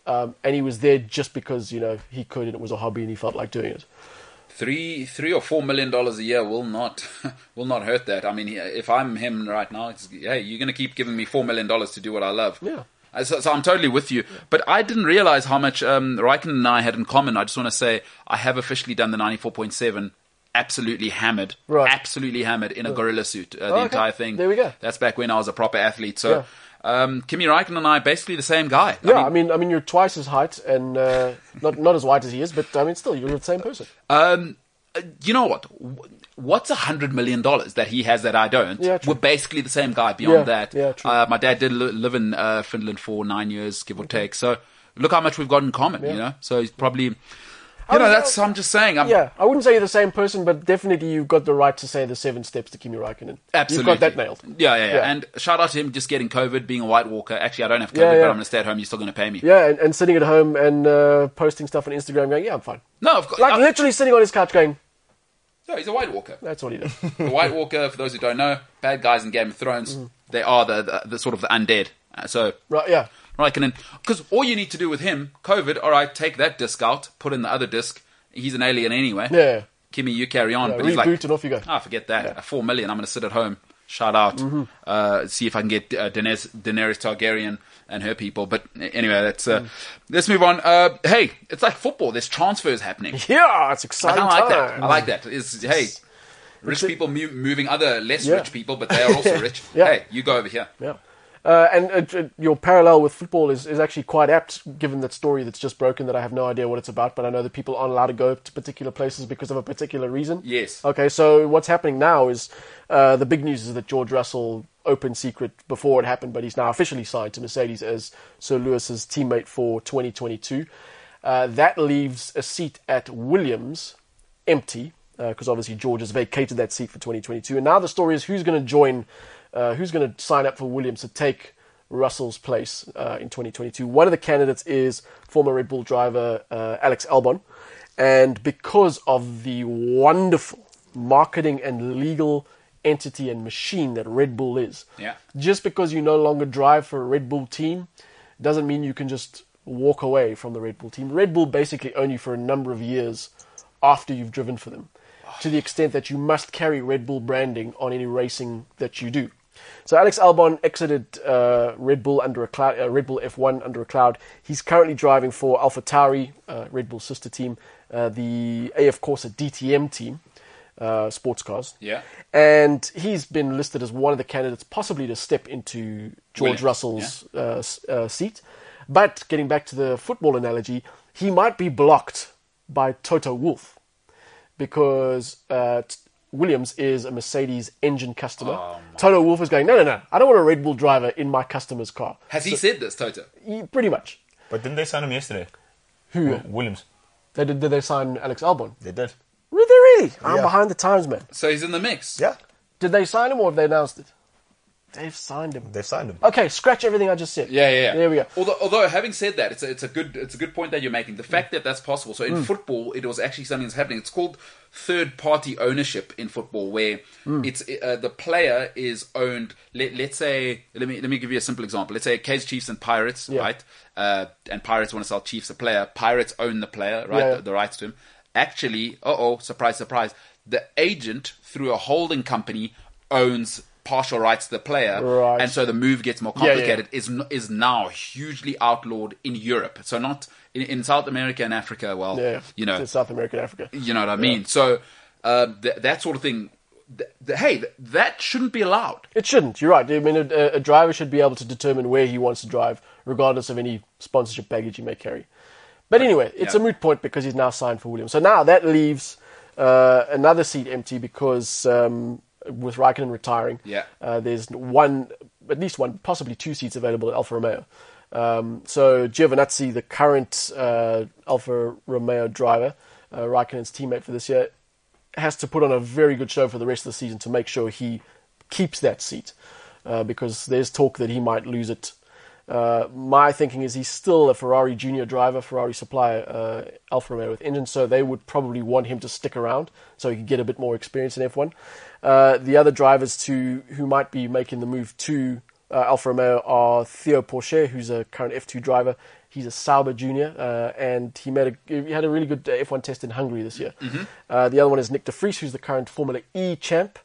E: Um, and he was there just because you know he could, and it was a hobby, and he felt like doing it.
B: Three, three or four million dollars a year will not, [laughs] will not hurt that. I mean, if I'm him right now, it's, hey, you're going to keep giving me four million dollars to do what I love.
E: Yeah.
B: Uh, So, so I'm totally with you. But I didn't realize how much um, Raikkonen and I had in common. I just want to say I have officially done the 94.7 absolutely hammered.
E: Right.
B: Absolutely hammered in a gorilla suit, uh, the
E: okay.
B: entire thing.
E: There we go.
B: That's back when I was a proper athlete. So um, Kimi Raikkonen and I are basically the same guy. I
E: Yeah,
B: mean,
E: I mean, I mean, you're twice his height and uh, not not as white as he is, but I mean, still, you're the same person.
B: Um, uh, you know what? Wh- What's a hundred million dollars that he has that I don't?
E: Yeah, true.
B: We're basically the same guy. Beyond
E: Yeah,
B: that,
E: yeah, true.
B: Uh, my dad did li- live in uh, Finland for nine years, give or take. So look how much we've got in common. You know, so he's probably. You know, that's. I'm just saying. I'm,
E: uh, Yeah, I wouldn't say you're the same person, but definitely you've got the right to say the seven steps to Kimi Raikkonen.
B: Absolutely.
E: You've got that nailed.
B: Yeah, yeah, yeah,
E: Yeah.
B: And shout out to him just getting COVID, being a White Walker. Actually, I don't have COVID,
E: Yeah, yeah.
B: but I'm going to stay at home. You're still going to pay me.
E: Yeah, and, and sitting at home and uh, posting stuff on Instagram going, yeah, I'm fine.
B: No, of course.
E: Like
B: I-
E: literally sitting on his couch going,
B: no, he's a White Walker.
E: that's what
B: [laughs]
E: he does.
B: The
E: [laughs]
B: White Walker, for those who don't know, bad guys in Game of Thrones, they are the, the, the sort of the undead. Uh, so,
E: Mm. right, yeah.
B: right, and because all you need to do with him, COVID, all right, take that disc out, put in the other disc. He's an alien anyway.
E: Yeah.
B: Kimmy, you carry on.
E: Yeah,
B: but he's like,
E: reboot and off you go.
B: Ah, forget that. Four million. I'm going to sit at home. Shout out.
E: Mm-hmm.
B: Uh, see if I can get uh, Daenerys, Daenerys Targaryen and her people. But uh, anyway, that's. Uh,
E: Mm.
B: Let's move on. Uh, hey, it's like football. There's transfers happening.
E: [laughs] Yeah, it's
B: I
E: exciting
B: kinda like that.
E: times.
B: I like that. It's, hey, rich people mu- moving other less
E: Yeah.
B: rich people, but they are also rich.
E: [laughs] Yeah.
B: Hey, you go over here.
E: Yeah. Uh, and uh, j- your parallel with football is, is actually quite apt, given that story that's just broken that I have no idea what it's about, but I know that people aren't allowed to go to particular places because of a particular reason.
B: Yes.
E: Okay, so what's happening now is uh, the big news is that George Russell, open secret before it happened, but he's now officially signed to Mercedes as Sir Lewis's teammate for 2022. Uh, that leaves a seat at Williams empty because obviously George has vacated that seat for 2022. And now the story is who's going to join, uh, who's going to sign up for Williams to take Russell's place uh, in 2022. One of the candidates is former Red Bull driver uh, Alex Albon. And because of the wonderful marketing and legal entity and machine that Red Bull is,
B: Yeah.
E: just because you no longer drive for a Red Bull team doesn't mean you can just walk away from the Red Bull team. Red Bull basically own you for a number of years after you've driven for them, to the extent that you must carry Red Bull branding on any racing that you do. So Alex Albon exited uh, Red Bull under a cloud, uh, Red Bull F1 under a cloud. He's currently driving for AlphaTauri, uh, Red Bull's sister team, uh, the AF Corsa DTM team, uh, sports cars.
B: Yeah.
E: And he's been listed as one of the candidates possibly to step into George
B: Williams,
E: Russell's uh, s- uh, seat. But getting back to the football analogy, he might be blocked by Toto Wolf because uh, t- Williams is a Mercedes engine customer. Toto Wolf is going, no, no, no, I don't want a Red Bull driver in my customer's car.
B: Has he said this, Toto?
E: He- pretty much.
F: But didn't they sign him yesterday?
E: Who?
F: Wi- Williams.
E: They did, did they sign Alex Albon?
F: They did.
E: Were they really? I'm
C: Yeah.
E: behind the times, man.
B: So he's in the mix.
C: Yeah,
E: Did they sign him or have they announced it? They've signed him.
C: they've signed him.
E: Okay, scratch everything I just said.
B: Yeah, yeah, yeah.
E: There we go.
B: Although, although having said that, it's a, it's a good it's a good point that you're making. The fact that that's possible. So in
E: Mm.
B: football, it was actually something that's happening. It's called third party ownership in football, where
E: Mm.
B: it's uh, the player is owned. Let, let's say let me let me give you a simple example. Let's say K's Chiefs and Pirates,
E: Yeah.
B: right? Uh, and Pirates want to sell Chiefs a player. Pirates own the player, right?
E: Yeah.
B: The, the rights to him. Actually, uh oh, surprise, surprise. The agent through a holding company owns partial rights to the player,
E: Right.
B: and so the move gets more
E: yeah.
B: complicated is n- is now hugely outlawed in Europe. So not in, in South America and Africa. Well,
E: Yeah,
B: you know,
E: to South America, and Africa.
B: you know what I mean. So uh, th- that sort of thing. Th- th- hey, th- that shouldn't be allowed.
E: It shouldn't. You're right. I mean, a, a driver should be able to determine where he wants to drive, regardless of any sponsorship baggage he may carry. But anyway, it's
B: Yeah.
E: a moot point because he's now signed for Williams. So now that leaves uh, another seat empty because um, with Raikkonen retiring,
B: Yeah.
E: uh, there's one, at least one, possibly two seats available at Alfa Romeo. Um, so Giovinazzi, the current uh, Alfa Romeo driver, uh, Raikkonen's teammate for this year, has to put on a very good show for the rest of the season to make sure he keeps that seat, uh, because there's talk that he might lose it. Uh, my thinking is he's still a Ferrari junior driver, Ferrari supplier, uh, Alfa Romeo with engines, so they would probably want him to stick around so he could get a bit more experience in F1. Uh, the other drivers to who might be making the move to uh, Alfa Romeo are Theo Porcher, who's a current F2 driver. He's a Sauber junior, uh, and he made a, he had a really good uh, F1 test in Hungary this year. Uh, the other one is Nick de Vries, who's the current Formula E champ,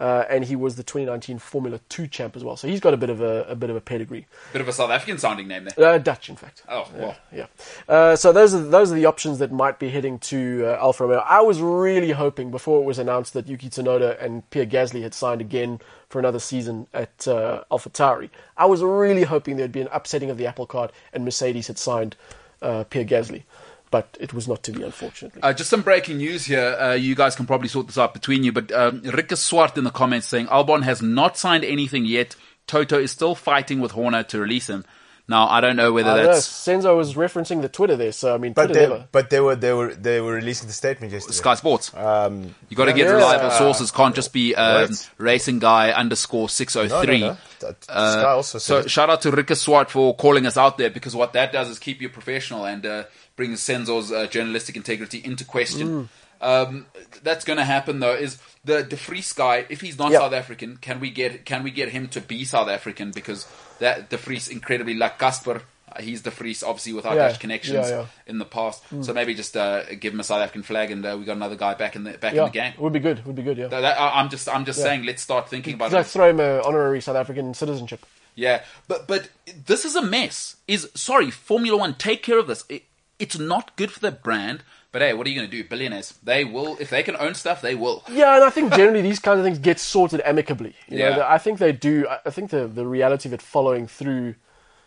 E: uh, and he was the 2019 Formula 2 champ as well. So he's got a bit of a, a bit of a pedigree.
B: Bit of a South African sounding name there.
E: Uh, Dutch, in fact.
B: Oh, well.
E: Yeah. Uh, so those are those are the options that might be heading to uh, Alfa Romeo. I was really hoping before it was announced that Yuki Tsunoda and Pierre Gasly had signed again for another season at uh, AlphaTauri. I was really hoping there'd be an upsetting of the apple cart and Mercedes had signed uh, Pierre Gasly, but it was not to be, unfortunately.
B: Uh, just some breaking news here. Uh, you guys can probably sort this out between you, but um, Rika Swart in the comments saying Albon has not signed anything yet. Toto is still fighting with Horner to release him. Now I don't know whether
E: I don't know,
B: that's
E: Senzo was referencing the Twitter there, so I mean,
C: But
E: Twitter
C: they,
E: never.
C: but they were they were they were releasing the statement yesterday.
B: Sky Sports.
C: Um,
B: You got to get
E: yeah.
B: reliable sources. Can't just be um,
C: Right.
B: racing guy underscore six
C: no,
B: oh
C: no,
B: three.
C: no. That-
B: Uh,
C: Sky also
B: so
C: said it.
B: shout out to Rika Swart for calling us out there because what that does is keep you professional and uh, brings Senzo's uh, journalistic integrity into question. Um, that's going to happen though. Is the De Vries guy? If he's not
E: Yeah.
B: South African, can we get can we get him to be South African? Because that De Vries incredibly like Casper. uh, He's De Vries, obviously with our
E: Yeah.
B: Dutch connections
E: Yeah, yeah.
B: in the past. So maybe just uh, give him a South African flag, and uh, we got another guy back in the back in
E: Yeah,
B: the game.
E: would be good. Would be good. Yeah.
B: That- that- I- I'm just I'm just saying. Let's start thinking about
E: Just
B: it.
E: throw him an honorary South African citizenship.
B: Yeah, but but this is a mess. Is sorry, Formula One, take care of this. It, it's not good for the brand. But hey, what are you going to do? Billionaires, they will if they can own stuff, they will.
E: Yeah, and I think generally these kinds of things get sorted amicably. You
B: Yeah.
E: know, I think they do. I- I think the the reality of it following through,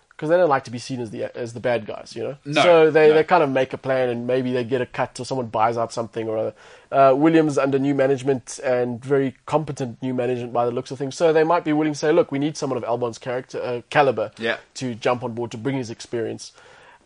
E: because they don't like to be seen as the as the bad guys, you know.
B: No,
E: so they,
B: no.
E: they kind of make a plan, and maybe they get a cut, or someone buys out something or other. Uh, Williams under new management and very competent new management by the looks of things, so they might be willing to say, look, we need someone of Albon's character uh, caliber
B: Yeah.
E: to jump on board to bring his experience.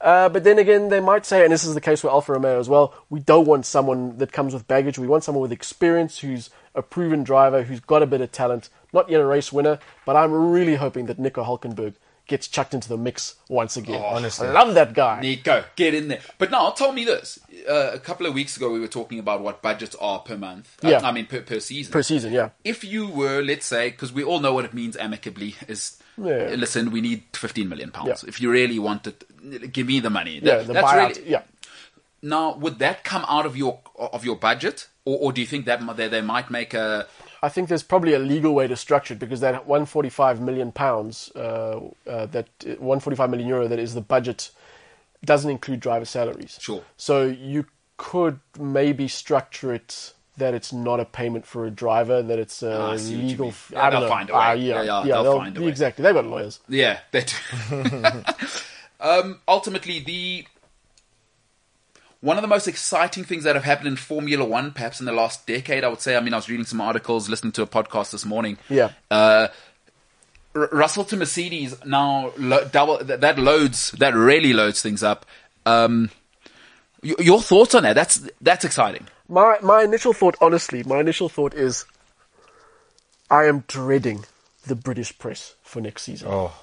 E: Uh, but then again, they might say, and this is the case with Alfa Romeo as well, we don't want someone that comes with baggage. We want someone with experience who's a proven driver, who's got a bit of talent, not yet a race winner, but I'm really hoping that Nico Hulkenberg gets chucked into the mix once again.
B: Oh,
C: honestly.
E: I love that guy.
B: Nico, get in there. But now tell me this: uh, a couple of weeks ago, we were talking about what budgets are per month. Uh,
E: Yeah.
B: I mean per per season.
E: per season, yeah.
B: if you were, let's say, because we all know what it means amicably, is
E: Yeah.
B: listen, we need fifteen million pounds.
E: Yeah.
B: If you really want it, give me the money.
E: Yeah,
B: That-
E: the
B: that's
E: buyout.
B: really-
E: yeah.
B: Now, would that come out of your of your budget, or, or do you think that m- they, they might make a?
E: I think there's probably a legal way to structure it because that 145 million pounds, uh, uh, that uh, 145 million euro, that is the budget, doesn't include driver salaries.
B: Sure.
E: So you could maybe structure it that it's not a payment for a driver, that it's a
B: Ah, I see what you
E: legal.
B: mean.
E: f-
B: Yeah,
E: I don't
B: they'll
E: know.
B: find a way.
E: Ah,
B: Yeah,
E: yeah,
B: yeah, they'll find a way.
E: Exactly. They've got lawyers.
B: Yeah, they do. [laughs] um, ultimately, the one of the most exciting things that have happened in Formula One, perhaps in the last decade, I would say. I mean, I was reading some articles, listening to a podcast this morning.
E: Yeah.
B: Uh, R- Russell to Mercedes now lo- double that, that loads that really loads things up. Um, y- your thoughts on that? That's that's exciting.
E: My my initial thought, honestly, my initial thought is, I am dreading the British press for next season.
C: Oh,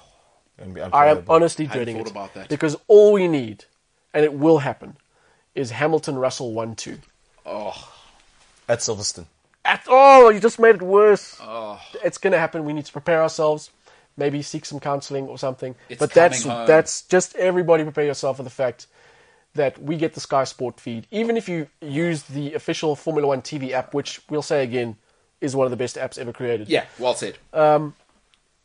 C: it'd be
E: I am
C: unbelievable.
E: honestly
B: Hadn't
E: dreading
B: thought
E: it
B: about that.
E: because all we need, and it will happen, is Hamilton Russell one two.
C: at Silverstone.
E: At all, you just made it worse.
B: Oh.
E: It's going to happen. We need to prepare ourselves. Maybe seek some counselling or something.
B: It's
E: but that's
B: coming home.
E: that's just everybody prepare yourself for the fact that we get the Sky Sport feed. Even if you use the official Formula One TV app, which we'll say again is one of the best apps ever created.
B: Yeah, well said.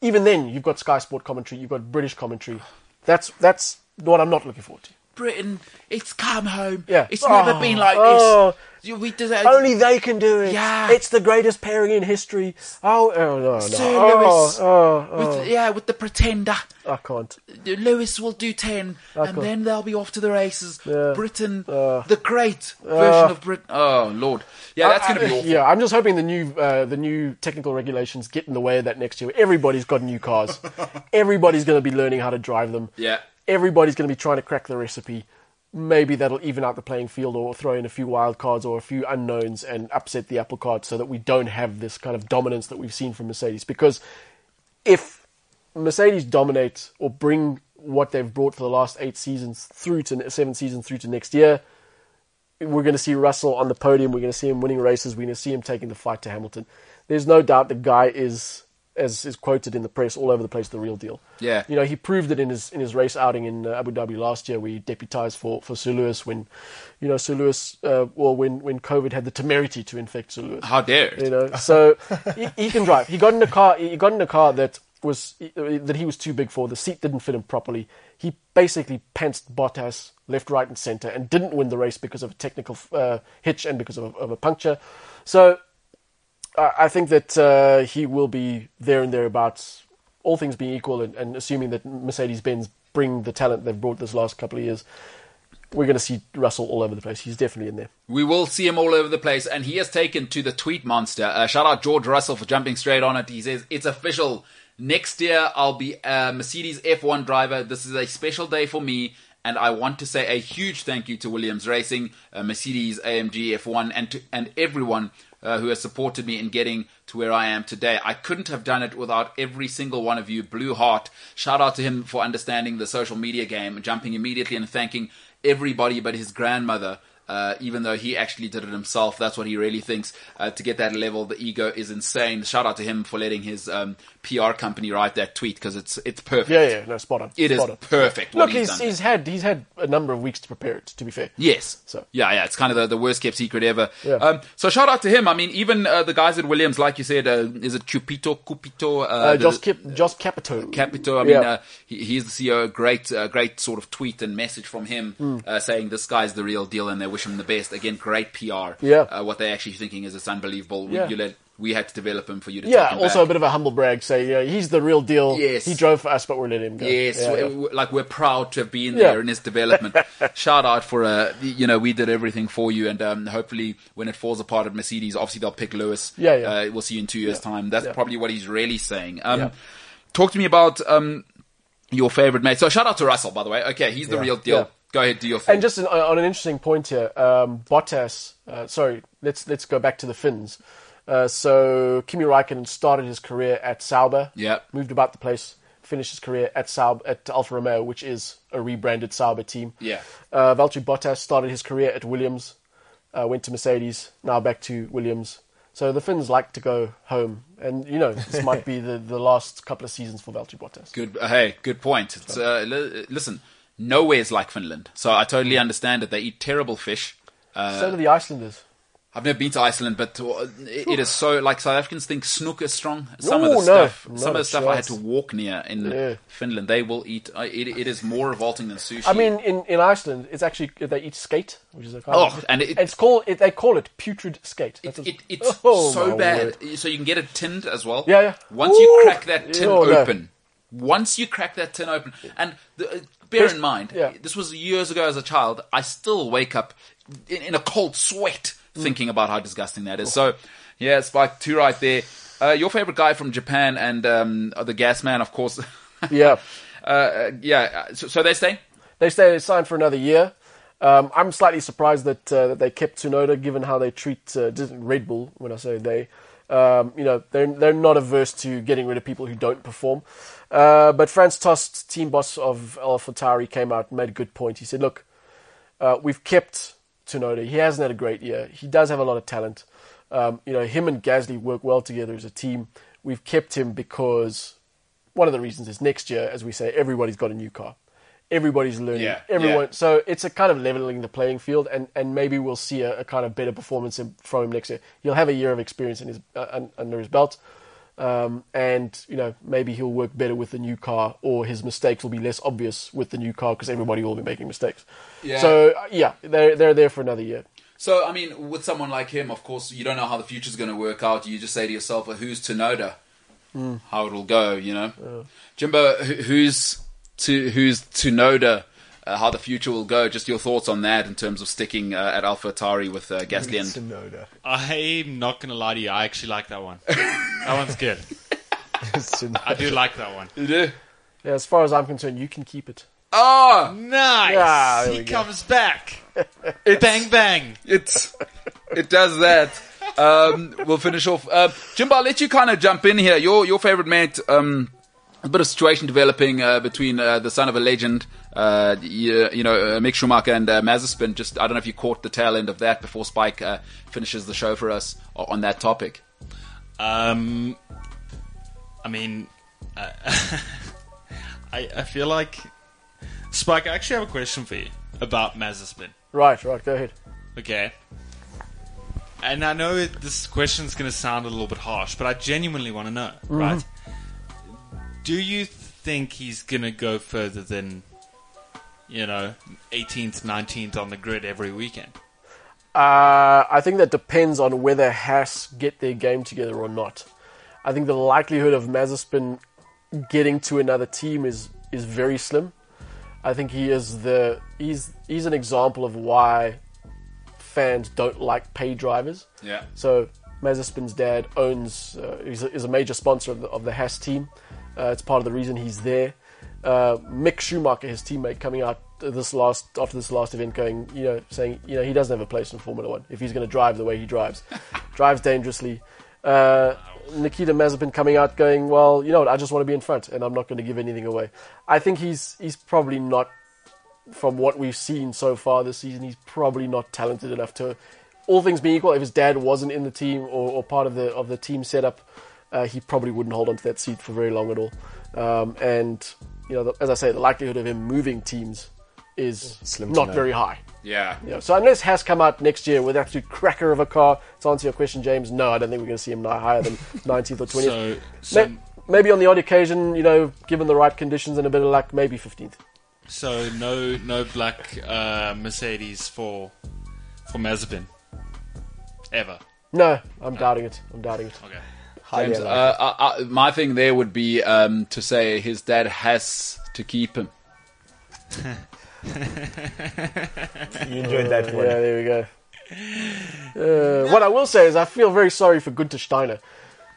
E: Even then, you've got Sky Sport commentary. You've got British commentary. That's that's what I'm not looking forward to.
B: Britain, it's come home.
E: Yeah.
B: It's never
E: Oh,
B: been like
E: oh.
B: this. You- We did that.
E: Only they can do it.
B: Yeah.
E: It's the greatest pairing in history. Oh, oh no, no.
B: Sir
E: oh,
B: Lewis.
E: oh, oh.
B: with, yeah, with the pretender.
E: I can't.
B: Lewis will do 10, and
E: cool.
B: then they'll be off to the races.
E: Yeah.
B: Britain,
E: Uh.
B: the great version of Britain. Oh, Lord. Yeah, that's going to
E: I-
B: be awful.
E: Uh, Yeah, I'm just hoping the new uh, the new technical regulations get in the way of that next year. Everybody's got new
B: [laughs]
E: cars. Everybody's going to be learning how to drive them.
B: Yeah.
E: Everybody's going to be trying to crack the recipe. Maybe that'll even out the playing field or throw in a few wild cards or a few unknowns and upset the apple cart so that we don't have this kind of dominance that we've seen from Mercedes. Because if Mercedes dominate or bring what they've brought for the last eight seasons through to seven seasons through to next year, we're going to see Russell on the podium. We're going to see him winning races. We're going to see him taking the fight to Hamilton. There's no doubt the guy is, as is quoted in the press all over the place, the real deal.
B: Yeah.
E: You know, he proved it in his in his race outing in uh, Abu Dhabi last year, where he deputized for for Sir Lewis when, you know, Sir Lewis, uh, well, when when COVID had the temerity to infect Sir Lewis.
B: How dare it.
E: You know, so he, he can drive. He got in a car. He got in a car that was e, that he was too big for. The seat didn't fit him properly. He basically pantsed Bottas left, right, and centre, and didn't win the race because of a technical uh, hitch and because of a, of a puncture. So I, I think that uh, he will be there and thereabouts, all things being equal, and, and assuming that Mercedes Benz bring the talent they've brought this last couple of years. We're going to see Russell all over the place. He's definitely in there.
B: We will see him all over the place, and he has taken to the tweet monster. Uh, shout out George Russell for jumping straight on it. He says, It's official. Next year, I'll be a Mercedes F1 driver. This is a special day for me, and I want to say a huge thank you to Williams Racing, uh, Mercedes AMG F1, and to, and everyone uh, who has supported me in getting to where I am today. I couldn't have done it without every single one of you. Blue Heart, shout out to him for understanding the social media game, and jumping immediately and thanking everybody but his grandmother. Uh, even though he actually did it himself, that's what he really thinks. Uh, to get that level, the ego is insane. Shout out to him for letting his um, PR company write that tweet because it's it's perfect.
E: Yeah, yeah, no, spot on.
B: It is
E: spot on.
B: perfect. what
E: Look, he's,
B: done.
E: he's had he's had a number of weeks to prepare it. To be fair,
B: Yes.
E: So-
B: yeah, yeah, it's kind of the, the worst kept secret ever.
E: Yeah.
B: Um, so shout out to him. I mean, even uh, the guys at Williams, like you said, uh, is it Cupito, Cupito, uh,
E: uh,
B: the-
E: Josh, Kip, Josh Capito.
B: Capito. I mean,
E: Yeah.
B: uh, he, he's the CEO. Great, uh, great sort of tweet and message from him
E: Hmm.
B: uh, saying this guy's the real deal, and they wish him the best. Again, great PR.
E: Yeah.
B: Uh, what they're actually thinking is it's unbelievable. We,
E: Yeah.
B: you let, we had to develop him for you to. take
E: yeah,
B: him
E: also
B: back.
E: a bit of a humble brag. Say, you know, he's the real deal.
B: Yes.
E: he drove for us, but we let him go.
B: Yes,
E: Yeah,
B: we-
E: yeah.
B: we- like we're proud to have been
E: Yeah.
B: there in his
E: [laughs]
B: development. Shout out for uh, you know we did everything for you, and um, hopefully when it falls apart at Mercedes, obviously they'll pick Lewis.
E: Yeah, yeah.
B: Uh, we'll see you in two years' time. That's
E: Yeah.
B: probably what he's really saying. Um,
E: Yeah.
B: Talk to me about um, your favorite mate. So shout out to Russell, by the way. Okay, he's the real deal.
E: Yeah.
B: Go ahead, do your thing.
E: And just an, on an interesting point here, um, Bottas. Uh, sorry, let's let's go back to the Finns. Uh, so Kimi Räikkönen started his career at Sauber.
B: Yeah.
E: moved about the place, finished his career at Saub at Alfa Romeo, which is a rebranded Sauber team.
B: Yeah.
E: uh, Valtteri Bottas started his career at Williams, uh, went to Mercedes, now back to Williams. So the Finns like to go home, and you know this might be the, the last couple of seasons for
B: [laughs]
E: Valtteri Bottas.
B: Good. uh, Hey, good point. It's, uh, li- listen, nowhere's like Finland, so I totally
E: Mm.
B: understand it. They eat terrible fish.
E: so do the Icelanders.
B: I've never been to Iceland, but uh, it it is so like South Africans think snook is strong. Some of
E: Oh,
B: the
E: no.
B: stuff,
E: No
B: some of the stuff I had to
E: chance.
B: walk near in
E: Yeah.
B: Finland, they will eat. I it, it is more revolting than sushi.
E: I mean, in, in Iceland, it's actually they eat skate, which is a kind
B: Oh,
E: of
B: and it-
E: it's called it, they call it putrid skate.
B: it,
E: That's a- [laughs]
B: it, it's
E: Oh,
B: so
E: my
B: bad.
E: word.
B: So you can get it tinned as well.
E: Yeah, yeah.
B: Once you
E: Ooh.
B: crack that tin
E: Oh, no.
B: open, once you crack that tin open, and the, uh, bear in mind,
E: yeah.
B: this was years ago as a child. I still wake up in, in a cold sweat
E: Mm.
B: thinking about how disgusting that is. So, yeah, Spike, two right there. Uh, your favorite guy from Japan and um, the gas man, of course. [laughs]
E: Yeah.
B: Uh, yeah. uh, So, so they stay.
E: They say they signed for another year. Um, I'm slightly surprised that uh, that they kept Tsunoda, given how they treat uh, dis- Red Bull. When I say they, um, you know, they're they're not averse to getting rid of people who don't perform. Uh, but Franz Tost, team boss of AlphaTauri, came out and made a good point. He said, "Look, uh, we've kept Tsunoda. He hasn't had a great year. He does have a lot of talent. Um, you know, him and Gasly work well together as a team. We've kept him because one of the reasons is next year, as we say, everybody's got a new car. Everybody's learning.
B: Yeah,
E: Everyone.
B: yeah.
E: So it's a kind of leveling the playing field, and, and maybe we'll see a, a kind of better performance in, from him next year. He'll have a year of experience in his uh, un- under his belt, um, and you know maybe he'll work better with the new car, or his mistakes will be less obvious with the new car because everybody will be making mistakes.
B: Yeah.
E: So uh, yeah, they're they're there for another year.
B: So, I mean, with someone like him, of course, you don't know how the future's going to work out. You just say to yourself, well, who's Tsunoda? How it'll go, you know? Jimbo, wh- who's to who's Tsunoda? Uh, how the future will go? Just your thoughts on that in terms of sticking uh, at Alpha Atari with uh, Gasly and
C: Sonoda.
A: I'm not going to lie to you. I actually like that one. that one's
E: [laughs]
A: good. I do like that one.
E: Yeah, as far as I'm concerned, you can keep it.
B: Ah,
A: Nice.
E: Ah, there
A: he
E: we go.
A: comes
E: [laughs]
A: back. bang bang.
B: it's it does that. Um, we'll finish off. Uh, Jimbo, I'll let you kind of jump in here. Your your favorite mate. Um, a bit of situation developing uh, between uh, the son of a legend, uh, you, you know, uh, Mick Schumacher and uh, Mazepin. Just I don't know if you caught the tail end of that before Spike uh, finishes the show for us o- on that topic.
A: Um, I mean, uh, [laughs] I I feel like Spike. I actually have a question for you about Mazespin.
E: Right, right. Go ahead.
A: Okay. And I know it- this question's going to sound a little bit harsh, but I genuinely want to know, right? Do you think he's going to go further than, you know, 18th, 19th on the grid every weekend?
E: Uh, I think that depends on whether Haas get their game together or not. I think the likelihood of Mazepin getting to another team is is very slim. I think he is the he's he's an example of why fans don't like pay drivers.
B: Yeah.
E: So Mazepin's dad owns uh, is, a, is a major sponsor of the, of the Haas team. Uh, it's part of the reason he's there. Uh, Mick Schumacher, his teammate, coming out this last after this last event, going, you know, saying, you know, he doesn't have a place in Formula One if he's going to drive the way he drives, drives dangerously. Uh, Nikita Mazepin coming out, going, well, you know what, I just want to be in front, and I'm not going to give anything away. I think he's he's probably not from what we've seen so far this season, he's probably not talented enough to. All things being equal, if his dad wasn't in the team or, or part of the of the team setup, uh, he probably wouldn't hold onto that seat for very long at all. Um, and you know, the, as I say, the likelihood of him moving teams is
C: Slim to
E: not
C: none.
E: very high.
B: Yeah.
E: You know, so unless Has come out next year with an absolute cracker of a car, to answer your question, James, no, I don't think we're going to see him now higher than
C: [laughs]
E: 19th or 20th.
A: So, so,
E: May- maybe on the odd occasion, you know, given the right conditions and a bit of luck, maybe 15th.
A: so no, no black uh, Mercedes for for Mazepin ever.
E: No, I'm doubting it. I'm doubting it.
A: Okay.
C: Highly
B: James,
C: unlikely.
B: uh, I, I, my thing there would be um, to say his dad has to keep him.
C: you enjoyed that one.
E: Yeah, there we go. Uh, what I will say is, I feel very sorry for Gunter Steiner.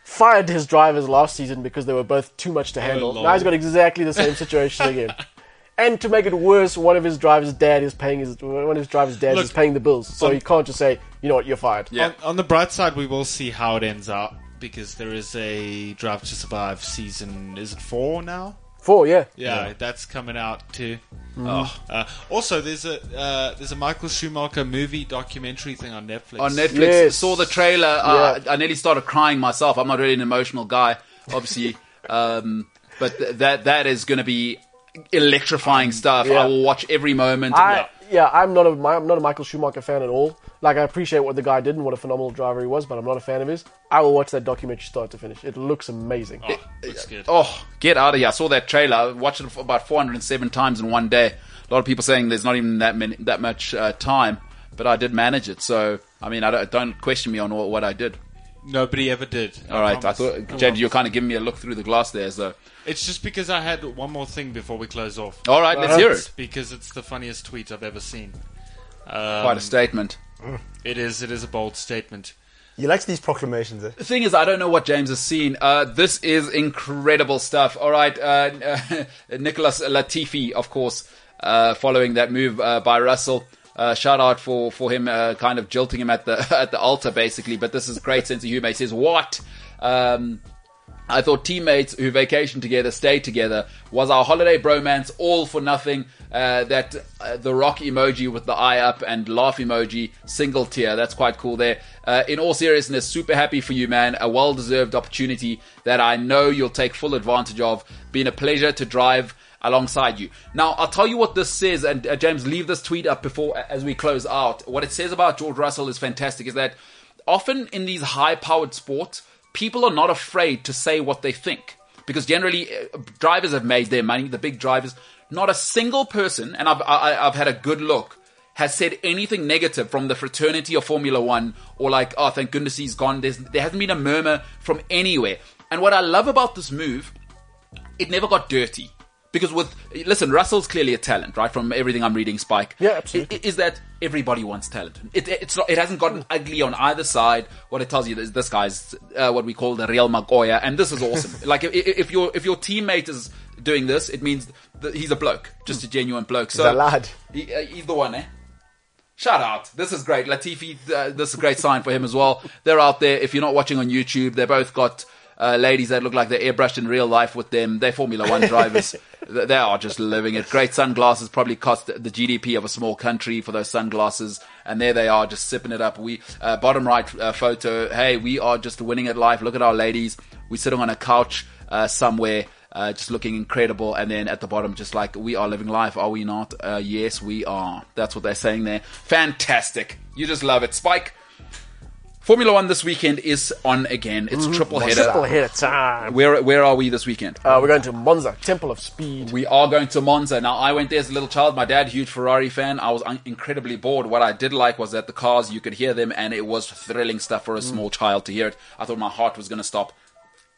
E: Fired his drivers last season because they were both too much to handle.
A: lol.
E: now he's got exactly the same situation again. And to make it worse, one of his drivers' dad is paying his one of his drivers' dads
A: Look,
E: is paying the bills, so
A: on-
E: he can't just say, you know what, you're fired.
B: Yeah.
A: On, on the bright side, we will see how it ends up because there is a Drive to Survive season. Is it four now?
E: Four, yeah.
A: Yeah, that's coming out too.
B: Mm-hmm.
A: Oh, uh, also, there's a uh, there's a Michael Schumacher movie documentary thing on Netflix.
B: on Netflix.
E: Yes.
B: Saw the trailer. Uh,
E: Yeah.
B: I nearly started crying myself. I'm not really an emotional guy,
E: [laughs]
B: obviously, um, but th- that that is going to be electrifying stuff.
E: Um, yeah.
B: I will watch every moment.
E: I, yeah, I'm not a Mi- I'm not a Michael Schumacher fan at all. Like I appreciate what the guy did and what a phenomenal driver he was, but I'm not a fan of his. I will watch that documentary start to finish. It looks amazing.
A: Oh, looks good.
B: oh, get out of here! I saw that trailer. I watched it for about 407 times in one day. A lot of people saying there's not even that many, that much uh, time, but I did manage it. So I mean, I don't, don't question me on what, what I did.
A: Nobody ever did.
B: All right, I
A: promise.
B: thought James, you're kind of giving me a look through the glass there. So
A: It's just because I had one more thing before we close off.
B: all right,
E: Uh-huh.
B: let's hear
A: It's
B: it.
A: because it's the funniest tweet I've ever seen. Um,
B: Quite a statement.
A: It is. It is a bold statement.
C: You like these proclamations, eh?
B: The thing is, I don't know what James has seen. Uh, this is incredible stuff. All right, uh, [laughs] Nicholas Latifi, of course, uh, following that move uh, by Russell. Uh, shout out for for him, uh, kind of jilting him at the [laughs] at the altar, basically. But this is great sense of humor. He says, "What?" Um, I thought teammates who vacation together stay together. Was our holiday bromance all for nothing? Uh, that uh, the rock emoji with the eye up and laugh emoji, single tear. That's quite cool there. Uh, in all seriousness, super happy for you, man. A well deserved opportunity that I know you'll take full advantage of. Been a pleasure to drive alongside you. Now, I'll tell you what this says, and uh, James, leave this tweet up before uh, as we close out. What it says about George Russell is fantastic. Is that often in these high powered sports, people are not afraid to say what they think because generally uh, drivers have made their money, the big drivers. Not a single person, and I've, I, I've had a good look, has said anything negative from the fraternity of Formula One or like, oh, thank goodness he's gone. There's, there hasn't been a murmur from anywhere. And what I love about this move it never got dirty. Because with listen, Russell's clearly a talent, right? From everything I'm reading, Spike.
E: Yeah, absolutely.
B: I- i- Is that everybody wants talent? It, it's not, it hasn't gotten ugly on either side. What it tells you is this guy's uh, what we call the real Magoya, and this is awesome. like if, if your if your teammate is doing this, it means that he's a bloke, just a genuine bloke. So
C: a lad.
B: He, uh, he's the one, eh? Shout out. This is great. Latifi, uh, this is a great sign for him as well. They're out there. If you're not watching on YouTube, they both got uh, ladies that look like they're airbrushed in real life with them. They're Formula One drivers. Th- they are just living it. Great sunglasses probably cost the GDP of a small country for those sunglasses. And there they are just sipping it up. We, uh, bottom right uh, photo. Hey, we are just winning at life. Look at our ladies. We're sitting on a couch uh, somewhere uh, just looking incredible. And then at the bottom, just like, we are living life, are we not? Uh, yes, we are. That's what they're saying there. Fantastic. You just love it. Spike, Formula One this weekend is on again. It's triple header.
E: Triple header time.
B: Where, where are we this weekend?
E: Uh, we're going to Monza, Temple of Speed.
B: We are going to Monza. Now, I went there as a little child. My dad, huge Ferrari fan. I was un- incredibly bored. What I did like was that the cars, you could hear them, and it was thrilling stuff for a small child to hear it. I thought my heart was going to stop.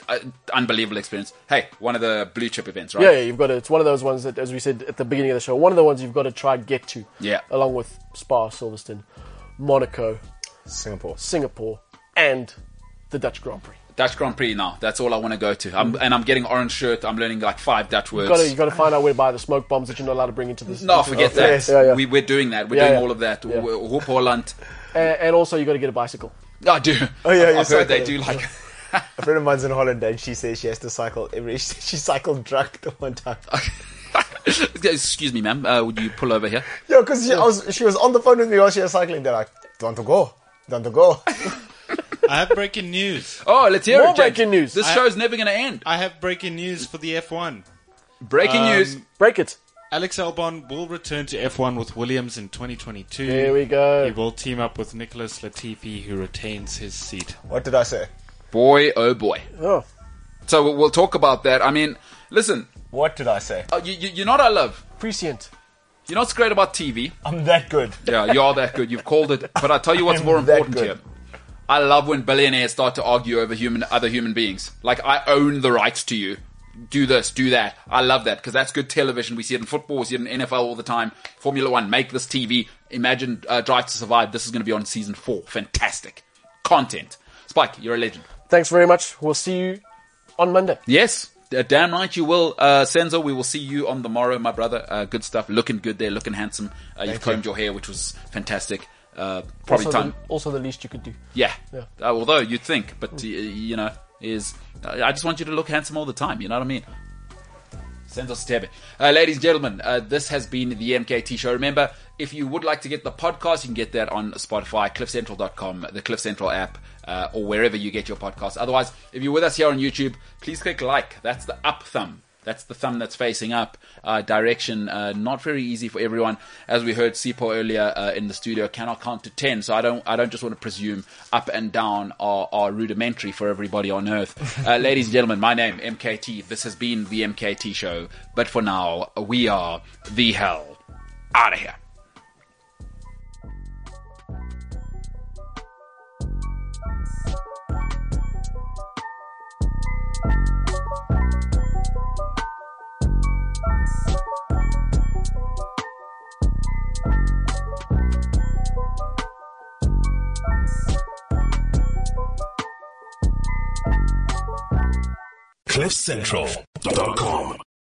B: Uh, unbelievable experience. Hey, one of the blue chip events, right?
E: Yeah, yeah, you've got to. It's one of those ones that, as we said at the beginning of the show, one of the ones you've got to try and get to.
B: Yeah.
E: Along with Spa, Silverstone, Monaco,
C: Singapore.
E: Singapore, and the Dutch Grand Prix.
B: Dutch Grand Prix now. That's all I want to go to. I'm, and I'm getting orange shirt. I'm learning like five Dutch words.
E: Mm. You gotta, you gotta find out where to buy the smoke bombs that you're not allowed to bring into this.
B: no,
E: into the-
B: forget that.
E: Yes, yeah, yeah.
B: We, we're doing that. We're
E: Yeah,
B: doing
E: yeah.
B: all of that.
E: Yeah.
B: We're- Hoop Holland.
E: and, and also, you gotta get a bicycle.
B: [laughs] I do.
C: Oh, yeah,
B: I've,
C: you
B: I've heard they
C: cycle
B: do
C: it.
B: like. [laughs]
C: A friend of mine's in Holland and she says she has to cycle every. [laughs] She, she cycled drunk the one time.
B: Excuse me, ma'am. Uh, would you pull over here?
C: Yo, because she, I was- she was on the phone with me while she was cycling. They're like, don't to go. Don't to [laughs] go.
A: I have breaking news.
B: Oh, let's hear
E: More
B: it. Jake.
E: breaking news.
B: This
A: I-
B: show's never going to end.
A: I have breaking news for the F1.
B: Breaking
A: Um,
B: news.
E: Break it.
A: Alex Albon will return to F1 with Williams in 2022.
E: There we go.
A: He will team up with Nicholas Latifi, who retains his seat.
C: What did I say?
B: Boy, oh boy.
E: Oh,
B: So we'll- we'll talk about that. I mean, listen,
C: What did I say?
B: uh, you, you, you know what I love?
E: prescient.
B: You know what's great about TV?
C: I'm that good.
B: Yeah, you are that good. You've called it. But I tell you what's
C: I'm
B: more
C: that
B: important
C: good.
B: here. I love when billionaires start to argue over human other human beings. Like I own the rights to you. Do this, do that. I love that because that's good television. We see it in football, we see it in NFL all the time. Formula One, make this TV. Imagine uh, Drive to Survive. This is going to be on season four. Fantastic content. Spike, you're a legend.
E: Thanks very much. We'll see you on Monday.
B: Yes, uh, damn right you will, uh, Senzo. We will see you on the morrow, my brother. Uh, good stuff. Looking good there, looking handsome. Uh, you've combed your hair, which was fantastic. Uh, probably
E: Also
B: time.
E: the, also, the least you could do.
B: Yeah.
E: Yeah.
B: Uh, although you'd think, but y- you know, is uh, I just want you to look handsome all the time. You know what I mean? Send us a tab. Uh, ladies and gentlemen, uh, this has been the MKT show. Remember, if you would like to get the podcast, you can get that on Spotify, cliffcentral.com, the Cliff Central app, uh, or wherever you get your podcast. Otherwise, if you're with us here on YouTube, please click like. That's the up thumb. That's the thumb that's facing up. Uh, direction, uh, not very easy for everyone. As we heard Sipo earlier uh, in the studio, cannot count to 10. So I don't I don't just want to presume up and down are, are rudimentary for everybody on earth. Uh, ladies and gentlemen, my name, MKT. This has been the MKT show. But for now, we are the hell out of here.
D: CliffCentral.com.